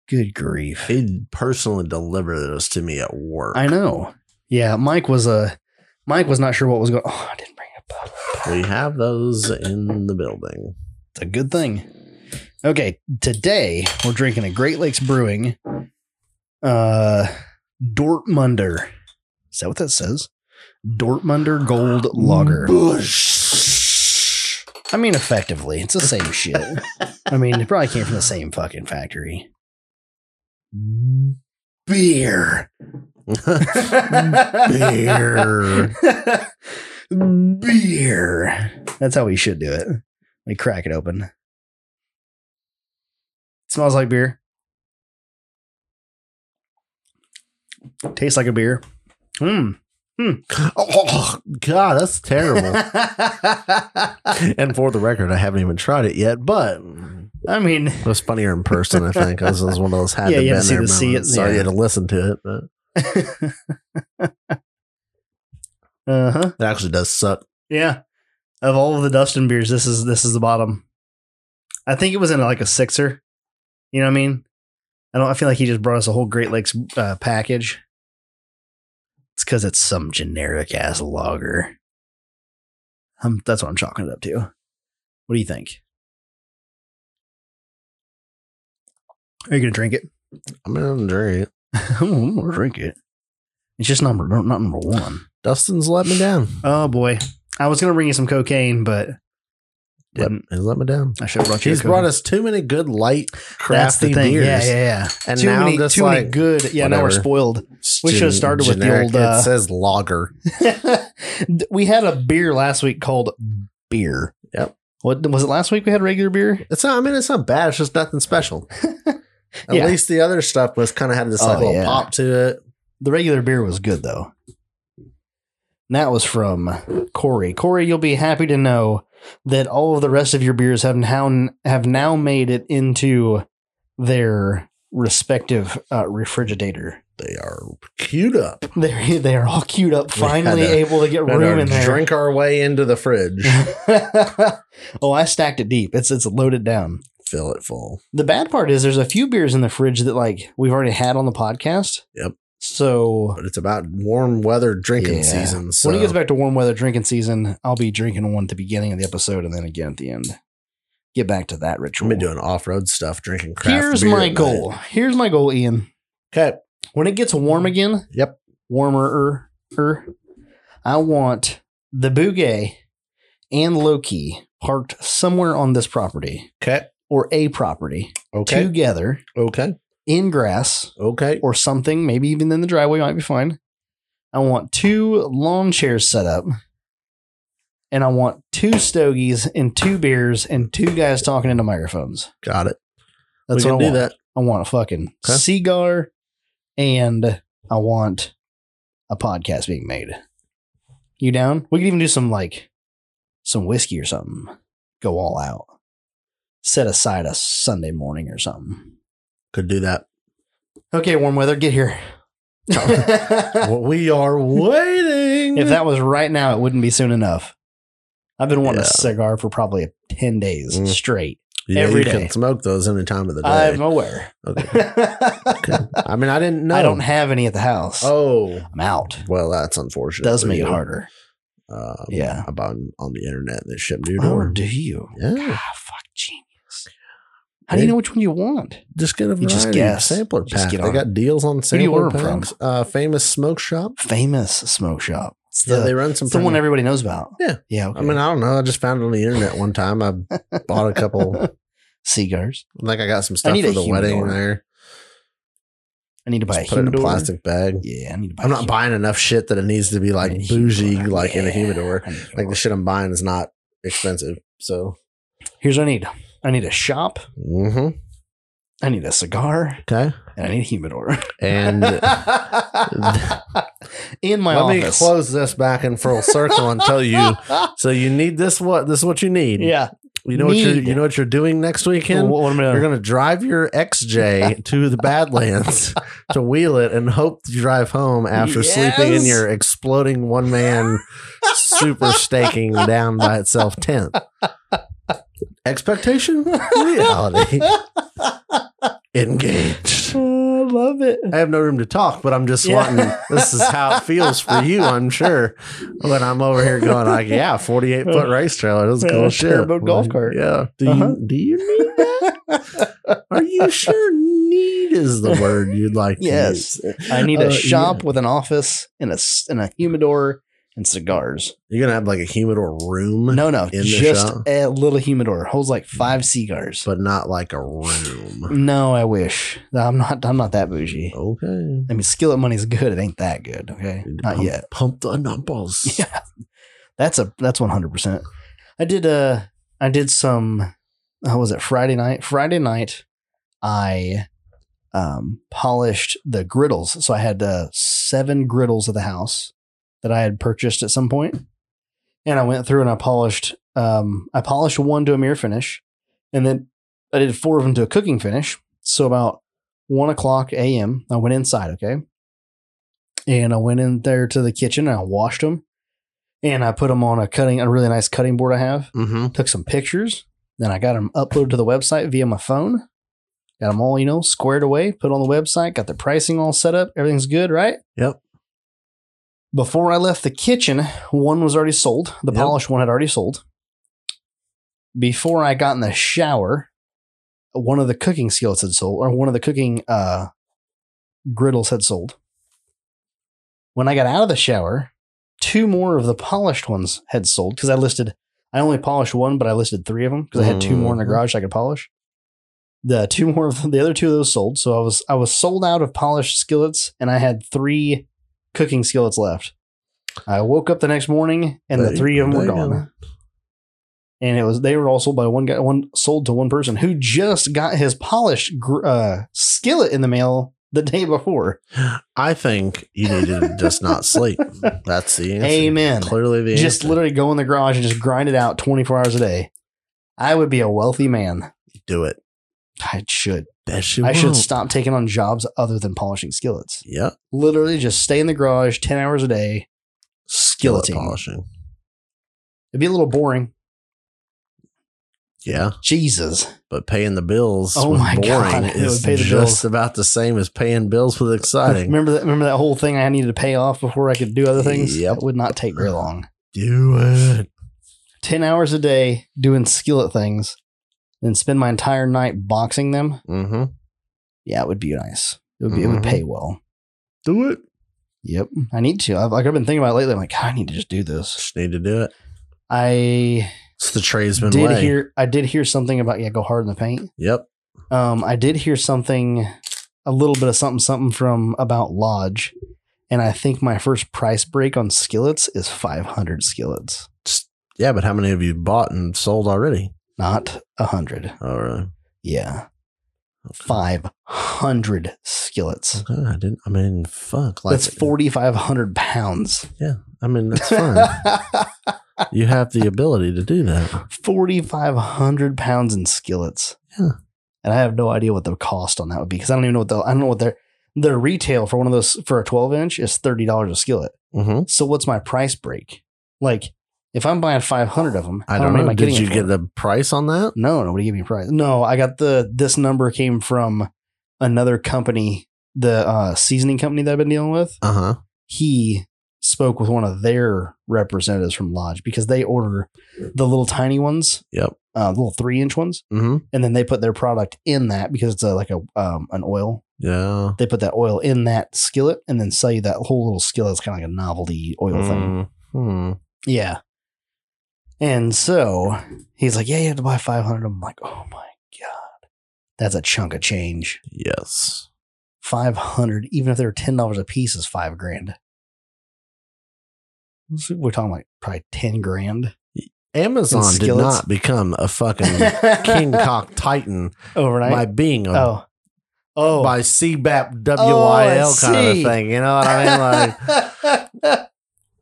Speaker 1: Good grief.
Speaker 2: He personally delivered those to me at work.
Speaker 1: I know. Yeah, Mike was a Mike was not sure what was going. Oh, I didn't bring it up.
Speaker 2: We have those in the building.
Speaker 1: It's a good thing. Okay, today we're drinking a Great Lakes Brewing uh Dortmunder. Is that what that says? Dortmunder Gold Lager.
Speaker 2: Bush.
Speaker 1: I mean, effectively, it's the same shit. I mean, it probably came from the same fucking factory. Beer.
Speaker 2: Beer.
Speaker 1: Beer. That's how we should do it. We crack it open. smells like beer. Tastes like a beer. Hmm.
Speaker 2: oh, God, that's terrible. and for the record, I haven't even tried it yet, but it
Speaker 1: I mean,
Speaker 2: was funnier in person, I think. This is one of those had
Speaker 1: Yeah,
Speaker 2: to
Speaker 1: you had
Speaker 2: been
Speaker 1: to see
Speaker 2: there
Speaker 1: the- see it,
Speaker 2: moments. Sorry
Speaker 1: yeah.
Speaker 2: you had to listen to it, but
Speaker 1: uh huh.
Speaker 2: it actually does suck.
Speaker 1: Yeah. Of all of the Dustin beers, this is this is the bottom. I think it was in like a sixer. You know what I mean? I don't. I feel like he just brought us a whole Great Lakes uh, package. It's because it's some generic ass lager. Um, that's what I'm chalking it up to. What do you think? Are you gonna drink it?
Speaker 2: I'm gonna drink it.
Speaker 1: I'm gonna drink it. It's just number not number one.
Speaker 2: Dustin's let me down.
Speaker 1: Oh boy, I was gonna bring you some cocaine, but
Speaker 2: Let,
Speaker 1: didn't.
Speaker 2: he's let me down.
Speaker 1: I should have brought you.
Speaker 2: He's
Speaker 1: a cocaine.
Speaker 2: brought us too many good light
Speaker 1: That's the
Speaker 2: crafty
Speaker 1: thing.
Speaker 2: beers.
Speaker 1: Yeah, yeah, yeah.
Speaker 2: And
Speaker 1: too
Speaker 2: now
Speaker 1: many,
Speaker 2: just
Speaker 1: too
Speaker 2: like
Speaker 1: many good. Yeah, now we're
Speaker 2: whatever.
Speaker 1: spoiled. We should have started with the old, uh,
Speaker 2: it says lager.
Speaker 1: we had a beer last week called beer.
Speaker 2: Yep.
Speaker 1: What was it last week? We had regular beer.
Speaker 2: It's not. I mean, it's not bad. It's just nothing special. At
Speaker 1: Yeah.
Speaker 2: least the other stuff was kind of had this like,
Speaker 1: Oh,
Speaker 2: little
Speaker 1: yeah.
Speaker 2: pop to it.
Speaker 1: The regular beer was good though. And that was from Corey. Corey, you'll be happy to know that all of the rest of your beers have now have now made it into their respective uh, refrigerator.
Speaker 2: They are queued up.
Speaker 1: They they are all queued up,
Speaker 2: We had
Speaker 1: finally
Speaker 2: a-
Speaker 1: able to get
Speaker 2: Better
Speaker 1: room in there.
Speaker 2: Drink our way into the fridge.
Speaker 1: oh, I stacked it deep. It's it's loaded down.
Speaker 2: Fill it full.
Speaker 1: The bad part is there's a few beers in the fridge that like we've already had on the podcast.
Speaker 2: Yep.
Speaker 1: So
Speaker 2: But it's about warm weather drinking
Speaker 1: Yeah.
Speaker 2: season. So
Speaker 1: when it gets back to warm weather drinking season, I'll be drinking one at the beginning of the episode and then again at the end. Get back to that
Speaker 2: I've
Speaker 1: ritual.
Speaker 2: been doing off road stuff, drinking craft
Speaker 1: Here's
Speaker 2: beer
Speaker 1: my
Speaker 2: at
Speaker 1: goal. Here's my goal, Ian.
Speaker 2: night. Okay.
Speaker 1: When it gets warm
Speaker 2: Mm.
Speaker 1: again,
Speaker 2: Yep.
Speaker 1: warmer er, I want the Bouguet and Loki parked somewhere on this property
Speaker 2: Okay.
Speaker 1: or a property
Speaker 2: Okay.
Speaker 1: together.
Speaker 2: Okay.
Speaker 1: in grass
Speaker 2: Okay.
Speaker 1: or something, maybe even in the driveway might be fine. I want two lawn chairs set up. And I want two stogies and two beers and two guys talking into microphones.
Speaker 2: Got it.
Speaker 1: That's
Speaker 2: we
Speaker 1: what I
Speaker 2: can do
Speaker 1: want.
Speaker 2: that.
Speaker 1: I want a fucking
Speaker 2: Okay.
Speaker 1: cigar and I want a podcast being made. You down? We could even do some like some whiskey or something. Go all out. Set aside a Sunday morning or something.
Speaker 2: Could do that.
Speaker 1: Okay, warm weather, get here. if
Speaker 2: well, we are waiting.
Speaker 1: that was right now, it wouldn't be soon enough. I've been wanting
Speaker 2: Yeah.
Speaker 1: a cigar for probably 10 days
Speaker 2: Mm.
Speaker 1: straight.
Speaker 2: Yeah,
Speaker 1: Every
Speaker 2: you
Speaker 1: day.
Speaker 2: can smoke those any time of the day.
Speaker 1: I'm aware.
Speaker 2: okay. Okay. I mean, I didn't know.
Speaker 1: I don't have any at the house.
Speaker 2: Oh,
Speaker 1: I'm out.
Speaker 2: well, that's unfortunate.
Speaker 1: Does
Speaker 2: for
Speaker 1: make it
Speaker 2: you.
Speaker 1: harder.
Speaker 2: Um,
Speaker 1: Yeah. Oh,
Speaker 2: about on the internet they ship new door.
Speaker 1: you?
Speaker 2: Yeah.
Speaker 1: Ah, fuck genius. How do you
Speaker 2: They-
Speaker 1: know which one you want?
Speaker 2: Just get a
Speaker 1: You
Speaker 2: variety
Speaker 1: just guess.
Speaker 2: sampler
Speaker 1: Just
Speaker 2: pack.
Speaker 1: get
Speaker 2: They
Speaker 1: on
Speaker 2: got deals on
Speaker 1: do you
Speaker 2: sampler
Speaker 1: order 'em from?
Speaker 2: packs. Uh, famous smoke shop.
Speaker 1: Famous smoke shop. It's
Speaker 2: Yeah,
Speaker 1: the,
Speaker 2: they run some.
Speaker 1: it's the one
Speaker 2: pretty-
Speaker 1: everybody knows about.
Speaker 2: Yeah.
Speaker 1: Yeah. Okay.
Speaker 2: I mean, I don't know. I just found it on the internet one time. I bought a couple.
Speaker 1: cigars.
Speaker 2: Like I got some stuff
Speaker 1: need
Speaker 2: for
Speaker 1: a
Speaker 2: the wedding
Speaker 1: humidor.
Speaker 2: there.
Speaker 1: I need to buy
Speaker 2: Just
Speaker 1: a
Speaker 2: put it in a
Speaker 1: humidor.
Speaker 2: plastic bag.
Speaker 1: Yeah, I need to buy.
Speaker 2: I'm
Speaker 1: a
Speaker 2: not
Speaker 1: humidor.
Speaker 2: buying enough shit that it needs to
Speaker 1: I
Speaker 2: be
Speaker 1: need
Speaker 2: like
Speaker 1: a
Speaker 2: bougie,
Speaker 1: humidor.
Speaker 2: like in a
Speaker 1: Yeah,
Speaker 2: humidor.
Speaker 1: I need a
Speaker 2: Like the
Speaker 1: humidor.
Speaker 2: shit I'm buying is not expensive. So,
Speaker 1: Here's what I need. I need a shop.
Speaker 2: mm-hmm.
Speaker 1: I need a cigar,
Speaker 2: okay.
Speaker 1: and I need a humidor.
Speaker 2: And
Speaker 1: in my
Speaker 2: let me
Speaker 1: office.
Speaker 2: close this back in full circle and tell you. So you need this. What this is what you need.
Speaker 1: yeah.
Speaker 2: You know what you're.
Speaker 1: Need.
Speaker 2: You know what you're doing next weekend.
Speaker 1: What am I
Speaker 2: You're gonna drive your XJ to the Badlands to wheel it and hope to drive home after sleeping in
Speaker 1: Yes.
Speaker 2: your exploding one man super staking down by itself tent. Expectation, reality, engaged.
Speaker 1: Oh, I love it.
Speaker 2: I have no room to talk, but I'm just
Speaker 1: Yeah.
Speaker 2: wanting. This is how it feels for you, I'm sure. When I'm over here going like, yeah, 48 foot race trailer, that's
Speaker 1: Uh, Yeah,
Speaker 2: cool shit.
Speaker 1: turbo golf
Speaker 2: Like,
Speaker 1: cart.
Speaker 2: Yeah. Do
Speaker 1: Uh-huh.
Speaker 2: you do you need that? Are you sure need is the word you'd like? to
Speaker 1: Yes.
Speaker 2: use?
Speaker 1: I need a
Speaker 2: Uh,
Speaker 1: shop with an office and a s- and a humidor and cigars.
Speaker 2: yeah. You're gonna have like a humidor room,
Speaker 1: No, no,
Speaker 2: In the
Speaker 1: just
Speaker 2: shop?
Speaker 1: a little humidor holds like five cigars.
Speaker 2: but not like a room.
Speaker 1: No, I wish. No, I'm not. I'm not that bougie.
Speaker 2: Oh. Okay.
Speaker 1: I mean, skillet money's good. It ain't that good. Okay, not
Speaker 2: Pump-
Speaker 1: yet.
Speaker 2: Pump the numbers.
Speaker 1: Yeah, that's a that's one hundred percent. I did uh I did some. How was it Friday night? Friday night, I um polished the griddles. So I had uh, seven griddles at the house that I had purchased at some point, and I went through and I polished. Um, I polished one to a mirror finish, and then I did four of them to a cooking finish. So about one o'clock a.m., I went inside. Okay, and I went in there to the kitchen and I washed them and I put them on a cutting, a really nice cutting board I have.
Speaker 2: Mm-hmm.
Speaker 1: Took some pictures, then I got them uploaded to the website via my phone. Got them all, you know, squared away, put on the website, got the pricing all set up. Everything's good, right?
Speaker 2: Yep.
Speaker 1: Before I left the kitchen, one was already sold. The
Speaker 2: Yep.
Speaker 1: polished one had already sold. Before I got in the shower, one of the cooking skillets had sold, or one of the cooking uh, griddles had sold. When I got out of the shower, two more of the polished ones had sold because I listed, I only polished one, but I listed three of them because I had two more in the
Speaker 2: Mhm.
Speaker 1: garage I could polish. The two more of the other two of those sold, so I was I was sold out of polished skillets, and I had three cooking skillets left. I woke up the next morning, and
Speaker 2: There
Speaker 1: the
Speaker 2: you-
Speaker 1: three of them were
Speaker 2: there you
Speaker 1: gone
Speaker 2: go.
Speaker 1: and it was they were all sold by one guy, one sold to one person who just got his polished gr- uh, skillet in the mail the day before.
Speaker 2: I think you need to just not sleep. That's the answer.
Speaker 1: Amen.
Speaker 2: Clearly, the
Speaker 1: Just
Speaker 2: answer.
Speaker 1: literally go in the garage and just grind it out twenty four hours a day. I would be a wealthy man.
Speaker 2: do it.
Speaker 1: I should.
Speaker 2: That you
Speaker 1: I should
Speaker 2: won't.
Speaker 1: stop taking on jobs other than polishing skillets.
Speaker 2: Yep.
Speaker 1: Literally, just stay in the garage ten hours a day.
Speaker 2: Skillet
Speaker 1: Skilleting.
Speaker 2: polishing.
Speaker 1: It'd be a little boring.
Speaker 2: Yeah,
Speaker 1: Jesus.
Speaker 2: but paying the bills
Speaker 1: Oh
Speaker 2: with
Speaker 1: my
Speaker 2: boring
Speaker 1: God, it
Speaker 2: is
Speaker 1: would pay the
Speaker 2: just
Speaker 1: bills.
Speaker 2: about the same as paying bills with exciting.
Speaker 1: Remember that. Remember that whole thing I needed to pay off before I could do other things.
Speaker 2: Yep.
Speaker 1: It would not take very long.
Speaker 2: Do it.
Speaker 1: 10 hours a day doing skillet things and spend my entire night boxing them,
Speaker 2: Mm-hmm.
Speaker 1: yeah, it would be nice. It would, be, it would
Speaker 2: Mhm.
Speaker 1: pay well.
Speaker 2: Do it.
Speaker 1: Yep. I need to. I've, like, I've been thinking about it lately. I'm like, "God, I need to just do this.
Speaker 2: Just need to do it.
Speaker 1: I
Speaker 2: It's the tradesman
Speaker 1: did
Speaker 2: way.
Speaker 1: hear, I did hear something about, yeah, go hard in the paint.
Speaker 2: yep.
Speaker 1: Um, I did hear something, a little bit of something, something from about Lodge. And I think my first price break on skillets is 500 skillets,
Speaker 2: Yeah, but how many have you bought and sold already? Oh,
Speaker 1: not 100.
Speaker 2: All right.
Speaker 1: Yeah.
Speaker 2: Okay.
Speaker 1: 500 skillets.
Speaker 2: Okay, I didn't. I mean, fuck. Like,
Speaker 1: That's forty five hundred pounds.
Speaker 2: I mean, that's fine. you have the ability to do that.
Speaker 1: forty five hundred pounds in skillets.
Speaker 2: Yeah.
Speaker 1: And I have no idea what the cost on that would be because I don't even know what the I don't know what their their retail for one of those for a twelve inch is thirty dollars a skillet.
Speaker 2: Mm-hmm.
Speaker 1: So what's my price break? Like If I'm buying 500 of them,
Speaker 2: I
Speaker 1: how
Speaker 2: don't
Speaker 1: many
Speaker 2: know.
Speaker 1: am
Speaker 2: Did
Speaker 1: getting
Speaker 2: you
Speaker 1: it for?
Speaker 2: get a price on that?
Speaker 1: No, nobody gave me a price. No, I got the this number came from another company, the uh, seasoning company that I've been dealing with.
Speaker 2: Uh huh.
Speaker 1: He spoke with one of their representatives from Lodge because they order the little tiny ones,
Speaker 2: Yep.
Speaker 1: uh, little three inch ones,
Speaker 2: Mm-hmm.
Speaker 1: and then they put their product in that because it's a, like a um, an oil.
Speaker 2: Yeah.
Speaker 1: They put that oil in that skillet and then sell you that whole little skillet. It's kind of like a novelty oil thing.
Speaker 2: Hmm.
Speaker 1: Yeah. And so he's like, Yeah, you have to buy 500. I'm like, Oh my God. That's a chunk of change.
Speaker 2: Yes.
Speaker 1: 500, even if they were $10 a piece, is five grand. So We're talking like probably 10 grand.
Speaker 2: Amazon did
Speaker 1: skillets.
Speaker 2: not become a fucking King Cock Titan
Speaker 1: Overnight.
Speaker 2: by being a
Speaker 1: oh. Oh.
Speaker 2: by CBAP WYL
Speaker 1: I
Speaker 2: kind
Speaker 1: see.
Speaker 2: of thing. You know what I mean? Like,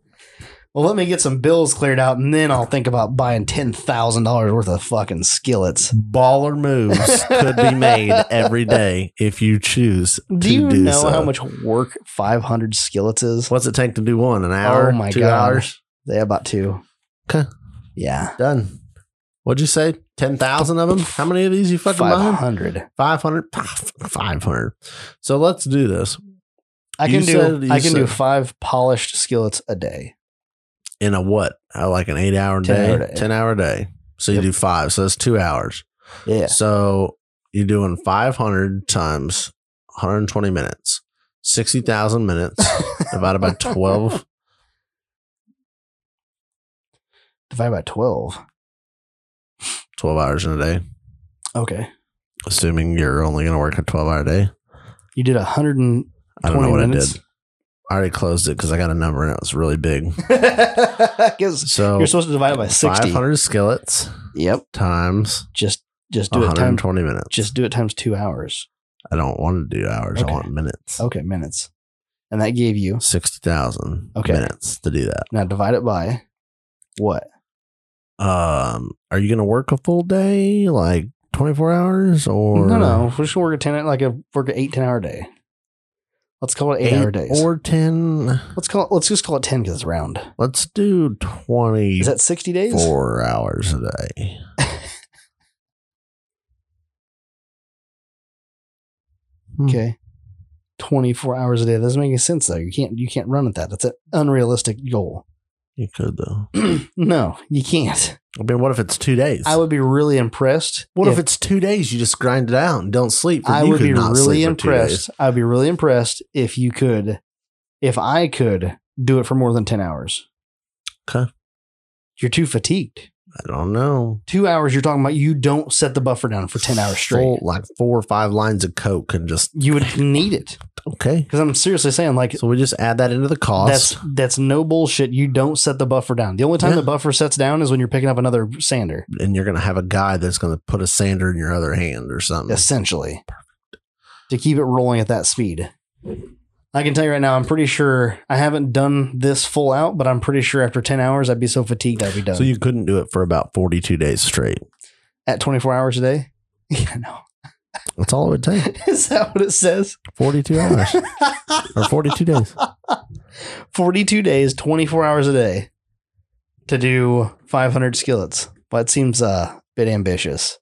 Speaker 1: well, let me get some bills cleared out and then I'll think about buying $10,000 worth of fucking skillets.
Speaker 2: baller moves could be made every day if you choose to
Speaker 1: Do you
Speaker 2: do
Speaker 1: know
Speaker 2: so.
Speaker 1: how much work 500 skillets is?
Speaker 2: What's it take to do one? An hour?
Speaker 1: Oh my
Speaker 2: two
Speaker 1: God.
Speaker 2: hours?
Speaker 1: They have about two.
Speaker 2: 'Kay.
Speaker 1: Yeah.
Speaker 2: Done. What'd you say? 10,000 of them? How many of these you fucking buying?
Speaker 1: 500.
Speaker 2: 500? 500. So let's do this
Speaker 1: I
Speaker 2: You
Speaker 1: can
Speaker 2: said-
Speaker 1: do
Speaker 2: you
Speaker 1: I can do
Speaker 2: said-
Speaker 1: five polished skillets a day.
Speaker 2: in a what? Uh, Like an eight hour
Speaker 1: 10
Speaker 2: day?
Speaker 1: hour day.
Speaker 2: 10 hour day. So you
Speaker 1: Yep.
Speaker 2: do five. So that's two hours.
Speaker 1: Yeah.
Speaker 2: So you're doing 500 times 120 minutes, 60,000 minutes divided by 12.
Speaker 1: Divided by 12.
Speaker 2: 12 hours in a day,
Speaker 1: Okay.
Speaker 2: assuming you're only going to work a 12 hour day.
Speaker 1: You did 120
Speaker 2: I don't know what I
Speaker 1: minutes.
Speaker 2: did. I already closed it because I got a number and it was really big.
Speaker 1: Because
Speaker 2: So
Speaker 1: you're supposed to divide it by 60.
Speaker 2: 500 skillets
Speaker 1: Yep.
Speaker 2: times
Speaker 1: Just just do it times
Speaker 2: 120 minutes.
Speaker 1: just do it times 2 hours.
Speaker 2: I don't want to do hours.
Speaker 1: Okay.
Speaker 2: I want minutes.
Speaker 1: Okay, minutes. And that gave you
Speaker 2: 60,000
Speaker 1: Okay.
Speaker 2: minutes to do that.
Speaker 1: now divide it by what?
Speaker 2: Um, are you going to work a full day, like 24 hours or
Speaker 1: no, no. We're just gonna work a ten, like a work an eight ten hour day. Let's call it eight, hour days.
Speaker 2: or 10?
Speaker 1: let's call it. Let's just call it ten because it's round.
Speaker 2: Let's do
Speaker 1: Is that sixty days?
Speaker 2: 24 hours a day. Hmm.
Speaker 1: Okay. Twenty four hours a day. That doesn't make any sense though. You can't. You can't run at that. That's an unrealistic goal.
Speaker 2: You could, though.
Speaker 1: no, you can't.
Speaker 2: I mean, what if it's two days?
Speaker 1: I would be really impressed.
Speaker 2: what if, it's two days? You just grind it out and don't sleep.
Speaker 1: I
Speaker 2: You
Speaker 1: would
Speaker 2: could
Speaker 1: be
Speaker 2: not
Speaker 1: really
Speaker 2: sleep for two days.
Speaker 1: impressed. I'd be really impressed if you could, if I could do it for more than ten hours.
Speaker 2: 'Kay.
Speaker 1: You're too fatigued.
Speaker 2: I don't know.
Speaker 1: Two hours. You're talking about. You don't set the buffer down for ten hours straight.
Speaker 2: Full- like four or five lines of Coke and just,
Speaker 1: you would need it
Speaker 2: okay.
Speaker 1: because I'm seriously saying like
Speaker 2: So we just add that into the cost.
Speaker 1: that's that's no bullshit. You don't set the buffer down. The only time
Speaker 2: Yeah.
Speaker 1: the buffer sets down is when you're picking up another sander,
Speaker 2: and you're going to have a guy that's going to put a sander in your other hand or something.
Speaker 1: essentially, to keep it rolling at that speed. I can tell you right now, I'm pretty sure I haven't done this full out, but I'm pretty sure after 10 hours, I'd be so fatigued I'd be done.
Speaker 2: So you couldn't do it for about 42 days straight.
Speaker 1: at 24 hours a day? Yeah, I know.
Speaker 2: That's all it would take.
Speaker 1: Is that what it says?
Speaker 2: 42 hours or 42 days.
Speaker 1: 42 days, 24 hours a day to do 500 skillets. Well, it seems uh, a bit ambitious.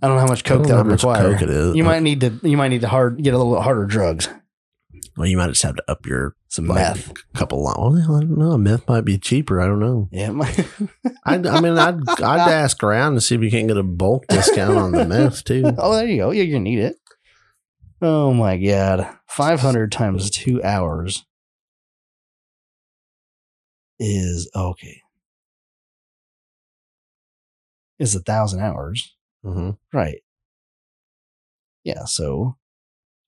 Speaker 1: I don't know how much coke
Speaker 2: I don't know
Speaker 1: that
Speaker 2: how
Speaker 1: would
Speaker 2: much
Speaker 1: require.
Speaker 2: Coke it is.
Speaker 1: You might need to you might need to hard get a little bit harder drugs.
Speaker 2: Well, you might just have to up your
Speaker 1: Some
Speaker 2: Like-
Speaker 1: meth.
Speaker 2: couple lines. Well, I don't know. A myth might be cheaper. I don't know.
Speaker 1: Yeah, it might-
Speaker 2: I, I mean, I'd, I'd ask around and see if you can't get a bulk discount on the myth too.
Speaker 1: oh, there you go. Yeah, you need it. Oh my god, five hundred times two hours is okay. Is a thousand hours.
Speaker 2: hmm
Speaker 1: Right. Yeah, so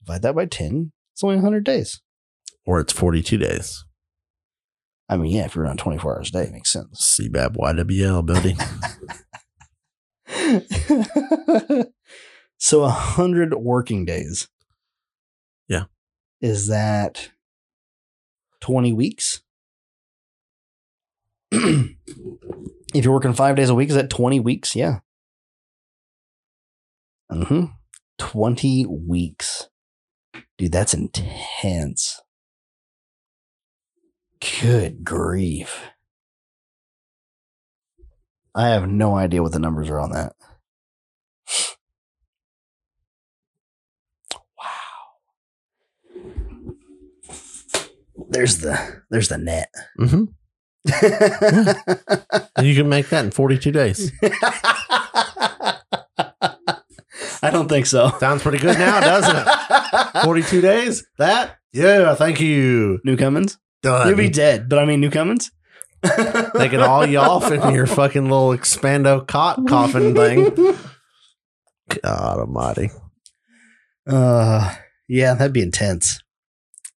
Speaker 1: divide that by 10. It's only 100 days.
Speaker 2: Or it's 42 days.
Speaker 1: I mean, yeah, if you're on 24 hours a day, it makes sense.
Speaker 2: CBAB YWL, buddy.
Speaker 1: so 100 working days.
Speaker 2: Yeah.
Speaker 1: Is that 20 weeks? if you're working five days a week, is that 20 weeks? Yeah. hmm 20 weeks. Dude, that's intense. Good grief. I have no idea what the numbers are on that. Wow. There's the there's the net.
Speaker 2: Mm-hmm. And you can make that in 42 days.
Speaker 1: I don't think so.
Speaker 2: Sounds pretty good now, doesn't it? 42 days? That? Yeah, thank you.
Speaker 1: New Cummins?
Speaker 2: Done.
Speaker 1: You'd be dead, but I mean New Cummins?
Speaker 2: They
Speaker 1: they
Speaker 2: can all you off in your fucking little expando cot coffin thing. God almighty.
Speaker 1: Uh, yeah, that'd be intense.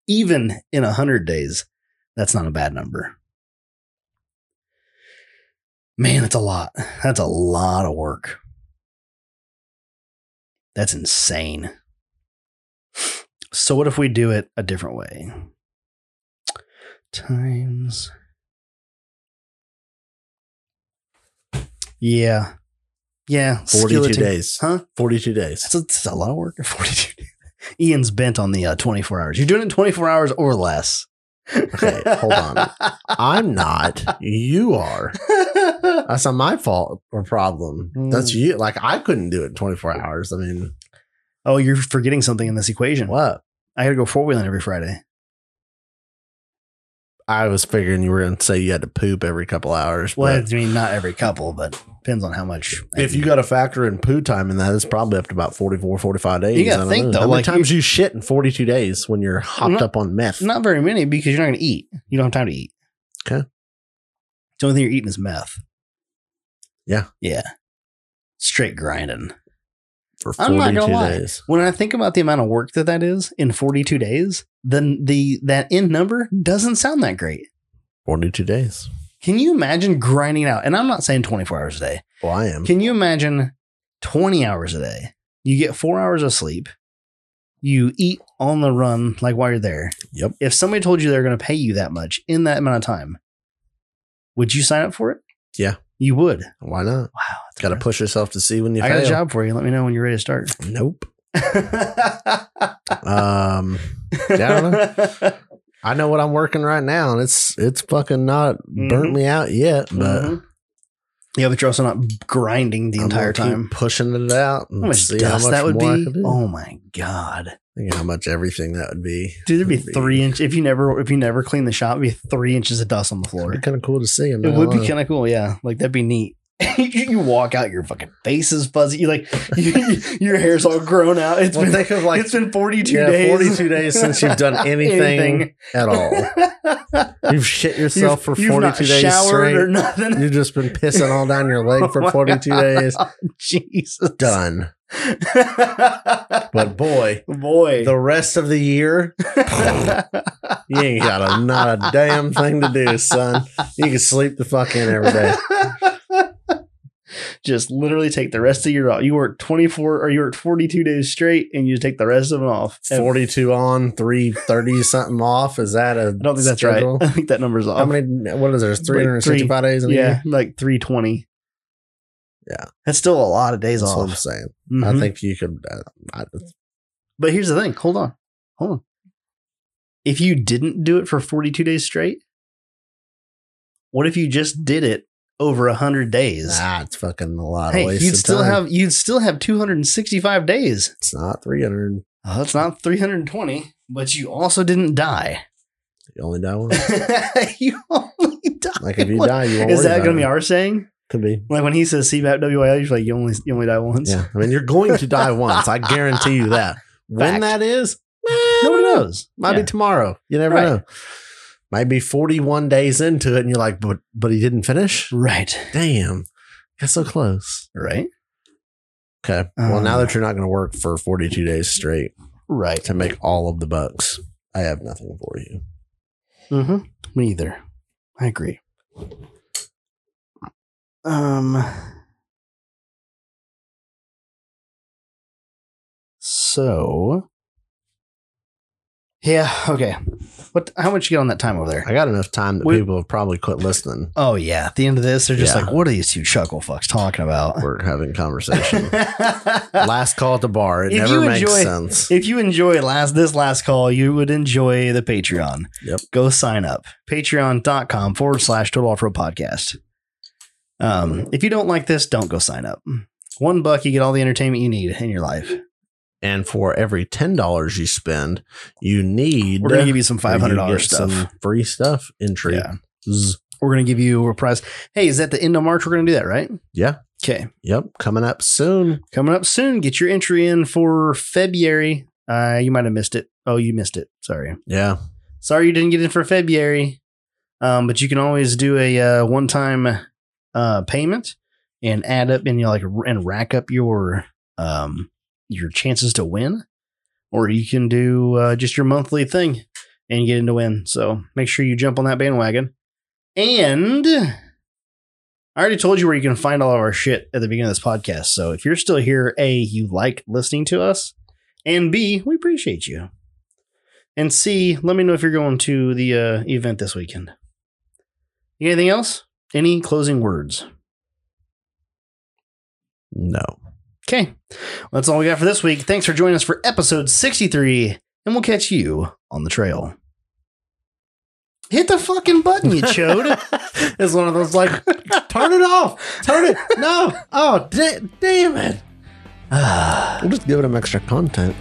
Speaker 1: Even in a hundred days, that's not a bad number. Man, that's a lot. That's a lot of work. That's insane. So what if we do it a different way? Times. Yeah. Yeah.
Speaker 2: 42
Speaker 1: skeleton.
Speaker 2: days.
Speaker 1: Huh?
Speaker 2: 42 days.
Speaker 1: That's a, that's a lot of work. 42 days. Ian's bent on the uh, 24 hours. You're doing it in 24 hours or less.
Speaker 2: Okay, hold on. I'm not. You are. That's not my fault or problem.
Speaker 1: Hmm.
Speaker 2: That's you. Like, I couldn't do it in 24 hours. I mean,
Speaker 1: oh, you're forgetting something in this equation.
Speaker 2: what?
Speaker 1: I got to go four wheeling every Friday.
Speaker 2: I was figuring you were going to say you had to poop every couple hours.
Speaker 1: Well,
Speaker 2: but-
Speaker 1: I mean, not every couple, but depends on how much.
Speaker 2: if you got to factor in poo time in that, it's probably up to about 44, 45 days.
Speaker 1: You gotta
Speaker 2: I don't
Speaker 1: think,
Speaker 2: know.
Speaker 1: though,
Speaker 2: How
Speaker 1: like,
Speaker 2: many times you, shit in 42 days when you're hopped
Speaker 1: Not-
Speaker 2: up on meth?
Speaker 1: Not very many because you're not going to eat. You don't have time to eat.
Speaker 2: Okay.
Speaker 1: The only thing you're eating is meth.
Speaker 2: Yeah.
Speaker 1: Yeah. Straight grinding.
Speaker 2: for 42
Speaker 1: I'm not gonna lie.
Speaker 2: days.
Speaker 1: When I think about the amount of work that that is in 42 days, then the that end number doesn't sound that great.
Speaker 2: 42 days.
Speaker 1: Can you imagine grinding out? And I'm not saying 24 hours a day.
Speaker 2: Well, I am.
Speaker 1: Can you imagine 20 hours a day? You get four hours of sleep. You eat on the run, like while you're there.
Speaker 2: Yep.
Speaker 1: If somebody told you they're going to pay you that much in that amount of time, would you sign up for it?
Speaker 2: Yeah.
Speaker 1: You would.
Speaker 2: Why not?
Speaker 1: Wow.
Speaker 2: Got to push yourself to see when you
Speaker 1: I
Speaker 2: fail.
Speaker 1: got a job for you. Let me know when you're ready to start.
Speaker 2: Nope. Um, I know what I'm working right now, and it's it's fucking not burnt
Speaker 1: Mhm.
Speaker 2: me out yet, but
Speaker 1: Mhm. Yeah, but you're also not grinding the
Speaker 2: I'm
Speaker 1: entire
Speaker 2: gonna keep
Speaker 1: time.
Speaker 2: pushing it out and
Speaker 1: How much
Speaker 2: see
Speaker 1: dust
Speaker 2: how much
Speaker 1: that would
Speaker 2: more I
Speaker 1: be?
Speaker 2: can do.
Speaker 1: Oh my god.
Speaker 2: Think how much everything that would be.
Speaker 1: Dude, there'd be
Speaker 2: Would be-
Speaker 1: three inch if you never if you never clean the shop, it'd be three inches of dust on the floor.
Speaker 2: It'd be kind of cool to see. I'm
Speaker 1: It
Speaker 2: not
Speaker 1: would be
Speaker 2: gonna lie.
Speaker 1: kind of cool, yeah. Like that'd be neat. you, you walk out, your fucking face is fuzzy. You like you, your hair's all grown out. It's
Speaker 2: Well,
Speaker 1: been
Speaker 2: think of like
Speaker 1: it's been forty two
Speaker 2: yeah,
Speaker 1: days.
Speaker 2: 42 days since you've done anything, at all. You've shit yourself for 42 days straight.
Speaker 1: or nothing.
Speaker 2: You've just been pissing all down your leg
Speaker 1: Oh
Speaker 2: for
Speaker 1: my
Speaker 2: 42
Speaker 1: God.
Speaker 2: days.
Speaker 1: Jesus,
Speaker 2: Done. But boy,
Speaker 1: boy,
Speaker 2: the rest of the year, you ain't got a, not a damn thing to do, son. You can sleep the fuck in every day.
Speaker 1: just literally take the rest of your off. You work 24 or you work 42 days straight and you take the rest of them off. And
Speaker 2: 42 on, 330 something off. Is that a
Speaker 1: I don't think that's
Speaker 2: schedule?
Speaker 1: right. I think that number's off.
Speaker 2: How many, what is there?
Speaker 1: Like
Speaker 2: 365 days in a
Speaker 1: yeah,
Speaker 2: year?
Speaker 1: like 320.
Speaker 2: Yeah.
Speaker 1: That's still a lot of days
Speaker 2: That's what I'm
Speaker 1: off.
Speaker 2: saying. I
Speaker 1: Mhm.
Speaker 2: think you could. Uh, I,
Speaker 1: But here's the thing. Hold on. Hold on. If you didn't do it for 42 days straight, what if you just did it over 100 days?
Speaker 2: nah, it's fucking a lot of
Speaker 1: hey,
Speaker 2: waste
Speaker 1: you'd
Speaker 2: of
Speaker 1: still
Speaker 2: time.
Speaker 1: have you'd still have 265 days.
Speaker 2: It's not 300.
Speaker 1: Oh, that's not 320, but you also didn't die.
Speaker 2: You only die one.
Speaker 1: you only died.
Speaker 2: Like if you
Speaker 1: once.
Speaker 2: die, you won't
Speaker 1: Is
Speaker 2: worry
Speaker 1: that
Speaker 2: about
Speaker 1: going to be
Speaker 2: it.
Speaker 1: our saying?
Speaker 2: Could be.
Speaker 1: Like when he says CBAP WIL, you're like, you only, you only die once.
Speaker 2: Yeah. I mean, you're going to die once. I guarantee you that.
Speaker 1: Fact.
Speaker 2: When that is, eh,
Speaker 1: Nobody knows.
Speaker 2: Might
Speaker 1: Yeah.
Speaker 2: be tomorrow. You never
Speaker 1: Right.
Speaker 2: know. Might be 41 days into it, and you're like, but but he didn't finish.
Speaker 1: Right.
Speaker 2: Damn, got so close.
Speaker 1: Right.
Speaker 2: Okay. well, now
Speaker 1: Uh.
Speaker 2: that you're not going to work for 42 days straight
Speaker 1: Right.
Speaker 2: to make all of the bucks, I have nothing for you.
Speaker 1: Mm-hmm. Me either. I agree. Um. So. Yeah. Okay. What? How much you get on that time over there?
Speaker 2: I got enough time that
Speaker 1: We-
Speaker 2: people have probably quit listening.
Speaker 1: Oh yeah. At the end of this, they're just
Speaker 2: Yeah.
Speaker 1: like, "What are these two chuckle fucks talking about?"
Speaker 2: We're having conversation. Last call at the bar. It
Speaker 1: If
Speaker 2: never
Speaker 1: you
Speaker 2: makes
Speaker 1: enjoy-
Speaker 2: sense.
Speaker 1: if you enjoy last this last call, you would enjoy the Patreon.
Speaker 2: Yep.
Speaker 1: Go sign up. Patreon.com forward slash total off road podcast. Um, if you don't like this, don't go sign up. One buck, you get all the entertainment you need in your life.
Speaker 2: And for every ten dollars you spend, you need
Speaker 1: We're gonna give you some
Speaker 2: or you
Speaker 1: five hundred dollars
Speaker 2: get
Speaker 1: stuff.
Speaker 2: some free stuff entry.
Speaker 1: Yeah. We're gonna give you a prize. Hey, is that the end of March? We're gonna do that, right?
Speaker 2: Yeah.
Speaker 1: Okay.
Speaker 2: Yep, coming up soon.
Speaker 1: Coming up soon. Get your entry in for February. Uh, you might have missed it. Oh, you missed it. Sorry.
Speaker 2: Yeah,
Speaker 1: Sorry you didn't get in for February. Um, but you can always do a uh, one-time uh, payment and add up and you know, like r- and rack up your um, your chances to win, or you can do uh, just your monthly thing and get into win. So make sure you jump on that bandwagon. And I already told you where you can find all of our shit at the beginning of this podcast. So if you're still here, a you like listening to us, and b we appreciate you and C, let me know if you're going to the uh, event this weekend. You got anything else? Any closing words?
Speaker 2: no.
Speaker 1: Okay. Well, that's all we got for this week. Thanks for joining us for episode 63, and we'll catch you on the trail. Hit the fucking button, you chode.
Speaker 2: it's one of those like, turn it off, turn it. No, oh da- damn it. I'm just giving them extra content.